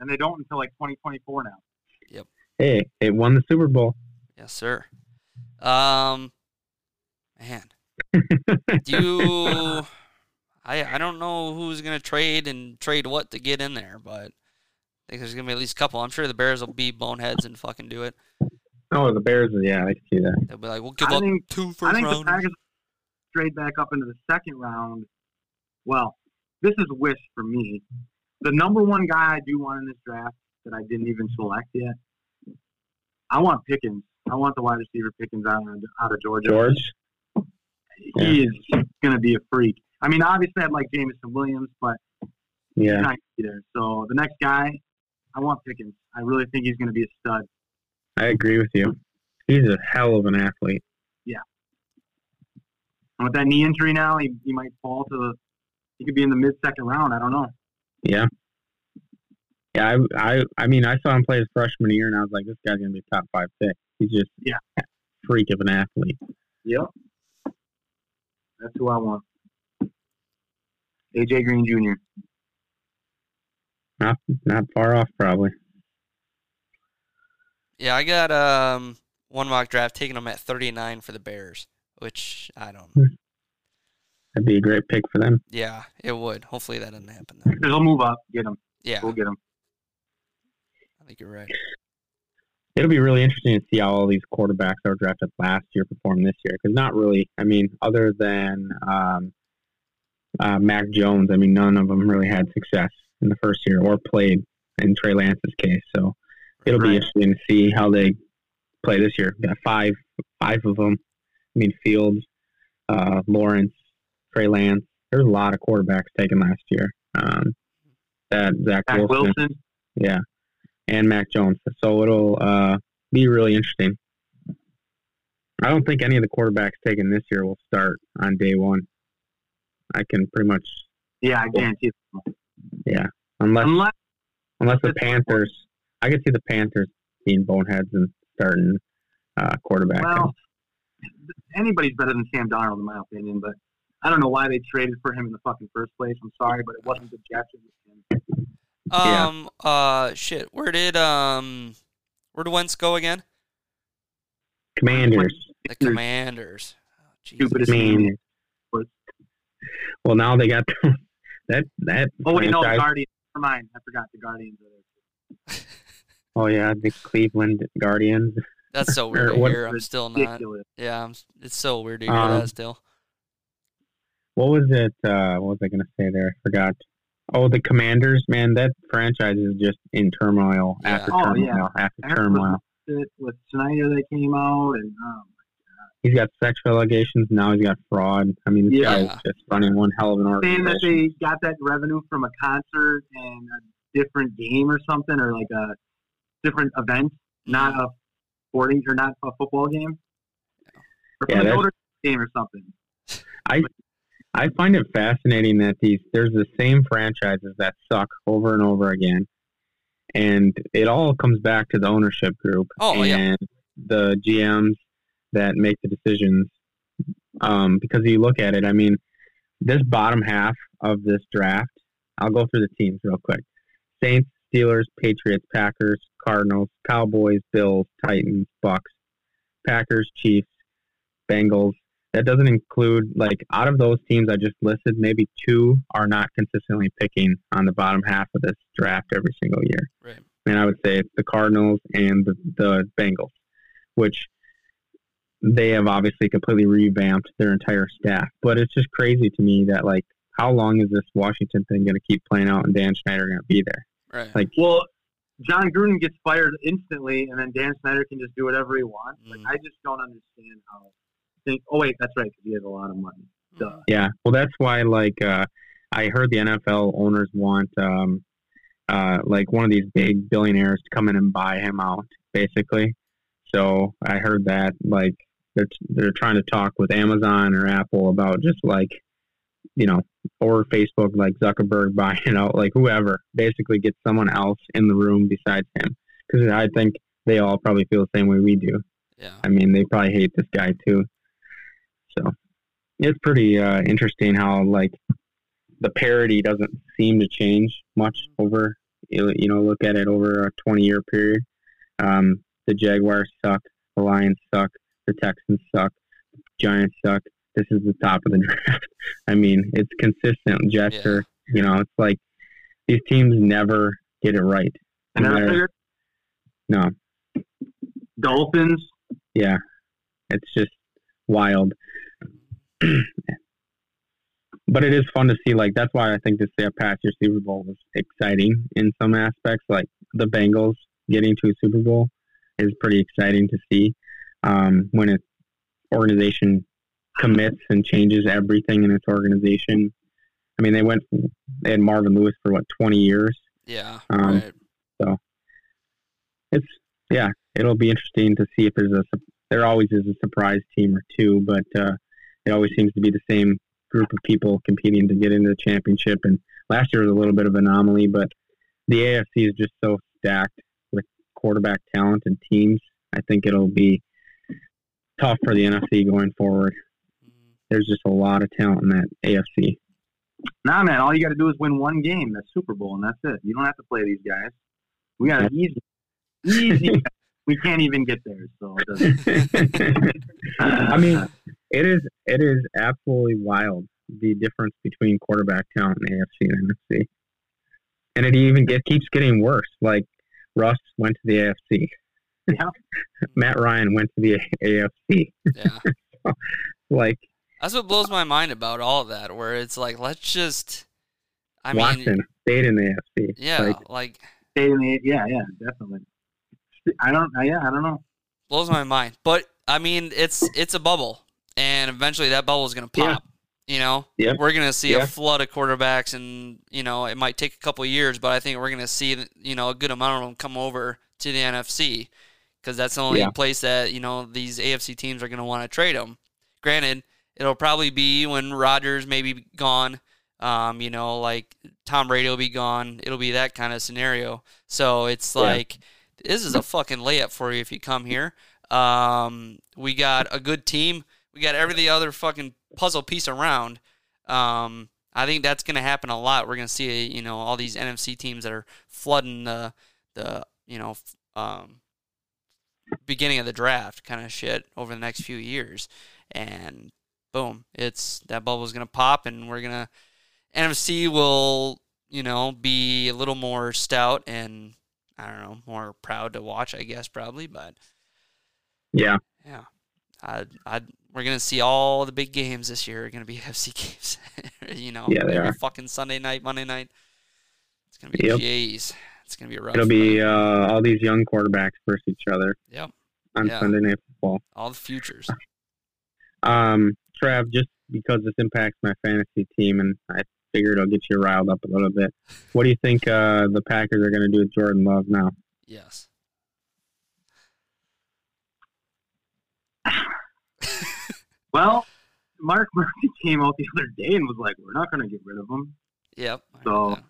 [SPEAKER 11] And they don't until like 2024 now.
[SPEAKER 10] Hey, they won the Super Bowl.
[SPEAKER 1] Yes, sir. Um, man, do you? I I don't know who's gonna trade and trade what to get in there, but I think there's gonna be at least a couple. I'm sure the Bears will be boneheads and fucking do it.
[SPEAKER 10] Oh, the Bears. Yeah, I can see that.
[SPEAKER 1] They'll be like, we'll give
[SPEAKER 11] I
[SPEAKER 1] up
[SPEAKER 11] think-
[SPEAKER 1] two
[SPEAKER 11] I
[SPEAKER 1] first
[SPEAKER 11] think the
[SPEAKER 1] rounders.
[SPEAKER 11] Packers straight back up into the second round. Well, this is a wish for me. The number one guy I do want in this draft that I didn't even select yet, I want Pickens. I want the wide receiver Pickens out of, out of Georgia.
[SPEAKER 10] George.
[SPEAKER 11] He is going to be a freak. I mean, obviously, I'd like Jamison Williams, but
[SPEAKER 10] Yeah.
[SPEAKER 11] he's not either. So the next guy, I want Pickens. I really think he's going to be a stud.
[SPEAKER 10] I agree with you. He's a hell of an athlete.
[SPEAKER 11] And with that knee injury now, he, he might fall to the. He could be in the mid second round. I don't know.
[SPEAKER 10] Yeah. Yeah, I, I, I mean, I saw him play his freshman year, and I was like, this guy's gonna be a top five pick. He's just
[SPEAKER 11] Yeah.
[SPEAKER 10] a freak of an athlete.
[SPEAKER 11] Yep. That's who I want. AJ Green Jr.
[SPEAKER 10] Not, not far off, probably.
[SPEAKER 1] Yeah, I got um one mock draft taking them at 39 for the Bears, which I don't.
[SPEAKER 11] Hmm.
[SPEAKER 10] That'd be a great pick for them.
[SPEAKER 1] Yeah, it would. Hopefully that doesn't happen though.
[SPEAKER 11] He'll move up. Get him.
[SPEAKER 1] Yeah,
[SPEAKER 11] We'll get him.
[SPEAKER 1] I think you're right.
[SPEAKER 10] It'll be really interesting to see how all these quarterbacks that were drafted last year perform this year. Because not really, I mean, other than um, uh, Mac Jones, I mean, none of them really had success in the first year or played in Trey Lance's case. So it'll be
[SPEAKER 11] Right.
[SPEAKER 10] interesting to see how they play this year. Got five, five of them. I mean, Fields, uh, Lawrence, Trey Lance. There's a lot of quarterbacks taken last year. Um, that Zach,
[SPEAKER 11] Zach
[SPEAKER 10] Wilson.
[SPEAKER 11] Wilson.
[SPEAKER 10] Yeah. And Mac Jones. So it'll uh, be really interesting. I don't think any of the quarterbacks taken this year will start on day one. I can pretty much,
[SPEAKER 11] Yeah, I guarantee. It.
[SPEAKER 10] unless
[SPEAKER 11] Unless
[SPEAKER 10] unless the
[SPEAKER 11] it's-
[SPEAKER 10] Panthers, I could see the Panthers being boneheads and starting uh, quarterback.
[SPEAKER 11] well, anybody's better than Sam Donald in my opinion, but I don't know why they traded for him in the fucking first place. I'm sorry, but it wasn't the Jets. it was him.
[SPEAKER 10] Yeah.
[SPEAKER 1] Um, uh, shit. Where did um, where did Wentz go again?
[SPEAKER 10] Commanders.
[SPEAKER 1] The Commanders. Oh, Jesus.
[SPEAKER 11] Stupidest
[SPEAKER 10] Man. Well, now they got that that.
[SPEAKER 11] Oh wait, no, the
[SPEAKER 10] franchise-
[SPEAKER 11] Guardians. Never mind. I forgot the Guardians are there.
[SPEAKER 10] Oh yeah, the Cleveland Guardians.
[SPEAKER 1] That's so weird to
[SPEAKER 10] Or what-
[SPEAKER 1] hear. I'm still not.
[SPEAKER 11] Ridiculous.
[SPEAKER 1] Yeah, I'm, it's so weird to hear
[SPEAKER 10] Um,
[SPEAKER 1] that still.
[SPEAKER 10] What was it? Uh, what was I going to say there? I forgot. Oh, the Commanders, man, that franchise is just in turmoil
[SPEAKER 1] Yeah.
[SPEAKER 10] after
[SPEAKER 11] Oh,
[SPEAKER 10] turmoil
[SPEAKER 11] yeah.
[SPEAKER 10] after
[SPEAKER 11] That was-
[SPEAKER 10] turmoil.
[SPEAKER 11] It- With Snyder that came out and um,
[SPEAKER 10] He's got sexual allegations now. He's got fraud. I mean, this
[SPEAKER 11] Yeah.
[SPEAKER 10] guy's just running one hell of an
[SPEAKER 11] saying
[SPEAKER 10] organization.
[SPEAKER 11] that they got that revenue from a concert and a different game or something or like a different event, not a sporting or not a football game. Or
[SPEAKER 10] Yeah,
[SPEAKER 11] from
[SPEAKER 10] that-
[SPEAKER 11] an older game or something.
[SPEAKER 10] I find it fascinating that these there's the same franchises that suck over and over again, and it all comes back to the ownership group
[SPEAKER 1] Oh,
[SPEAKER 10] and
[SPEAKER 1] yeah.
[SPEAKER 10] the GMs that make the decisions. Um, because you look at it, I mean, this bottom half of this draft, I'll go through the teams real quick: Saints, Steelers, Patriots, Packers, Cardinals, Cowboys, Bills, Titans, Bucks, Packers, Chiefs, Bengals. That doesn't include like out of those teams I just listed, maybe two are not consistently picking on the bottom half of this draft every single year.
[SPEAKER 1] Right.
[SPEAKER 10] And I would say it's the Cardinals and the, the Bengals, which they have obviously completely revamped their entire staff. But it's just crazy to me that like how long is this Washington thing going to keep playing out and Dan Schneider going to be there?
[SPEAKER 1] Right.
[SPEAKER 10] Like
[SPEAKER 11] Well, John Gruden gets fired instantly, and then Dan Snyder can just do whatever he wants. Like
[SPEAKER 1] Mm.
[SPEAKER 11] I just don't understand how. Think. Oh wait, that's right. 'cause he has a lot of money.
[SPEAKER 1] Hmm.
[SPEAKER 11] Duh.
[SPEAKER 10] Yeah, well, that's why like uh, I heard the NFL owners want um, uh, like one of these big billionaires to come in and buy him out, basically. So I heard that like they're they're trying to talk with Amazon or Apple about just like you know or Facebook like Zuckerberg buying out like whoever, basically get someone else in the room besides him because I think they all probably feel the same way we do.
[SPEAKER 1] yeah.
[SPEAKER 10] I mean, they probably hate this guy too. So it's pretty uh, interesting how like the parody doesn't seem to change much over you you know look at it over a 20 year period. Um, the Jaguars suck, the Lions suck, the Texans suck, Giants suck. This is the top of the draft. I mean, it's consistent. Jets
[SPEAKER 1] Yeah.
[SPEAKER 10] are, you know, it's like these teams never get it right.
[SPEAKER 11] And then I
[SPEAKER 10] Right.
[SPEAKER 11] figured
[SPEAKER 10] No,
[SPEAKER 11] Dolphins.
[SPEAKER 10] yeah, it's just wild. but it is fun to see. Like that's why I think this uh, past year Super Bowl was exciting in some aspects. Like the Bengals getting to a Super Bowl is pretty exciting to see um, when an organization commits and changes everything in its organization. I mean, they went they had Marvin Lewis for what twenty years.
[SPEAKER 1] Yeah.
[SPEAKER 10] Um,
[SPEAKER 1] right.
[SPEAKER 10] it's yeah, it'll be interesting to see if there's a su- there always is a surprise team or two, but uh, it always seems to be the same group of people competing to get into the championship. And last year was a little bit of an anomaly, but the AFC is just so stacked with quarterback talent and teams. I think it'll be tough for the NFC going forward.
[SPEAKER 1] Hmm,
[SPEAKER 10] There's just a lot of talent in that AFC.
[SPEAKER 11] Nah, man. All you got to do is win one game. That's Super Bowl, and that's it. You don't have to play these guys. We got it easy. Easy. we can't even get there. So it doesn't.
[SPEAKER 10] I mean, it is it is absolutely wild the difference between quarterback talent in the AFC and NFC, and it even it keeps getting worse. Like Russ went to the AFC,
[SPEAKER 11] Yeah.
[SPEAKER 10] Matt Ryan went to the AFC.
[SPEAKER 1] Yeah.
[SPEAKER 10] Like
[SPEAKER 1] That's what blows my mind about all that. Where it's like, let's just. I mean,
[SPEAKER 10] Watson stayed in the AFC.
[SPEAKER 1] yeah.
[SPEAKER 10] Like,
[SPEAKER 1] like
[SPEAKER 11] Stay in the- yeah, yeah, definitely. I don't. Yeah, I don't know.
[SPEAKER 1] blows my mind. But I mean, it's it's a bubble, and eventually that bubble is going to
[SPEAKER 10] Yeah.
[SPEAKER 1] pop. You know,
[SPEAKER 10] Yeah.
[SPEAKER 1] we're going to see
[SPEAKER 10] Yeah.
[SPEAKER 1] a flood of quarterbacks, and you know, it might take a couple years, but I think we're going to see you know a good amount of them come over to the NFC because that's the only
[SPEAKER 10] Yeah.
[SPEAKER 1] place that you know these AFC teams are going to want to trade them. Granted, it'll probably be when Rodgers may be gone. Um, you know, like Tom Brady will be gone. It'll be that kind of scenario. So it's
[SPEAKER 10] Yeah.
[SPEAKER 1] like this is a fucking layup for you if you come here. Um, we got a good team. We got every the other fucking puzzle piece around. Um, I think that's going to happen a lot. We're going to see, you know, all these NFC teams that are flooding the the you know f- um, beginning of the draft kind of shit over the next few years, and boom, it's that bubble's going to pop, and we're going to NFC will you know be a little more stout and I don't know more proud to watch, I guess probably, but
[SPEAKER 10] Yeah.
[SPEAKER 1] yeah, I I we're gonna see all the big games this year are gonna be FC games. you know,
[SPEAKER 10] Yeah, they
[SPEAKER 1] every
[SPEAKER 10] are.
[SPEAKER 1] fucking Sunday night, Monday night. It's gonna be
[SPEAKER 10] Yep.
[SPEAKER 1] Jays. It's gonna be rough.
[SPEAKER 10] It'll be uh, all these young quarterbacks versus each other
[SPEAKER 1] yep,
[SPEAKER 10] on
[SPEAKER 1] Yeah.
[SPEAKER 10] Sunday Night Football.
[SPEAKER 1] all the futures.
[SPEAKER 10] Um, Trav, just because this impacts my fantasy team, and I figured it'll get you riled up a little bit. What do you think uh, the Packers are going to do with Jordan Love now?
[SPEAKER 1] Yes.
[SPEAKER 11] Well, Mark Murphy came out the other day and was like, "We're not going to get rid of him."
[SPEAKER 1] Yep. I heard
[SPEAKER 11] So-
[SPEAKER 1] that.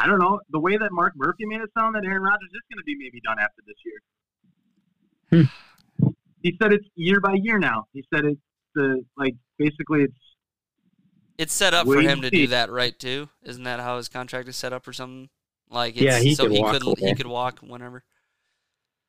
[SPEAKER 11] I don't know. The way that Mark Murphy made it sound that Aaron Rodgers is going to be maybe done after this year. He said it's year by year now. He said it's the like basically it's
[SPEAKER 1] it's set up for
[SPEAKER 11] Wait
[SPEAKER 1] him to
[SPEAKER 11] and
[SPEAKER 1] do
[SPEAKER 11] see.
[SPEAKER 1] that, right? Too isn't that how his contract is set up or something? Like, it's,
[SPEAKER 10] Yeah, he
[SPEAKER 1] so
[SPEAKER 10] could
[SPEAKER 1] he
[SPEAKER 10] walk
[SPEAKER 1] could he
[SPEAKER 10] away.
[SPEAKER 1] could walk whenever.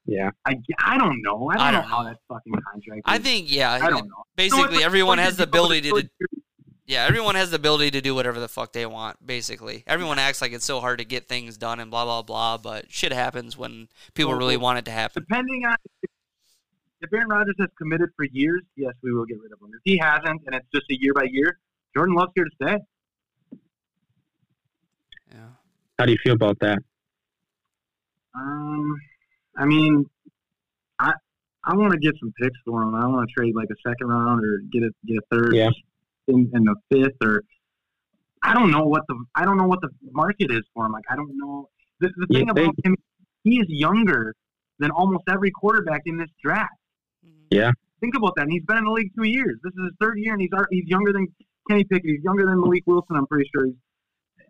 [SPEAKER 10] Yeah,
[SPEAKER 11] I, I don't know. I don't,
[SPEAKER 1] I
[SPEAKER 11] know,
[SPEAKER 1] don't
[SPEAKER 11] how
[SPEAKER 1] know.
[SPEAKER 11] that fucking contract.
[SPEAKER 1] I
[SPEAKER 11] is.
[SPEAKER 1] think yeah.
[SPEAKER 11] I don't know.
[SPEAKER 1] Basically,
[SPEAKER 11] No, it's like-
[SPEAKER 1] everyone
[SPEAKER 11] it's
[SPEAKER 1] has the
[SPEAKER 11] like you go to
[SPEAKER 1] ability to
[SPEAKER 11] first-
[SPEAKER 1] Yeah, everyone has the ability to do whatever the fuck they want, basically. Everyone acts like it's so hard to get things done and blah, blah, blah, but shit happens when people really want it to happen.
[SPEAKER 11] Depending on if Aaron Rodgers has committed for years, yes, we will get rid of him. If he hasn't, and it's just a year by year, Jordan Love's here to stay.
[SPEAKER 1] Yeah.
[SPEAKER 10] how do you feel about that?
[SPEAKER 11] Um, I mean, I I want to get some picks for him. I want to trade like a second round or get a get a third
[SPEAKER 10] Yeah.
[SPEAKER 11] in, in the fifth or I don't know what the I don't know what the market is for him. Like I don't know the, the
[SPEAKER 10] You
[SPEAKER 11] thing about
[SPEAKER 10] think-
[SPEAKER 11] him. He is younger than almost every quarterback in this draft.
[SPEAKER 1] Mm-hmm.
[SPEAKER 10] Yeah.
[SPEAKER 11] Think about that. And he's been in the league two years. This is his third year, and he's al- he's younger than Kenny Pickett. He's younger than Malik Wilson. I'm pretty sure. He's,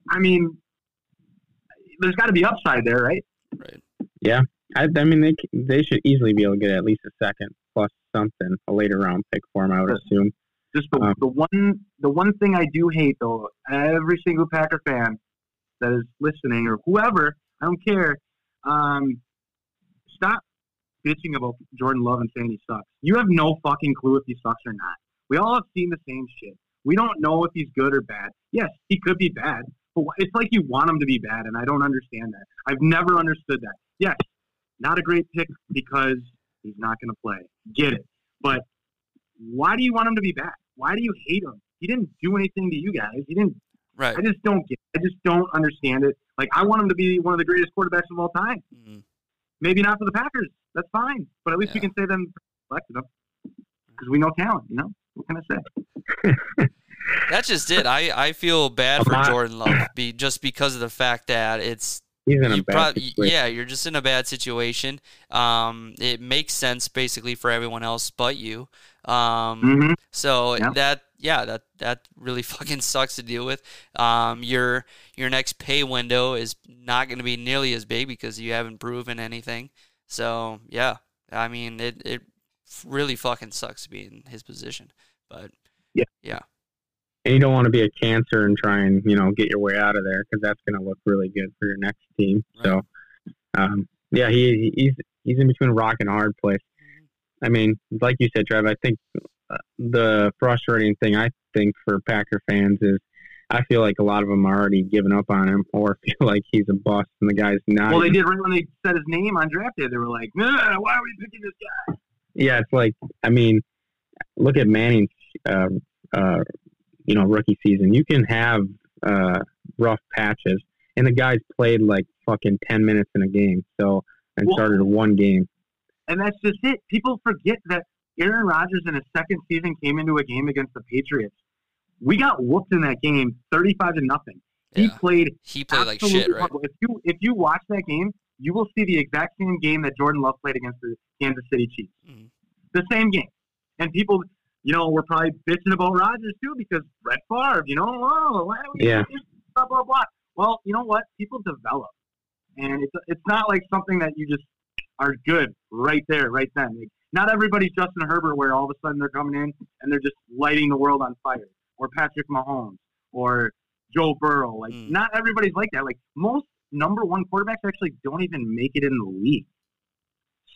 [SPEAKER 11] I mean, there's got to be upside there, right?
[SPEAKER 1] Right.
[SPEAKER 10] I, I mean, they c- they should easily be able to get at least a second plus something, a later round pick for him, I would
[SPEAKER 11] Sure.
[SPEAKER 10] assume.
[SPEAKER 11] Just the,
[SPEAKER 10] Um,
[SPEAKER 11] the one the one thing I do hate though, every single Packer fan that is listening or whoever, I don't care, um, stop bitching about Jordan Love and saying he sucks. You have no fucking clue if he sucks or not. We all have seen the same shit. We don't know if he's good or bad. Yes, he could be bad, but wh- it's like you want him to be bad, and I don't understand that. I've never understood that. Yes, not a great pick because he's not going to play. Get it. But why do you want him to be back? Why do you hate him? He didn't do anything to you guys. He didn't.
[SPEAKER 1] Right.
[SPEAKER 11] I just don't get. I just don't understand it. Like I want him to be one of the greatest quarterbacks of all time.
[SPEAKER 1] Mhm.
[SPEAKER 11] Maybe not for the Packers. That's fine. But at least we
[SPEAKER 1] Yeah.
[SPEAKER 11] can say them selected him because we know talent. You know what can I say?
[SPEAKER 1] That's just it. I, I feel bad for
[SPEAKER 10] Amon-
[SPEAKER 1] Jordan Love be, just because of the fact that it's
[SPEAKER 10] He's in a
[SPEAKER 1] you
[SPEAKER 10] bad
[SPEAKER 1] prob-
[SPEAKER 10] situation.
[SPEAKER 1] yeah, you're just in a bad situation. Um, it makes sense basically for everyone else but you. Um,
[SPEAKER 11] Mm-hmm.
[SPEAKER 1] So
[SPEAKER 11] Yeah.
[SPEAKER 1] that yeah, that that really fucking sucks to deal with. Um, your your next pay window is not going to be nearly as big because you haven't proven anything. So yeah, I mean it it really fucking sucks to be in his position. But
[SPEAKER 10] And you don't want to be a cancer and try and you know get your way out of there because that's going to look really good for your next team. So, um, yeah, he he's he's in between a rock and a hard place.
[SPEAKER 11] Mm-hmm.
[SPEAKER 10] I mean, like you said, Trev, I think uh, the frustrating thing I think for Packer fans is I feel like a lot of them are already giving up on him or feel like he's a bust and the guy's not.
[SPEAKER 11] Well, they
[SPEAKER 10] even-
[SPEAKER 11] did right when they said his name on draft day. They were like, "Ugh, "Why are we picking this guy?"
[SPEAKER 10] yeah, it's like I mean, look at Manning's, uh, uh, you know, rookie season. You can have uh, rough patches, and the guys played like fucking ten minutes in a game, so and
[SPEAKER 11] Well-
[SPEAKER 10] started one game.
[SPEAKER 11] And that's just it. People forget that Aaron Rodgers in his second season came into a game against the Patriots. We got whooped in that game, thirty-five to nothing. He
[SPEAKER 1] yeah,
[SPEAKER 11] played
[SPEAKER 1] he played like
[SPEAKER 11] absolutely
[SPEAKER 1] shit, right?
[SPEAKER 11] horrible. If you if you watch that game, you will see the exact same game that Jordan Love played against the Kansas City Chiefs.
[SPEAKER 1] Mhm.
[SPEAKER 11] The same game, and people, you know, were probably bitching about Rodgers too because Brett Favre, you know, oh, why don't we
[SPEAKER 10] Yeah.
[SPEAKER 11] blah blah blah. Well, you know what? People develop, and it's it's not like something that you just are good right there, right then. Like, not everybody's Justin Herbert, where all of a sudden they're coming in and they're just lighting the world on fire, or Patrick Mahomes, or Joe Burrow. Like,
[SPEAKER 1] Mm.
[SPEAKER 11] not everybody's like that. Like, most number one quarterbacks actually don't even make it in the league.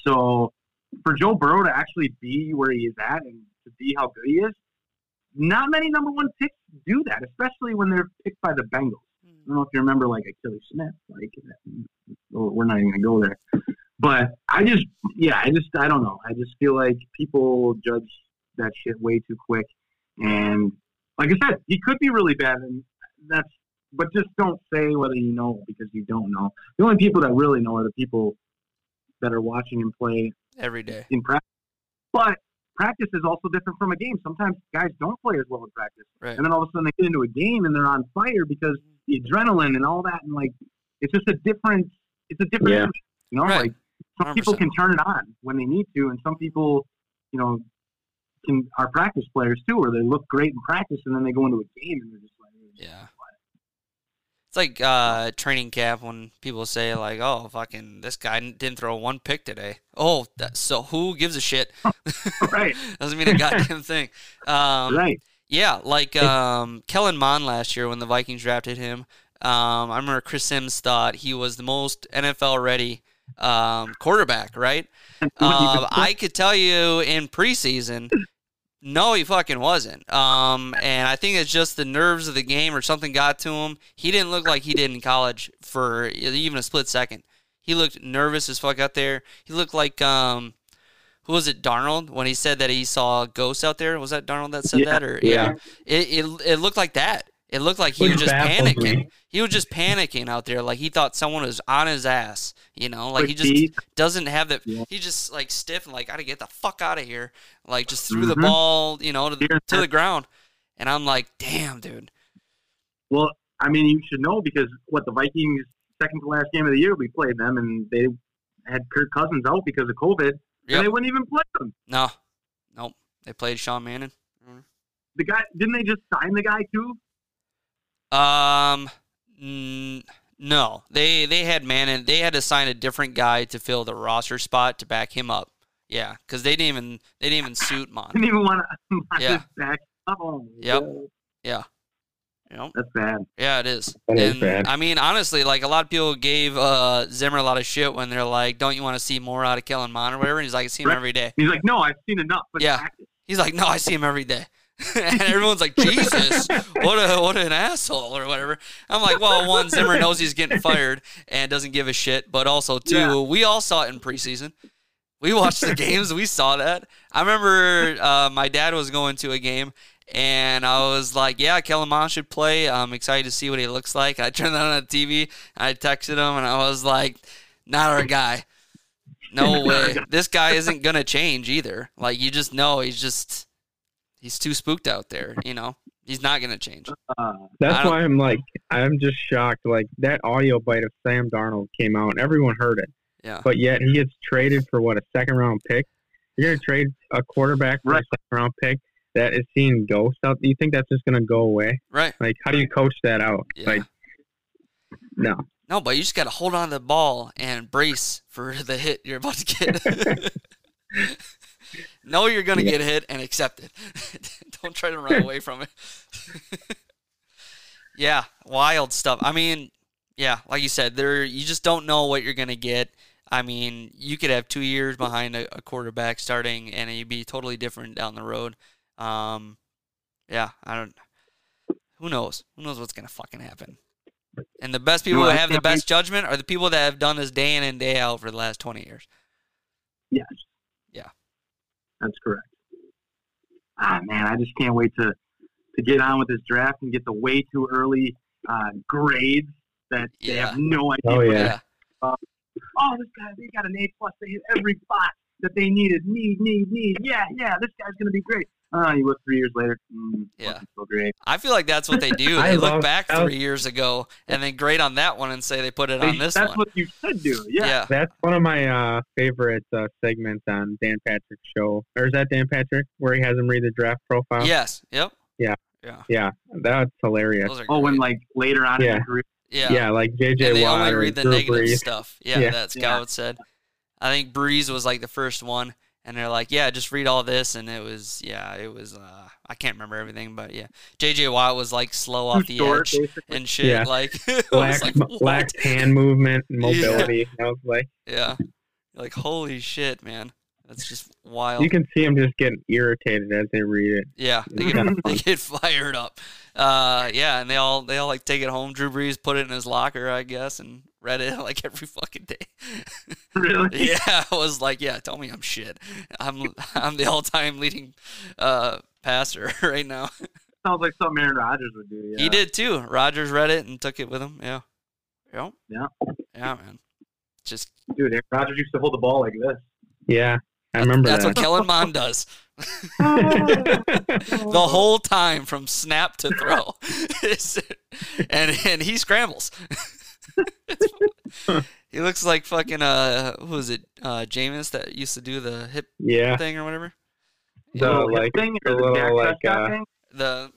[SPEAKER 11] So, for Joe Burrow to actually be where he is at and to be how good he is, not many number one picks do that, especially when they're picked by the Bengals. I don't know if you remember, like Achilles Smith. Like, oh, we're not even gonna go there. But I just, yeah, I just, I don't know. I just feel like people judge that shit way too quick. And like I said, he could be really bad, and that's. But just don't say whether you know because you don't know. The only people that really know are the people that are watching him play
[SPEAKER 1] every day.
[SPEAKER 11] in practice. But practice is also different from a game. Sometimes guys don't play as well in practice,
[SPEAKER 1] Right.
[SPEAKER 11] and then all of a sudden they get into a game and they're on fire because the adrenaline and all that, and like it's just a different, it's a different,
[SPEAKER 10] Yeah.
[SPEAKER 11] energy, you know,
[SPEAKER 1] Right.
[SPEAKER 11] like some people
[SPEAKER 1] 100%.
[SPEAKER 11] can turn it on when they need to, and some people, you know, can are practice players too, where they look great in practice and then they go into a game and they're just like,
[SPEAKER 1] Yeah. It's like uh, training camp when people say like, "Oh, fucking this guy didn't throw one pick today." Oh, that, so who gives a shit?
[SPEAKER 11] Right.
[SPEAKER 1] Doesn't mean a goddamn thing. Um,
[SPEAKER 11] right,
[SPEAKER 1] Yeah, like um, Kellen Mond last year when the Vikings drafted him. Um, I remember Chris Sims thought he was the most NFL ready um, quarterback, right? Um, I could tell you in preseason, no, he fucking wasn't. Um, and I think it's just the nerves of the game or something got to him. He didn't look like he did in college for even a split second. He looked nervous as fuck out there. He looked like um, who was it, Darnold, when he said that he saw ghosts out there? Was that Darnold that said that? Or
[SPEAKER 10] yeah.
[SPEAKER 1] it, it it looked like that. It looked like he
[SPEAKER 10] Which
[SPEAKER 1] was just
[SPEAKER 10] baffles
[SPEAKER 1] panicking.
[SPEAKER 10] me.
[SPEAKER 1] He was just panicking out there, like he thought someone was on his ass. You know, like he
[SPEAKER 11] Quick
[SPEAKER 1] just
[SPEAKER 11] feet.
[SPEAKER 1] doesn't have that.
[SPEAKER 11] Yeah.
[SPEAKER 1] He just like stiff and like I gotta get the fuck out of here. Like just threw the
[SPEAKER 11] Mhm.
[SPEAKER 1] ball, you know, to the,
[SPEAKER 11] Here.
[SPEAKER 1] to the ground. And I'm like, damn, dude.
[SPEAKER 11] Well, I mean, you should know because what the Vikings second to last game of the year we played them and they had Kirk Cousins out because of COVID
[SPEAKER 1] Yep.
[SPEAKER 11] and they wouldn't even play them.
[SPEAKER 1] No, nope. They played Sean Manning.
[SPEAKER 11] The guy didn't they just sign the guy too?
[SPEAKER 1] Um, n- no, they they had Manning. They had to sign a different guy to fill the roster spot to back him up. Yeah, because they didn't even they didn't even suit Mon.
[SPEAKER 11] Didn't even want to
[SPEAKER 1] Yeah.
[SPEAKER 11] back. Oh,
[SPEAKER 1] Yep.
[SPEAKER 11] yeah,
[SPEAKER 1] You know?
[SPEAKER 11] that's bad.
[SPEAKER 1] Yeah, it is.
[SPEAKER 10] That is
[SPEAKER 1] and,
[SPEAKER 10] bad.
[SPEAKER 1] I mean, honestly, like a lot of people gave uh, Zimmer a lot of shit when they're like, "Don't you want to see more out of Kellen Mond or whatever?" And he's like, "I see him
[SPEAKER 11] Right.
[SPEAKER 1] every day."
[SPEAKER 11] He's like, no, I've seen enough. But
[SPEAKER 1] Yeah.
[SPEAKER 11] practice."
[SPEAKER 1] He's like, no, I see him every day. and everyone's like, Jesus, what a what an asshole or whatever. I'm like, well, one Zimmer knows he's getting fired and doesn't give a shit, but also two,
[SPEAKER 11] Yeah.
[SPEAKER 1] we all saw it in preseason. We watched the games, we saw that. I remember uh, my dad was going to a game and I was like, yeah, Kellen Mond should play. I'm excited to see what he looks like. I turned that on the TV, I texted him and I was like, not our guy. No way. This guy isn't gonna change either. Like you just know he's just he's too spooked out there, you know. He's not gonna change.
[SPEAKER 11] Uh,
[SPEAKER 1] I
[SPEAKER 10] That's
[SPEAKER 1] don't-
[SPEAKER 10] why I'm like, I'm just shocked. Like that audio bite of Sam Darnold came out, and everyone heard it.
[SPEAKER 1] Yeah.
[SPEAKER 10] But yet he gets traded for what a second round pick. You're gonna trade a quarterback for
[SPEAKER 11] Right.
[SPEAKER 10] a second round pick that is seeing ghosts out. You think that's just gonna go away?
[SPEAKER 1] Right.
[SPEAKER 10] Like, how do you coach that out?
[SPEAKER 1] Yeah.
[SPEAKER 10] Like, no.
[SPEAKER 1] No, but you just gotta hold on to the ball and brace for the hit you're about to get. know you're gonna get hit and accept it. Don't try to run away from it. yeah, wild stuff. I mean, yeah, like you said, there you just don't know what you're gonna get. I mean, you could have two years behind a, a quarterback starting, and it'd be totally different down the road. Um, yeah, I don't. Who knows? Who knows what's gonna fucking happen? And the best people
[SPEAKER 11] No,
[SPEAKER 1] who
[SPEAKER 11] I
[SPEAKER 1] have the
[SPEAKER 11] can't wait.
[SPEAKER 1] best judgment are the people that have done this day in and day out for the last twenty years.
[SPEAKER 11] yes.
[SPEAKER 1] Yeah.
[SPEAKER 11] That's correct. Ah, man, I just can't wait to to get on with this draft and get the way too early uh, grades that they
[SPEAKER 1] Yeah.
[SPEAKER 11] have no idea
[SPEAKER 10] Oh
[SPEAKER 11] what
[SPEAKER 10] yeah.
[SPEAKER 11] oh, this guy, they got an A plus. They hit every spot that they needed. Need, need, need. Yeah, yeah, this guy's going to be great. Oh, you look three years later. Mm,
[SPEAKER 1] Yeah.
[SPEAKER 11] wasn't so great.
[SPEAKER 1] I feel like that's what they do.
[SPEAKER 10] I
[SPEAKER 1] They look
[SPEAKER 10] love-
[SPEAKER 1] back
[SPEAKER 10] I was-
[SPEAKER 1] three years ago and then grade on that one and say they put it on this
[SPEAKER 11] That's
[SPEAKER 1] one.
[SPEAKER 11] what you should do. Yeah.
[SPEAKER 1] yeah.
[SPEAKER 10] That's one of my uh, favorite uh, segments on Dan Patrick's show. Or is that Dan Patrick where he has him read the draft profile?
[SPEAKER 1] Yes. Yep.
[SPEAKER 10] Yeah.
[SPEAKER 1] Yeah.
[SPEAKER 10] Yeah, that's hilarious.
[SPEAKER 1] Those are
[SPEAKER 11] Oh, when
[SPEAKER 1] great.
[SPEAKER 11] like later on in
[SPEAKER 10] Yeah.
[SPEAKER 11] your career,
[SPEAKER 1] yeah.
[SPEAKER 10] Yeah, like JJ
[SPEAKER 1] And they
[SPEAKER 10] Watt
[SPEAKER 1] only
[SPEAKER 10] or
[SPEAKER 1] read the
[SPEAKER 10] Drew
[SPEAKER 1] negative
[SPEAKER 10] Brees.
[SPEAKER 1] stuff. Yeah,
[SPEAKER 10] Yeah.
[SPEAKER 1] That's that
[SPEAKER 11] Yeah.
[SPEAKER 1] Scout said. I think Breeze was like the first one, and they're like, "Yeah, just read all this," and it was, yeah, it was. Uh, I can't remember everything, but yeah, J.J. Watt was like slow off the
[SPEAKER 11] Short,
[SPEAKER 1] edge
[SPEAKER 11] basically.
[SPEAKER 1] and shit.
[SPEAKER 10] Yeah.
[SPEAKER 1] Like, I was
[SPEAKER 10] Lacked,
[SPEAKER 1] like,
[SPEAKER 10] m-
[SPEAKER 1] "What?"
[SPEAKER 10] lacked hand movement and mobility. I was like,
[SPEAKER 1] yeah, like holy shit, man, that's just wild.
[SPEAKER 10] you can see him just getting irritated as they read it.
[SPEAKER 1] Yeah, they
[SPEAKER 10] Yeah.
[SPEAKER 1] get, they get fired up. Uh, yeah, and they all they all like take it home. Drew Brees put it in his locker, I guess, and read it like every fucking day.
[SPEAKER 11] Really?
[SPEAKER 1] yeah, I was like, yeah, tell me I'm shit. I'm I'm the all time leading uh, passer right now.
[SPEAKER 11] Sounds like something Aaron Rodgers would do. Yeah.
[SPEAKER 1] He did too. Rogers read it and took it with him. Yeah, yeah,
[SPEAKER 11] Yeah.
[SPEAKER 1] yeah, man. Just
[SPEAKER 11] Dude, Aaron Rodgers used to hold the ball like this.
[SPEAKER 10] Yeah, I remember
[SPEAKER 1] that's
[SPEAKER 10] that.
[SPEAKER 1] what Kellen Mond does the whole time from snap to throw, It's- and and he scrambles. he looks like fucking uh, who was it? Uh, Jameis that used to do the hip
[SPEAKER 10] yeah,
[SPEAKER 1] thing or whatever.
[SPEAKER 10] the
[SPEAKER 11] The
[SPEAKER 10] like,
[SPEAKER 11] thing
[SPEAKER 10] the
[SPEAKER 11] or the
[SPEAKER 10] little,
[SPEAKER 11] Dak
[SPEAKER 10] like,
[SPEAKER 11] Prescott
[SPEAKER 10] uh,
[SPEAKER 11] thing?
[SPEAKER 1] The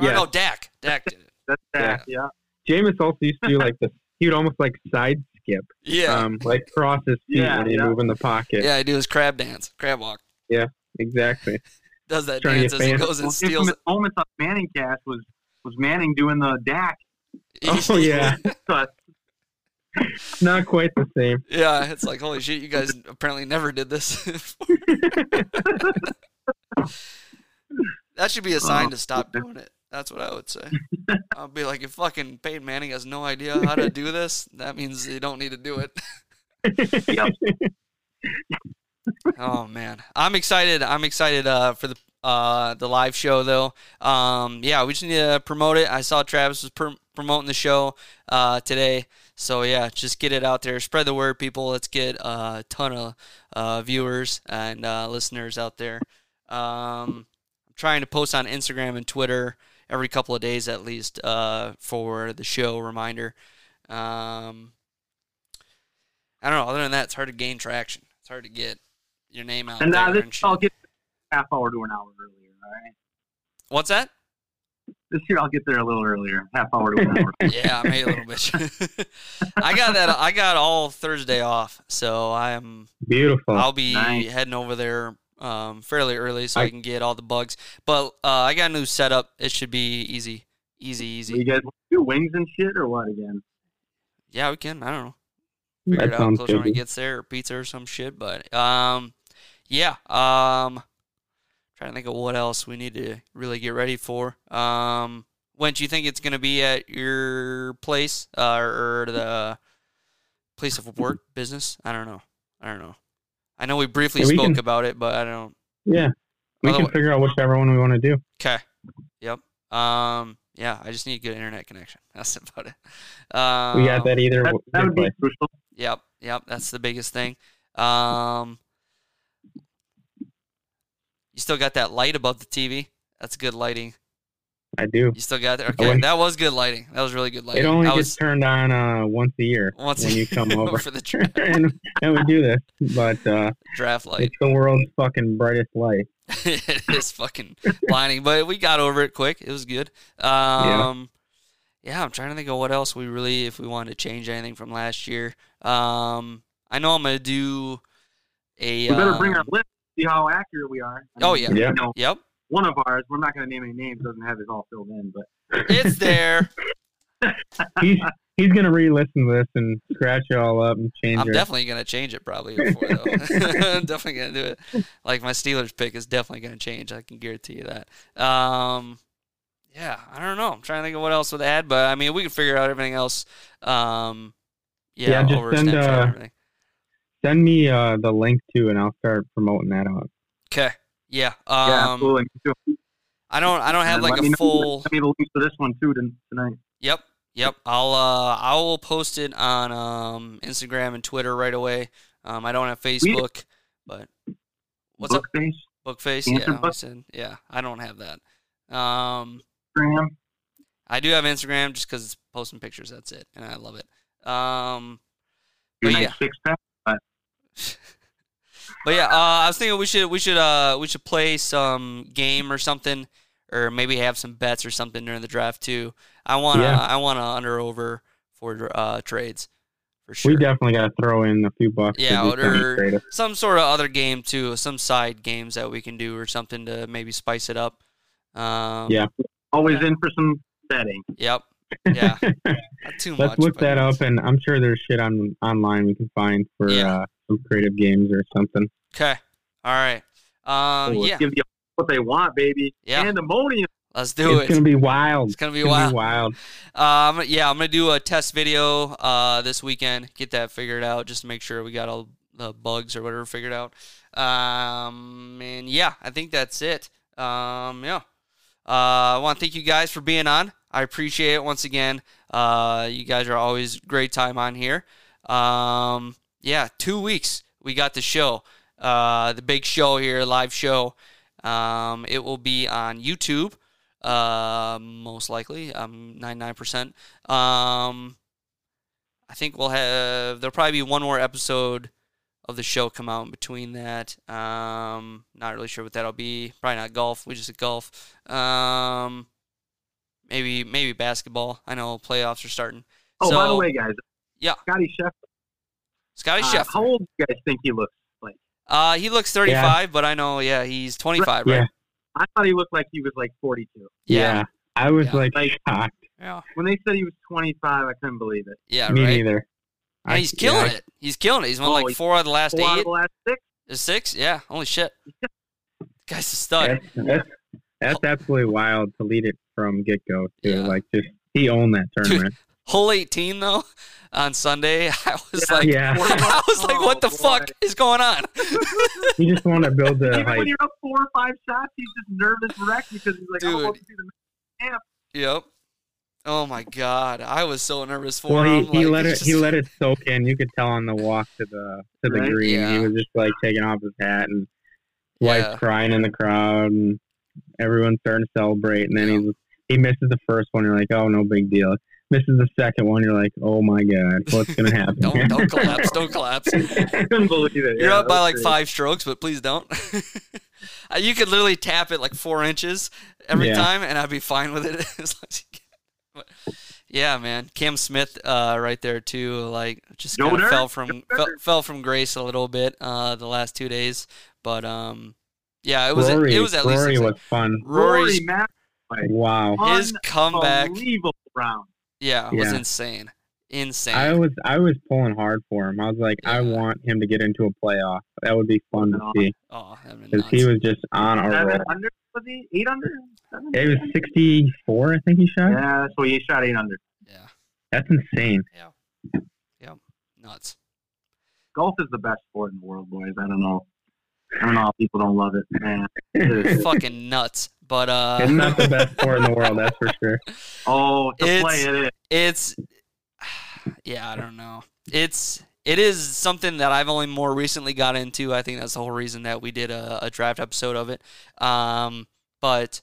[SPEAKER 1] or
[SPEAKER 10] Yeah.
[SPEAKER 1] no, Dak. Dak did it.
[SPEAKER 11] That's Dak, yeah.
[SPEAKER 10] Jameis also used to do like this. He would almost like side skip,
[SPEAKER 1] Yeah,
[SPEAKER 10] um, like cross his feet
[SPEAKER 11] Yeah,
[SPEAKER 10] when he
[SPEAKER 11] yeah.
[SPEAKER 10] move in the pocket.
[SPEAKER 1] yeah. He do his crab dance, crab walk.
[SPEAKER 10] Exactly.
[SPEAKER 1] Does that
[SPEAKER 10] Trying to
[SPEAKER 1] dance
[SPEAKER 10] get
[SPEAKER 1] as he
[SPEAKER 10] famous.
[SPEAKER 1] goes and
[SPEAKER 11] One
[SPEAKER 1] steals.
[SPEAKER 11] infamous moments on Manning cast was was Manning doing the Dak.
[SPEAKER 1] it.
[SPEAKER 10] Oh yeah,
[SPEAKER 11] cut.
[SPEAKER 10] not quite the same.
[SPEAKER 1] yeah. It's like holy shit, you guys apparently never did this. before. That should be a sign to stop doing it. That's what I would say. I'll be like, if fucking Peyton Manning has no idea how to do this, that means you don't need to do it. oh man, I'm excited. I'm excited uh, for the uh, the live show though. Um, yeah, we just need to promote it. I saw Travis was pr- promoting the show uh, today, so yeah, just get it out there, spread the word, people. Let's get a ton of uh, viewers and uh, listeners out there. Um, I'm trying to post on Instagram and Twitter every couple of days at least uh, for the show reminder. Um, I don't know. Other than that, it's hard to gain traction. It's hard to get your name out
[SPEAKER 11] And
[SPEAKER 1] there.
[SPEAKER 11] now this
[SPEAKER 1] and shit.
[SPEAKER 11] I'll get half hour to an hour earlier, all right?
[SPEAKER 1] What's that?
[SPEAKER 11] This year I'll get there a little earlier, half hour to an hour.
[SPEAKER 1] yeah, I made a little bit. I got that. I got all Thursday off, so I'm.
[SPEAKER 10] Beautiful.
[SPEAKER 1] I'll be
[SPEAKER 11] Nice.
[SPEAKER 1] heading over there um, fairly early, so I,
[SPEAKER 10] I-
[SPEAKER 1] can get all the bugs. But uh, I got a new setup. It should be easy, easy, easy.
[SPEAKER 11] you guys do wings and shit or what again?
[SPEAKER 1] Yeah, we can. I don't know.
[SPEAKER 10] That
[SPEAKER 1] Figure it out
[SPEAKER 10] sounds
[SPEAKER 1] closer when it
[SPEAKER 10] good.
[SPEAKER 1] gets there, or pizza or some shit. But um, yeah. Um, trying to think of what else we need to really get ready for. Um, when do you think it's gonna be at your place uh, or the place of work business? I don't know. I don't know. I know we briefly
[SPEAKER 10] Yeah, we
[SPEAKER 1] spoke
[SPEAKER 10] can-
[SPEAKER 1] about it, but I don't.
[SPEAKER 10] yeah, we can
[SPEAKER 1] Otherwise-
[SPEAKER 10] figure out whichever one we want to do.
[SPEAKER 1] Okay. Yep. Um. Yeah. I just need good internet connection. That's about it. Um,
[SPEAKER 10] We got that either.
[SPEAKER 11] That,
[SPEAKER 10] w-
[SPEAKER 11] that would
[SPEAKER 10] good
[SPEAKER 11] be
[SPEAKER 10] way.
[SPEAKER 11] crucial.
[SPEAKER 1] Yep, yep, that's the biggest thing. Um, you still got that light above the TV. That's good lighting.
[SPEAKER 10] I do.
[SPEAKER 1] You still got that. Okay,
[SPEAKER 10] wouldn't-
[SPEAKER 1] that was good lighting. That was really good lighting.
[SPEAKER 10] It only
[SPEAKER 1] I
[SPEAKER 10] gets
[SPEAKER 1] was
[SPEAKER 10] turned on uh, once a year
[SPEAKER 1] once
[SPEAKER 10] when you come over.
[SPEAKER 1] for the dra-
[SPEAKER 10] and, and we do this, but uh,
[SPEAKER 1] draft light.
[SPEAKER 10] it's the world's fucking brightest light.
[SPEAKER 1] it is fucking blinding, but we got over it quick. It was good. Um, yeah. I'm trying to think of what else we really, if we wanted to change anything from last year. Um, I know I'm gonna do a.
[SPEAKER 11] We better bring
[SPEAKER 1] um,
[SPEAKER 11] our list, see how accurate we are. I
[SPEAKER 1] Oh,
[SPEAKER 11] mean,
[SPEAKER 1] yeah.
[SPEAKER 10] Yeah.
[SPEAKER 11] You know,
[SPEAKER 1] Yep,
[SPEAKER 11] one of ours, we're not going to name any names, doesn't have it all filled in, but
[SPEAKER 1] it's there.
[SPEAKER 10] He's he's gonna re-listen to this and scratch it all up and change
[SPEAKER 1] I'm
[SPEAKER 10] it.
[SPEAKER 1] definitely gonna change it probably before though. I'm definitely gonna do it. Like my Steelers pick is definitely gonna change. I can guarantee you that. Um, yeah, I don't know. I'm trying to think of what else would add, but I mean we can figure out everything else. Um, yeah,
[SPEAKER 10] Yeah, just
[SPEAKER 1] over
[SPEAKER 10] send,
[SPEAKER 1] Snapchat
[SPEAKER 10] uh,
[SPEAKER 1] and everything.
[SPEAKER 10] Send me uh, the link too, and I'll start promoting that out.
[SPEAKER 1] Okay. Yeah.
[SPEAKER 11] yeah,
[SPEAKER 1] Um,
[SPEAKER 11] absolutely.
[SPEAKER 1] I don't. I don't have
[SPEAKER 11] And
[SPEAKER 1] like
[SPEAKER 11] let me
[SPEAKER 1] a
[SPEAKER 11] know-
[SPEAKER 1] full.
[SPEAKER 11] Let me the links for this one too to- tonight.
[SPEAKER 1] Yep. Yep. I'll uh I will post it on um Instagram and Twitter right away. Um, I don't have Facebook, but what's up?
[SPEAKER 11] Book Face,
[SPEAKER 1] Bookface,
[SPEAKER 11] Answer
[SPEAKER 1] yeah, I
[SPEAKER 11] button.
[SPEAKER 1] said- yeah. I don't have that. Um,
[SPEAKER 11] Instagram.
[SPEAKER 1] I do have Instagram just because it's posting pictures. That's it, and I love it. Um,
[SPEAKER 11] Your
[SPEAKER 1] But
[SPEAKER 11] nice
[SPEAKER 1] yeah.
[SPEAKER 11] six pack.
[SPEAKER 1] but yeah, uh, I was thinking we should we should uh we should play some game or something, or maybe have some bets or something during the draft too. I wanna
[SPEAKER 10] Yeah.
[SPEAKER 1] I wanna under over for uh trades. for sure.
[SPEAKER 10] We definitely got to throw in a few bucks. to
[SPEAKER 1] Yeah,
[SPEAKER 10] do something
[SPEAKER 1] or-
[SPEAKER 10] creative.
[SPEAKER 1] some sort of other game too, some side games that we can do or something to maybe spice it up. Um,
[SPEAKER 10] Yeah.
[SPEAKER 11] Always in for some betting.
[SPEAKER 1] Yep. Yeah. Not too
[SPEAKER 10] Let's
[SPEAKER 1] much.
[SPEAKER 10] look
[SPEAKER 1] but-
[SPEAKER 10] that up, and I'm sure there's shit on online we can find for
[SPEAKER 1] Yeah.
[SPEAKER 10] uh, some creative games or something.
[SPEAKER 1] Okay. All right. Um,
[SPEAKER 11] Let's
[SPEAKER 1] yeah.
[SPEAKER 11] Give you what they want, baby.
[SPEAKER 1] Yeah.
[SPEAKER 11] Pandemonium.
[SPEAKER 1] Let's do
[SPEAKER 10] it's
[SPEAKER 1] it.
[SPEAKER 10] gonna be wild.
[SPEAKER 1] It's gonna be
[SPEAKER 10] Be wild.
[SPEAKER 1] Um, yeah, I'm gonna do a test video uh, this weekend. Get that figured out just to make sure we got all the bugs or whatever figured out. Um, and yeah, I think that's it. Um, yeah. Uh, I want to thank you guys for being on. I appreciate it once again. Uh, you guys are always great time on here. Um, yeah, two weeks we got the show, uh, the big show here, live show. Um, it will be on YouTube, uh, most likely. Um, ninety nine percent. Um, I think we'll have there'll probably be one more episode of the show come out in between that. Um, not really sure what that'll be. Probably not golf. We just did golf. Um, maybe maybe basketball. I know playoffs are starting.
[SPEAKER 11] Oh, by the
[SPEAKER 1] So-
[SPEAKER 11] way, guys.
[SPEAKER 1] Yeah.
[SPEAKER 11] Scotty Chef.
[SPEAKER 1] Scotty
[SPEAKER 11] uh,
[SPEAKER 1] Chef.
[SPEAKER 11] how old do you guys think he looks like?
[SPEAKER 1] Uh, he looks 35, but I know, yeah, he's 25,
[SPEAKER 10] Yeah.
[SPEAKER 1] right?
[SPEAKER 11] I thought he looked like he was like 42.
[SPEAKER 1] Yeah.
[SPEAKER 10] I was
[SPEAKER 1] Yeah.
[SPEAKER 10] like,
[SPEAKER 11] Like-
[SPEAKER 10] shocked.
[SPEAKER 1] Yeah.
[SPEAKER 11] When they said he was 25, I couldn't believe it.
[SPEAKER 1] Yeah,
[SPEAKER 10] me
[SPEAKER 1] right.
[SPEAKER 10] neither.
[SPEAKER 1] And he's killing it. He's killing it. He's won
[SPEAKER 11] Oh,
[SPEAKER 1] like
[SPEAKER 11] he's-
[SPEAKER 1] four out of the last
[SPEAKER 11] Four out
[SPEAKER 1] eight
[SPEAKER 11] of the last six.
[SPEAKER 1] or six. Yeah, holy shit. Guy's a stud.
[SPEAKER 10] That's, that's, that's absolutely wild to lead it from get go too.
[SPEAKER 1] Yeah.
[SPEAKER 10] Like just he owned that tournament.
[SPEAKER 1] Whole 18, though, on Sunday. I was like,
[SPEAKER 10] yeah,
[SPEAKER 1] I was like, what the
[SPEAKER 11] Oh, boy.
[SPEAKER 1] fuck is going on?
[SPEAKER 10] he just wanted to build the
[SPEAKER 11] Even
[SPEAKER 10] hype.
[SPEAKER 11] when you're up four or five shots, he's just nervous wreck because he's like, I
[SPEAKER 1] Dude.
[SPEAKER 11] want to see the
[SPEAKER 1] yep. Oh my god, I was so nervous for
[SPEAKER 10] Well, he,
[SPEAKER 1] him.
[SPEAKER 10] he
[SPEAKER 1] like,
[SPEAKER 10] let it
[SPEAKER 1] it's
[SPEAKER 10] he
[SPEAKER 1] just-
[SPEAKER 10] let it soak in. You could tell on the walk to the to the
[SPEAKER 11] Right?
[SPEAKER 10] green. He
[SPEAKER 1] Yeah.
[SPEAKER 10] was just like taking off his hat and wife
[SPEAKER 1] Yeah.
[SPEAKER 10] crying in the crowd and everyone's starting to celebrate. And then
[SPEAKER 1] Yeah.
[SPEAKER 10] he was- he misses the first one. You're like, oh no, big deal. Misses the second one. You're like, oh my god, what's gonna happen?
[SPEAKER 1] Don't
[SPEAKER 10] here?"
[SPEAKER 1] don't collapse. Don't collapse.
[SPEAKER 11] I couldn't believe it.
[SPEAKER 1] You're
[SPEAKER 11] Yeah,
[SPEAKER 1] up by
[SPEAKER 11] that
[SPEAKER 1] like
[SPEAKER 11] was
[SPEAKER 1] five strokes, but please don't. Uh, you could literally tap it like four inches every
[SPEAKER 10] Yeah.
[SPEAKER 1] time, and I'd be fine with it as long as you can. But, yeah, man, Cam Smith, uh, right there too. Like just
[SPEAKER 11] Go
[SPEAKER 1] kind of
[SPEAKER 11] Dirk.
[SPEAKER 1] fell from
[SPEAKER 11] Go
[SPEAKER 1] fell,
[SPEAKER 11] Dirk.
[SPEAKER 1] fell from grace a little bit uh, the last two days, but um, yeah, it was
[SPEAKER 10] Rory,
[SPEAKER 1] it was at
[SPEAKER 10] Rory
[SPEAKER 1] least
[SPEAKER 10] was fun.
[SPEAKER 11] great. Rory
[SPEAKER 1] Rory's
[SPEAKER 11] Matt,
[SPEAKER 10] Wow.
[SPEAKER 1] his comeback.
[SPEAKER 11] unbelievable round.
[SPEAKER 1] Yeah, was
[SPEAKER 10] Yeah.
[SPEAKER 1] insane, insane.
[SPEAKER 10] I was I was pulling hard for him. I was like, I
[SPEAKER 1] Yeah.
[SPEAKER 10] want him to get into a playoff. That would be fun to see
[SPEAKER 1] oh, that would've been
[SPEAKER 10] because he
[SPEAKER 1] nuts.
[SPEAKER 10] was just on a roll.
[SPEAKER 11] Seven under was he? Eight under? Seven?
[SPEAKER 10] It was 64, I think he shot.
[SPEAKER 11] Yeah, so he shot eight under.
[SPEAKER 1] yeah,
[SPEAKER 10] That's insane.
[SPEAKER 1] nuts.
[SPEAKER 11] Golf is the best sport in the world, boys. I don't know. I don't know how people don't love it, man. It is-
[SPEAKER 1] Fucking nuts. But uh,
[SPEAKER 10] It's not the best sport in the world, that's for sure.
[SPEAKER 11] oh, to
[SPEAKER 1] It's-
[SPEAKER 11] play it is.
[SPEAKER 1] it's yeah i don't know it's it is something that i've only more recently got into i think that's the whole reason that we did a, a draft episode of it um, but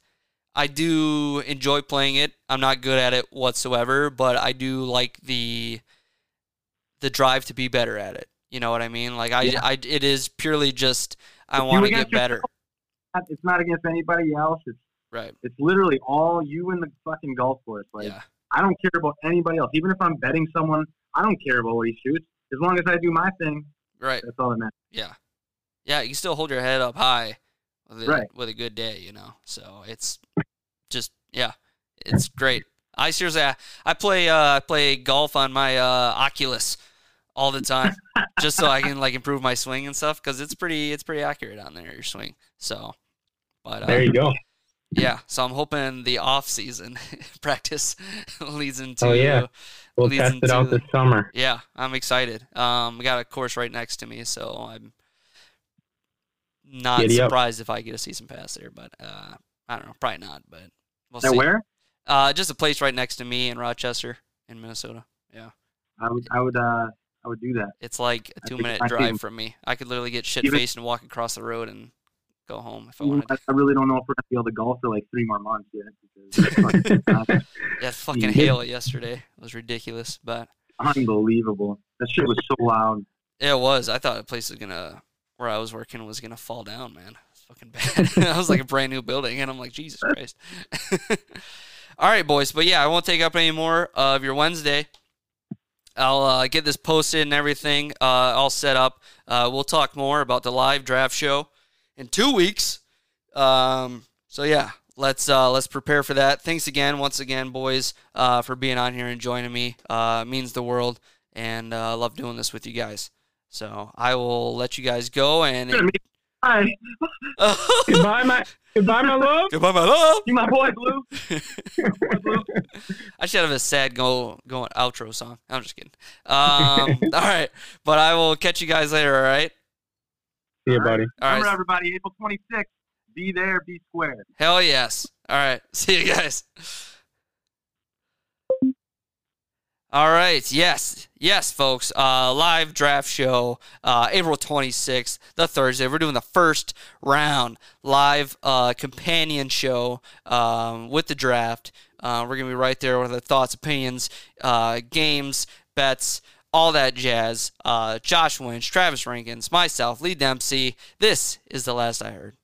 [SPEAKER 1] i do enjoy playing it i'm not good at it whatsoever but i do like the the drive to be better at it you know what i mean like i, I it is purely just i
[SPEAKER 11] It's you
[SPEAKER 1] want to get
[SPEAKER 11] against
[SPEAKER 1] better
[SPEAKER 11] yourself. It's not against anybody else. It's
[SPEAKER 1] right
[SPEAKER 11] it's literally all you and the fucking golf course. Like
[SPEAKER 1] yeah
[SPEAKER 11] I don't care about anybody else. Even if I'm betting someone, I don't care about what he shoots. As long as I do my thing,
[SPEAKER 1] right
[SPEAKER 11] that's all that matters.
[SPEAKER 1] Yeah. Yeah, you can still hold your head up high with a,
[SPEAKER 11] Right.
[SPEAKER 1] with a good day, you know. So it's just yeah, it's great. I seriously I, I play uh I play golf on my uh Oculus all the time just so I can like improve my swing and stuff cuz it's pretty it's pretty accurate on there your swing. So but uh,
[SPEAKER 10] There you go.
[SPEAKER 1] yeah, so I'm hoping the off season practice leads into
[SPEAKER 10] Oh, yeah. We'll
[SPEAKER 1] Leads
[SPEAKER 10] test it out
[SPEAKER 1] into-
[SPEAKER 10] this summer.
[SPEAKER 1] yeah, I'm excited. Um, I got a course right next to me, so I'm not
[SPEAKER 10] Giddy up.
[SPEAKER 1] surprised if I get a season pass there. But uh, I don't know, probably not. But we'll
[SPEAKER 11] Now
[SPEAKER 1] see.
[SPEAKER 11] where?
[SPEAKER 1] Uh, just a place right next to me in Rochester, in Minnesota.
[SPEAKER 11] I would I would uh I would do that.
[SPEAKER 1] It's like a
[SPEAKER 11] I
[SPEAKER 1] two
[SPEAKER 11] think
[SPEAKER 1] minute
[SPEAKER 11] I
[SPEAKER 1] drive
[SPEAKER 11] can-
[SPEAKER 1] from me. I could literally get shit
[SPEAKER 11] Even-
[SPEAKER 1] faced and walk across the road and go home if I
[SPEAKER 11] I,
[SPEAKER 1] wanted.
[SPEAKER 11] I really don't know if we're gonna be able to golf for like three more months yet because it's fucking
[SPEAKER 1] Yeah, fucking
[SPEAKER 10] Yeah.
[SPEAKER 1] hail it yesterday. It was ridiculous, but
[SPEAKER 11] unbelievable. That shit was so loud.
[SPEAKER 1] Yeah, it was. I thought the place was gonna where I was working was gonna fall down, man. It's fucking bad. I was like a brand new building, and I'm like, Jesus Christ. All right, boys. But yeah, I won't take up any more of your Wednesday. I'll uh, get this posted and everything uh, all set up. Uh, we'll talk more about the live draft show in two weeks. Um, so yeah, let's uh, let's prepare for that. Thanks again, once again, boys, uh, for being on here and joining me. Uh, it means the world, and uh, I love doing this with you guys. So I will let you guys go and
[SPEAKER 11] Hi.
[SPEAKER 10] goodbye, my goodbye, my love.
[SPEAKER 1] goodbye, my love.
[SPEAKER 11] You my boy, Blue.
[SPEAKER 1] I should have a sad go going outro song. I'm just kidding. Um, all right, but I will catch you guys later. All right.
[SPEAKER 10] See you, buddy.
[SPEAKER 1] All right.
[SPEAKER 11] Remember, everybody, April 26th, be there, be square.
[SPEAKER 1] Hell yes. All right. See you guys. All right. Yes. Yes, folks. Uh, live draft show, uh, April 26th, the Thursday. We're doing the first round live uh, companion show um, with the draft. Uh, we're going to be right there with the thoughts, opinions, uh, games, bets, all that jazz. Uh, Josh Winch, Travis Rankins, myself, Lee Dempsey. This is the last I heard.